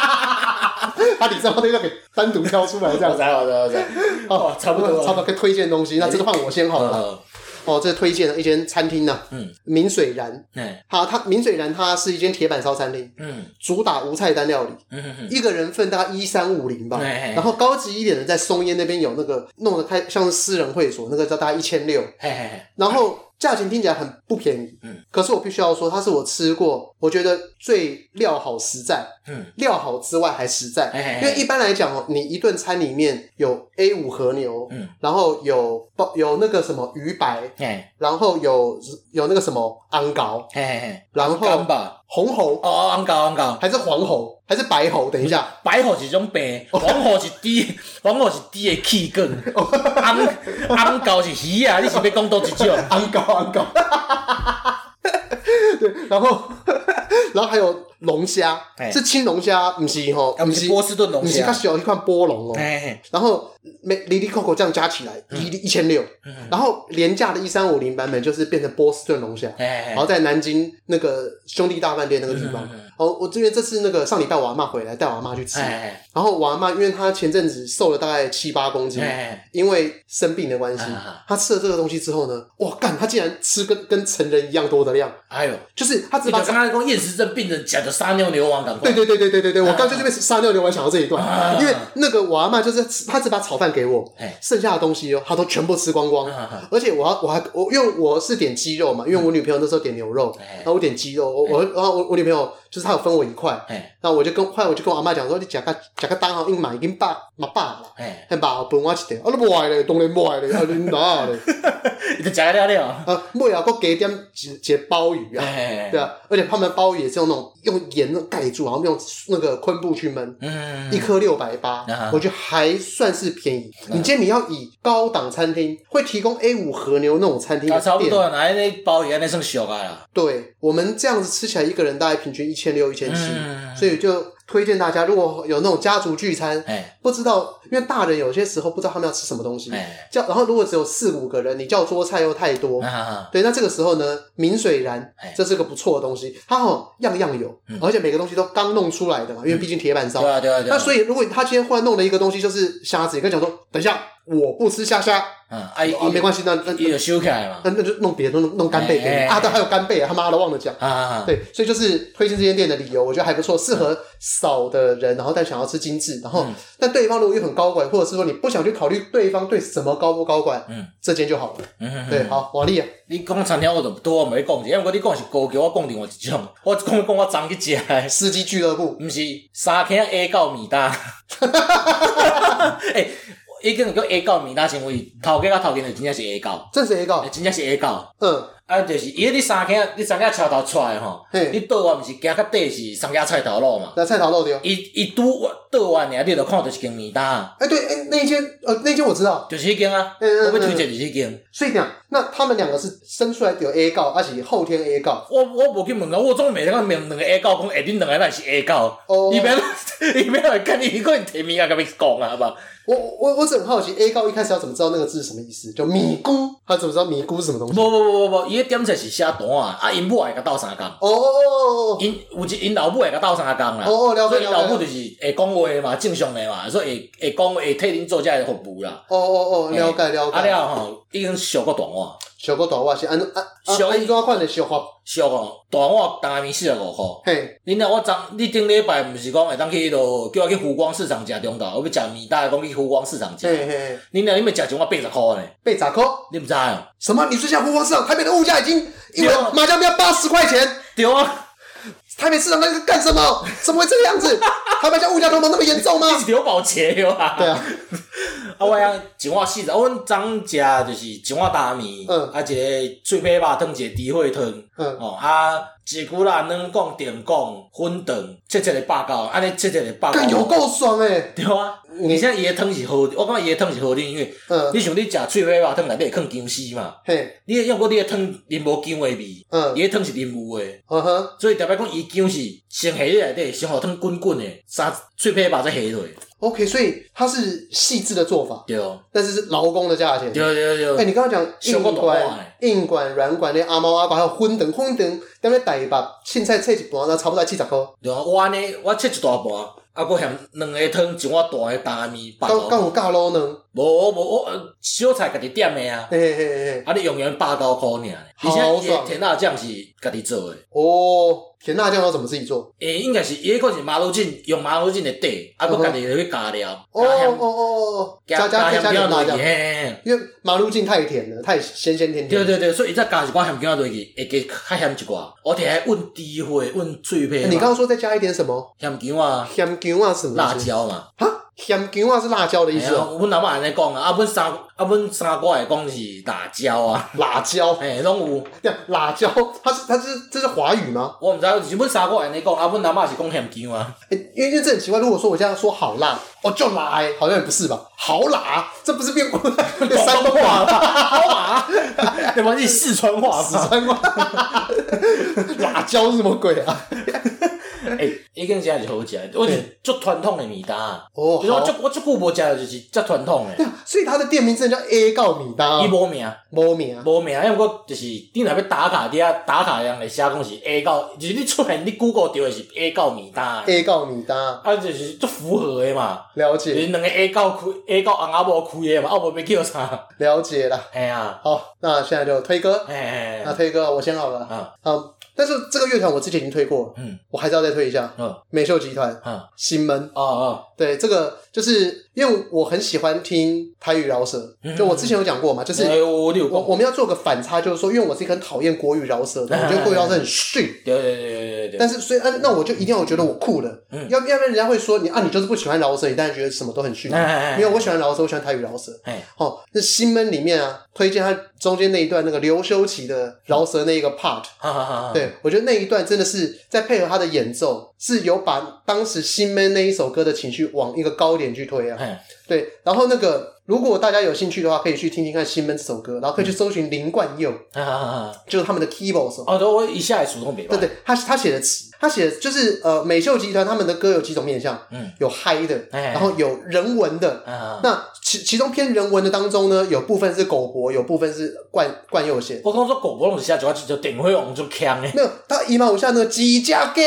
[SPEAKER 1] 把李正浩那个给单独挑出来这
[SPEAKER 2] 我
[SPEAKER 1] 样
[SPEAKER 2] 知
[SPEAKER 1] 子。
[SPEAKER 2] 道我知道我知道，哦，差不多
[SPEAKER 1] 差不多
[SPEAKER 2] 了，
[SPEAKER 1] 可以推荐东西，那这个换我先好了。
[SPEAKER 2] 呃，
[SPEAKER 1] 哦，这推荐了一间餐厅呐，
[SPEAKER 2] 嗯，
[SPEAKER 1] 明水然，
[SPEAKER 2] 哎，
[SPEAKER 1] 好，它明水然它是一间铁板烧餐厅，
[SPEAKER 2] 嗯
[SPEAKER 1] 主打无菜单料理，
[SPEAKER 2] 嗯嗯
[SPEAKER 1] 一个人份大概一三五零吧，
[SPEAKER 2] 哎哎
[SPEAKER 1] 然后高级一点的
[SPEAKER 2] 哎
[SPEAKER 1] 在松烟那边有那个弄得开像是私人会所，那个叫大概一千六，
[SPEAKER 2] 嘿嘿嘿，
[SPEAKER 1] 然后价钱听起来很不便宜，
[SPEAKER 2] 嗯，
[SPEAKER 1] 可是我必须要说，它是我吃过我觉得最料好实在，
[SPEAKER 2] 嗯，
[SPEAKER 1] 料好之外还实在，
[SPEAKER 2] 哎哎哎
[SPEAKER 1] 因为一般来讲哦，你一顿餐里面有 A 五和牛，
[SPEAKER 2] 嗯，
[SPEAKER 1] 然后有包有那个什么鱼白，
[SPEAKER 2] 嘿，
[SPEAKER 1] 然后有有那个什么昂膏，
[SPEAKER 2] 嘿嘿嘿，
[SPEAKER 1] 然
[SPEAKER 2] 哎干
[SPEAKER 1] 后
[SPEAKER 2] 吧，
[SPEAKER 1] 红
[SPEAKER 2] 哦
[SPEAKER 1] 喉
[SPEAKER 2] 哦，安搞安搞，
[SPEAKER 1] 还是黄喉还是白喉，等一下，
[SPEAKER 2] 白虎是一种病，
[SPEAKER 1] 哦
[SPEAKER 2] 黄虎是猪， 黄虎是猪的气梗，安安搞是鱼啊，你是要讲多一 啊种？
[SPEAKER 1] 昂高昂高，对，然后 然后还有龙虾，
[SPEAKER 2] 哎
[SPEAKER 1] 是青龙虾，不是吼，
[SPEAKER 2] 啊，不是波士顿龙
[SPEAKER 1] 不是较
[SPEAKER 2] 虾，哎
[SPEAKER 1] 小一块波龙哦。
[SPEAKER 2] 嘿嘿，
[SPEAKER 1] 然后每里里扣扣这样加起来
[SPEAKER 2] 嗯
[SPEAKER 1] 一一千六，然后廉价的一三五零版本就是变成波士顿龙虾，
[SPEAKER 2] 嘿
[SPEAKER 1] 然后
[SPEAKER 2] 嘿，
[SPEAKER 1] 在南京那个兄弟大饭店那个地方
[SPEAKER 2] 嗯嗯嗯。
[SPEAKER 1] 哦，我这边这次那个上礼拜我阿妈回来，带我阿妈去吃，然
[SPEAKER 2] 哎
[SPEAKER 1] 后我阿妈因为她前阵子瘦了大概七八公斤，
[SPEAKER 2] 哎，
[SPEAKER 1] 因为生病的关系
[SPEAKER 2] 啊，
[SPEAKER 1] 他吃了这个东西之后呢，哇干，他竟然吃跟跟成人一样多的量，
[SPEAKER 2] 哎呦，
[SPEAKER 1] 就是他只
[SPEAKER 2] 你
[SPEAKER 1] 把
[SPEAKER 2] 就刚刚讲厌食症病人食着撒尿牛丸，感
[SPEAKER 1] 对对
[SPEAKER 2] 觉，
[SPEAKER 1] 对对对对对，我刚才就被撒尿牛丸想到这一段，
[SPEAKER 2] 啊
[SPEAKER 1] 因为那个我阿妈就是吃她只把炒饭给我
[SPEAKER 2] 哎，
[SPEAKER 1] 剩下的东西哦，她都全部吃光光。
[SPEAKER 2] 啊
[SPEAKER 1] 而且我还我还我因为我是点鸡肉嘛，因为我女朋友那时候点牛肉，
[SPEAKER 2] 哎
[SPEAKER 1] 然后我点鸡肉，我我然后我我女朋友就是她有分我一块，
[SPEAKER 2] 哎
[SPEAKER 1] 然后我就跟后来我就跟我阿妈讲说，你夹个夹个单哦，因为买已经饱嘛饱了，
[SPEAKER 2] 哎，
[SPEAKER 1] 很饱分我一点，啊你买嘞，当然买嘞，啊你哪嘞？
[SPEAKER 2] 你就食了了，
[SPEAKER 1] 啊，尾啊，佫加点一一个鲍鱼啊，
[SPEAKER 2] 哎
[SPEAKER 1] 对，啊，而且他们的鲍鱼也是用那种用盐盖住，然后用那个昆布去焖，
[SPEAKER 2] 嗯，
[SPEAKER 1] 一颗六百八
[SPEAKER 2] 啊，嗯
[SPEAKER 1] 我觉得还算是便宜。你今天你要以高档餐厅会提供 A 五和牛那种餐厅
[SPEAKER 2] 啊，差
[SPEAKER 1] 的
[SPEAKER 2] 不
[SPEAKER 1] 店，
[SPEAKER 2] 多，那那包鱼安尼算俗啊啦，
[SPEAKER 1] 对我们这样子吃起来一个人大概平均一千六、一千
[SPEAKER 2] 嗯
[SPEAKER 1] 七，所以就推荐大家，如果有那种家族聚餐，
[SPEAKER 2] 哎
[SPEAKER 1] 不知道因为大人有些时候不知道他们要吃什么东西，
[SPEAKER 2] 哎，
[SPEAKER 1] 叫然后如果只有四五个人，你叫桌菜又太多，
[SPEAKER 2] 啊，
[SPEAKER 1] 对，那这个时候呢，明水然
[SPEAKER 2] 哎，嗯
[SPEAKER 1] 这是个不错的东西，它哦样样有，而且每个东西都刚弄出来的嘛，因为毕竟铁板烧
[SPEAKER 2] 对。啊对啊对啊，
[SPEAKER 1] 那所以，如果他今天忽然弄了一个东西，就是虾子，你跟他讲说，等一下，我不吃虾虾，啊，
[SPEAKER 2] 嗯，啊，伊
[SPEAKER 1] 没关系，那那
[SPEAKER 2] 伊就收起来嘛，
[SPEAKER 1] 那那就弄别的，弄弄干贝给
[SPEAKER 2] 哎哎
[SPEAKER 1] 你
[SPEAKER 2] 哎
[SPEAKER 1] 啊，对，还有干贝啊，他妈的忘了讲。
[SPEAKER 2] 啊啊，
[SPEAKER 1] 对，所以就是推荐这间店的理由，我觉得还不错，适合少的人，然后但想要吃精致，然后
[SPEAKER 2] 嗯
[SPEAKER 1] 但对方如果又很高管，或者是说你不想去考虑对方对什么高不高管，
[SPEAKER 2] 嗯
[SPEAKER 1] 这间就好了。
[SPEAKER 2] 嗯，
[SPEAKER 1] 对，好，瓦力啊，
[SPEAKER 2] 你讲餐厅我就多我咪讲者，因为你讲是高级，我讲另外一种，我讲讲我昨去食 的，
[SPEAKER 1] 司机俱乐部，
[SPEAKER 2] 毋是三坑 A 到 面搭，诶、已经叫 A 到面搭，因为头家甲头家就真正是 A 到，哎
[SPEAKER 1] 这是一个，
[SPEAKER 2] 真正是 A 到。
[SPEAKER 1] 嗯，
[SPEAKER 2] 啊，就是伊迄你三坑，你三坑桥头出来吼，
[SPEAKER 1] 嘿
[SPEAKER 2] 你倒弯毋是行较底是三坑菜头路嘛？
[SPEAKER 1] 那菜头肉丢。
[SPEAKER 2] 伊伊拄倒弯尔，你就看到一间面搭，
[SPEAKER 1] 哎，对，哎，那一间，呃，那一间我知道。
[SPEAKER 2] 就是迄间啊，
[SPEAKER 1] 嗯嗯
[SPEAKER 2] 我要推
[SPEAKER 1] 嗯
[SPEAKER 2] 荐就是迄间。
[SPEAKER 1] 所以讲，那他们两个是生出来有 A 告，而且后天 A 告。
[SPEAKER 2] 我我无去问啊，我总袂当问两个 A 狗讲，下恁两个哪是 A 狗
[SPEAKER 1] 哦？
[SPEAKER 2] 伊免伊免来跟你，伊可能提物啊，甲你讲啊，好吧？
[SPEAKER 1] 我我我只很好奇，A 告一开始要怎么知道那个字是什么意思？就米姑，他怎么知道米姑是什么东
[SPEAKER 2] 无
[SPEAKER 1] 西？
[SPEAKER 2] 无无无无，伊迄点册是写单啊，啊因母也会甲斗相共，
[SPEAKER 1] 哦哦哦
[SPEAKER 2] 因有一因老母会甲斗相共啦，
[SPEAKER 1] 哦，了
[SPEAKER 2] 所
[SPEAKER 1] 解
[SPEAKER 2] 以因老
[SPEAKER 1] 了
[SPEAKER 2] 母
[SPEAKER 1] 解。
[SPEAKER 2] 就是会讲话嘛，正常诶嘛，所以会会讲话会替恁做遮个服务啦。
[SPEAKER 1] 哦哦哦，了解了
[SPEAKER 2] 啊
[SPEAKER 1] 解。
[SPEAKER 2] 了吼，已经上过大碗，
[SPEAKER 1] 小哥短袜是安安安安装款的小花，
[SPEAKER 2] 上哦大碗单面四十五箍。
[SPEAKER 1] 嘿，
[SPEAKER 2] 恁若我昨你顶礼拜毋是讲会当去迄落叫我去湖光市场食中昼，我要食面搭，讲去湖光市场食。
[SPEAKER 1] 嘿嘿，
[SPEAKER 2] 你那你们食一碗八十块呢？
[SPEAKER 1] 被砸扣。
[SPEAKER 2] 你毋知哦？
[SPEAKER 1] 什么？你说像湖光市场，台北的物价已经因为麻将票八十块钱，
[SPEAKER 2] 对啊，
[SPEAKER 1] 台北市场那个干什么？怎么会这个样子？台北像物价通膨那么严重吗？
[SPEAKER 2] 你是刘宝杰对吧？
[SPEAKER 1] 对啊，
[SPEAKER 2] 啊，我遐一碗四十，啊阮昨食就是一碗大面，
[SPEAKER 1] 嗯
[SPEAKER 2] 啊一个脆皮肉汤，一个猪血汤，
[SPEAKER 1] 嗯
[SPEAKER 2] 哦啊一句啦软讲甜讲粉汤，切切个八九，安尼切切个八
[SPEAKER 1] 干有
[SPEAKER 2] 九，
[SPEAKER 1] 够爽哎、欸！
[SPEAKER 2] 对啊。而且伊的汤是好，我感觉伊的汤是好啉，因为
[SPEAKER 1] 嗯，
[SPEAKER 2] 你想你食脆皮肉汤内底会放姜丝嘛，
[SPEAKER 1] 嘿，
[SPEAKER 2] 你要果你的汤啉无姜的味，
[SPEAKER 1] 嗯，
[SPEAKER 2] 伊的汤是啉有的。
[SPEAKER 1] 嗯哼，
[SPEAKER 2] 所以特别讲，伊姜是先下咧内底，先互汤滚滚的，三脆皮把再下落，
[SPEAKER 1] OK，所以它是细致的做法，
[SPEAKER 2] 对
[SPEAKER 1] 但是是劳工的价钱。
[SPEAKER 2] 对对
[SPEAKER 1] 哎、
[SPEAKER 2] 对，
[SPEAKER 1] 你刚刚讲
[SPEAKER 2] 小
[SPEAKER 1] 硬
[SPEAKER 2] 个大碗
[SPEAKER 1] 管
[SPEAKER 2] 欸、
[SPEAKER 1] 硬管、软管那阿猫阿狗，还有荤等、荤等，踮咧大把凊彩切一盘，那差不多七十块，
[SPEAKER 2] 对啊，我安尼我切一大盘，啊，搁嫌两个汤一碗大的大面八
[SPEAKER 1] 刚刚
[SPEAKER 2] 九，
[SPEAKER 1] 有教路呢。
[SPEAKER 2] 无我无我呃小菜家己点的啊，
[SPEAKER 1] 嘿嘿嘿嘿，
[SPEAKER 2] 啊你用用八九箍尔，而
[SPEAKER 1] 好
[SPEAKER 2] 且伊的
[SPEAKER 1] 爽
[SPEAKER 2] 甜辣酱是家己做的，
[SPEAKER 1] 哦，甜辣酱要怎么自己做？
[SPEAKER 2] 诶，应该是伊迄个是麻油浸，用麻油浸的底，啊，
[SPEAKER 1] 嗯哼
[SPEAKER 2] 佮家己落去加料，
[SPEAKER 1] 哦
[SPEAKER 2] 加
[SPEAKER 1] 哦
[SPEAKER 2] 香，
[SPEAKER 1] 哦哦，加
[SPEAKER 2] 加
[SPEAKER 1] 加
[SPEAKER 2] 加
[SPEAKER 1] 加点
[SPEAKER 2] 香料
[SPEAKER 1] 辣
[SPEAKER 2] 落去，
[SPEAKER 1] 酱
[SPEAKER 2] 嘿，嘿嘿
[SPEAKER 1] 因为麻鹿酱太甜了，太咸咸甜甜。
[SPEAKER 2] 对对对，所以伊再加一寡香料落去，会加较咸一寡。我摕来温猪血、温脆皮
[SPEAKER 1] 欸
[SPEAKER 2] 嘛，
[SPEAKER 1] 你刚刚说再加一点什么？
[SPEAKER 2] 香姜啊、
[SPEAKER 1] 咸姜啊什么？
[SPEAKER 2] 辣椒嘛。
[SPEAKER 1] 哈，咸姜啊是辣椒的意
[SPEAKER 2] 哎呀
[SPEAKER 1] 思哦，
[SPEAKER 2] 阮阿嬷安尼讲啊，啊，阮三啊，阮三哥会讲是辣椒啊，
[SPEAKER 1] 辣椒，
[SPEAKER 2] 嘿，拢有。
[SPEAKER 1] 对辣椒，它是它是这是华语吗？
[SPEAKER 2] 我毋知，是阮三哥安尼讲，啊，阮阿嬷是讲咸姜啊。
[SPEAKER 1] 欸因为因为这很奇怪，如果说我这样说好辣，哦就辣欸，好像也不是吧？好辣，这不是变变山东话
[SPEAKER 2] 话，好嘛？要不然是四川话
[SPEAKER 1] 四川话， 辣椒是什么鬼啊？
[SPEAKER 2] 哎，迄间真是好食，我是足传统的面搭啊。
[SPEAKER 1] 哦，
[SPEAKER 2] 就是我
[SPEAKER 1] 好啊
[SPEAKER 2] 足我足久无食，就是足传统的，
[SPEAKER 1] 所以它的店名真的叫 A 告米搭
[SPEAKER 2] 伊，无名。
[SPEAKER 1] 猫啊名
[SPEAKER 2] 无名，因为我就是你若要打卡，你啊打卡人会写讲是 A 到，就是你出现你 Google 到的是 A 到面搭的，
[SPEAKER 1] ，A 告米搭，
[SPEAKER 2] 啊就是足符合的嘛，
[SPEAKER 1] 了
[SPEAKER 2] 就
[SPEAKER 1] 解
[SPEAKER 2] 是两个 A 到开 A 到翁仔某开的嘛，啊无要叫啥，
[SPEAKER 1] 了解啦。
[SPEAKER 2] 嘿啊，
[SPEAKER 1] 好，那现在就推歌，
[SPEAKER 2] 嘿嘿
[SPEAKER 1] 那
[SPEAKER 2] 嘿，
[SPEAKER 1] 推歌我先好了。
[SPEAKER 2] 啊
[SPEAKER 1] 嗯，但是这个乐团我之前已经推过，
[SPEAKER 2] 嗯
[SPEAKER 1] 我还是要再推一下
[SPEAKER 2] 嗯
[SPEAKER 1] 美秀集团
[SPEAKER 2] 嗯，哦
[SPEAKER 1] 新门。
[SPEAKER 2] 哦，
[SPEAKER 1] 对，这个就是因为我很喜欢听台语饶舌，
[SPEAKER 2] 嗯
[SPEAKER 1] 就我之前有讲过嘛，就是
[SPEAKER 2] 哎我你有
[SPEAKER 1] 我
[SPEAKER 2] 讲，
[SPEAKER 1] 我们要做个反差，就是说，因为我自己很讨厌国语饶舌的，
[SPEAKER 2] 嗯
[SPEAKER 1] 我觉得国语饶舌很逊。
[SPEAKER 2] 对对对对对对，
[SPEAKER 1] 但是，所以，啊，那我就一定要觉得我酷的，
[SPEAKER 2] 嗯
[SPEAKER 1] 要要不然人家会说你啊，你就是不喜欢饶舌，你当然觉得什么都很逊。
[SPEAKER 2] 哎
[SPEAKER 1] 没有，，我喜欢饶舌，我喜欢台语饶舌。
[SPEAKER 2] 哎
[SPEAKER 1] 哦，那新门里面啊，推荐他中间那一段那个刘修齐的饶舌那一个 part，
[SPEAKER 2] 哈哈哈，
[SPEAKER 1] 对，我觉得那一段真的是在配合他的演奏，是有把当时新 man 那一首歌的情绪往一个高点去推啊。
[SPEAKER 2] 嘿，
[SPEAKER 1] 对，然后那个如果大家有兴趣的话，可以去听听看新 man 这首歌，然后可
[SPEAKER 2] 嗯
[SPEAKER 1] 以去搜寻林冠佑，
[SPEAKER 2] 哈哈哈哈，
[SPEAKER 1] 就是他们的 keyboard 手。
[SPEAKER 2] 哦，对，我一下也主动袂
[SPEAKER 1] 对对，他他写的词，他写的就是呃，美秀集团他们的歌有几种面向，
[SPEAKER 2] 嗯，
[SPEAKER 1] 有嗨的，
[SPEAKER 2] 哎
[SPEAKER 1] 然后有人文的。
[SPEAKER 2] 啊，
[SPEAKER 1] 那其其中偏人文的当中呢，有部分是狗博，有部分是冠冠佑写的。
[SPEAKER 2] 我讲说狗狗拢是写一寡就定位王就强的。
[SPEAKER 1] 没有，他姨妈有下那个鸡架 鸡，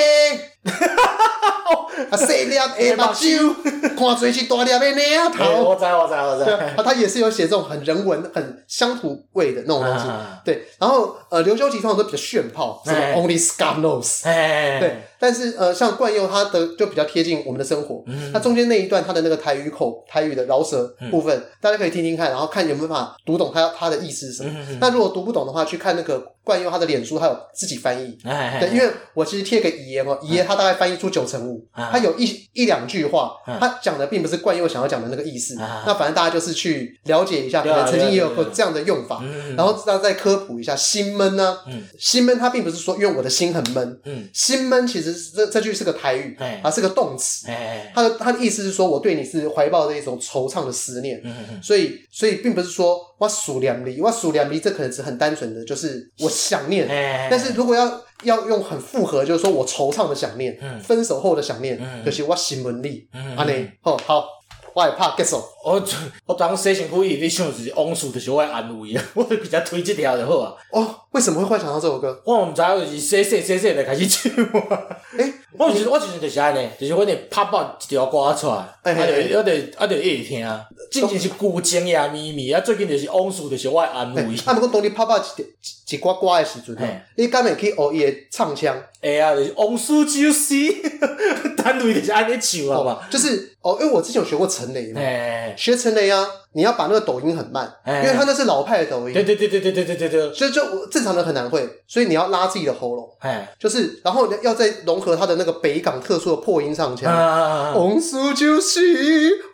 [SPEAKER 1] 啊，细粒的目睭，看做是大粒的领
[SPEAKER 2] 哎
[SPEAKER 1] 头。
[SPEAKER 2] 我知我知我
[SPEAKER 1] 对
[SPEAKER 2] 知。
[SPEAKER 1] 啊，他也是有写这种很人文、很乡土味的那种东西。
[SPEAKER 2] 啊
[SPEAKER 1] 对，然后呃，刘修吉通常都比较炫炮，什么
[SPEAKER 2] 哎
[SPEAKER 1] Only Scott Knows。
[SPEAKER 2] 哎，
[SPEAKER 1] 对，但是呃，像冠佑他的就比较贴近我们的生活。
[SPEAKER 2] 嗯
[SPEAKER 1] 他中间那一段他的那个台语口、台语的饶舌部
[SPEAKER 2] 嗯
[SPEAKER 1] 分，大家可以听听看，然后看有没有办法读懂他他的意思是什么。
[SPEAKER 2] 嗯
[SPEAKER 1] 那如果读不懂的话，去看那个冠佑他的脸书，他有自己翻译。
[SPEAKER 2] 哎，嗯
[SPEAKER 1] 对，因为我其实贴给爷爷嘛，爷爷他大概翻译出九成五，
[SPEAKER 2] 啊
[SPEAKER 1] 他有一一两句话，
[SPEAKER 2] 嗯
[SPEAKER 1] 他讲的并不是惯佑想要讲的那个意思。
[SPEAKER 2] 啊
[SPEAKER 1] 那反正大家就是去了解一下，可
[SPEAKER 2] 对啊
[SPEAKER 1] 能曾经也有
[SPEAKER 2] 对啊
[SPEAKER 1] 过
[SPEAKER 2] 对啊
[SPEAKER 1] 这样的用法，
[SPEAKER 2] 嗯
[SPEAKER 1] 然后大家再科普一下心闷呢
[SPEAKER 2] 嗯。
[SPEAKER 1] 心闷，它并不是说因为我的心很闷，
[SPEAKER 2] 嗯，
[SPEAKER 1] 心闷其实是这这句是个台语
[SPEAKER 2] 哎，
[SPEAKER 1] 啊是个动词，
[SPEAKER 2] 哎，
[SPEAKER 1] 它的它的意思是说我对你是怀抱着一种惆怅的思念。
[SPEAKER 2] 嗯
[SPEAKER 1] 所以，所以并不是说我数两厘，我数两厘，这可能只是很单纯的，就是我想念，
[SPEAKER 2] 哎，
[SPEAKER 1] 但是如果要要用很复合，就是说我惆怅的想念，
[SPEAKER 2] 嗯
[SPEAKER 1] 分手后的想念，
[SPEAKER 2] 嗯
[SPEAKER 1] 就是我新闻里，
[SPEAKER 2] 嗯
[SPEAKER 1] 安尼、好好，我也怕 get 手，
[SPEAKER 2] 我我当洗身躯，伊咧唱是往事，就是我的安慰啊， 我就比较推这条就好啊。
[SPEAKER 1] 哦，为什么会幻想到这首歌？
[SPEAKER 2] 我毋知，就是洗洗洗洗就开始唱啊。
[SPEAKER 1] 哎、
[SPEAKER 2] 我就是我就是就是安尼，就是我咧拍爆一条歌出来，啊就啊就啊就一直听。之前是古筝呀咪咪啊，最近就是往事，就是我的安
[SPEAKER 1] 哎
[SPEAKER 2] 慰。
[SPEAKER 1] 啊，不过当你拍拍一一一呱呱的时阵哦
[SPEAKER 2] 嘿，
[SPEAKER 1] 你敢会去学伊的唱腔？
[SPEAKER 2] 会啊，就是往事就是， 单位就是安尼唱啊嘛。
[SPEAKER 1] 哦，就是哦，因为我之前有学过陈雷嘛，
[SPEAKER 2] 哎，
[SPEAKER 1] 学陈雷啊，你要把那个抖音很慢，
[SPEAKER 2] 哎
[SPEAKER 1] 因为他那是老派的抖音，
[SPEAKER 2] 对对对对对对对对对，
[SPEAKER 1] 所以就我正常人很难会，所以你要拉自己的喉咙，
[SPEAKER 2] 哎，
[SPEAKER 1] 就是然后要再融合他的那个北港特殊的破音唱腔。
[SPEAKER 2] 啊，我
[SPEAKER 1] 往事就是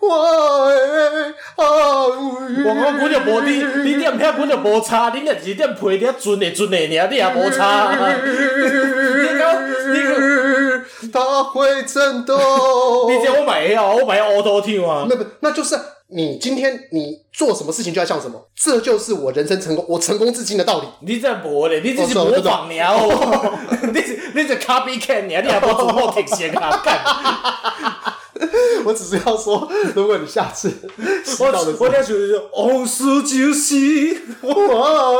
[SPEAKER 1] 我的安慰。
[SPEAKER 2] 我本就无你，你点遐本就无差，你若是点配点准的准的尔，你也无差。啊
[SPEAKER 1] 它会震动。
[SPEAKER 2] 你这我买会啊，我买乌都跳啊。
[SPEAKER 1] 那不，那就是你今天你做什么事情就要像什么，这就是我人生成功，我成功至今的道理。
[SPEAKER 2] 你这无咧，你只是模仿尔 哦。你是你是 copycat 尔，你也无做好特色啊，干。
[SPEAKER 1] 我只是要说，如果你下次洗
[SPEAKER 2] 我
[SPEAKER 1] 澡的时候
[SPEAKER 2] 我，听就是往事 就是
[SPEAKER 1] 哇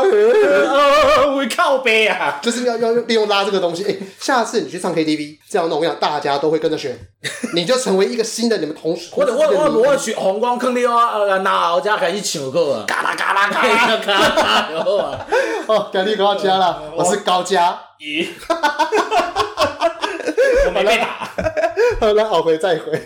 [SPEAKER 1] 嘿
[SPEAKER 2] 哦我为靠背啊，
[SPEAKER 1] 就是要要利用拉这个东西。哎、下次你去唱 KTV，这样弄，我想大家都会跟着学， 你就成为一个新的你们同
[SPEAKER 2] 我就我我
[SPEAKER 1] 我
[SPEAKER 2] 我去红光坑里啊，那我才开始唱歌啊，嘎啦嘎啦嘎啦 嘎啦嘎啦好啊，
[SPEAKER 1] 哦，改立高家了，我是高家。
[SPEAKER 2] 咦，我没被打。
[SPEAKER 1] 好了，好回再回。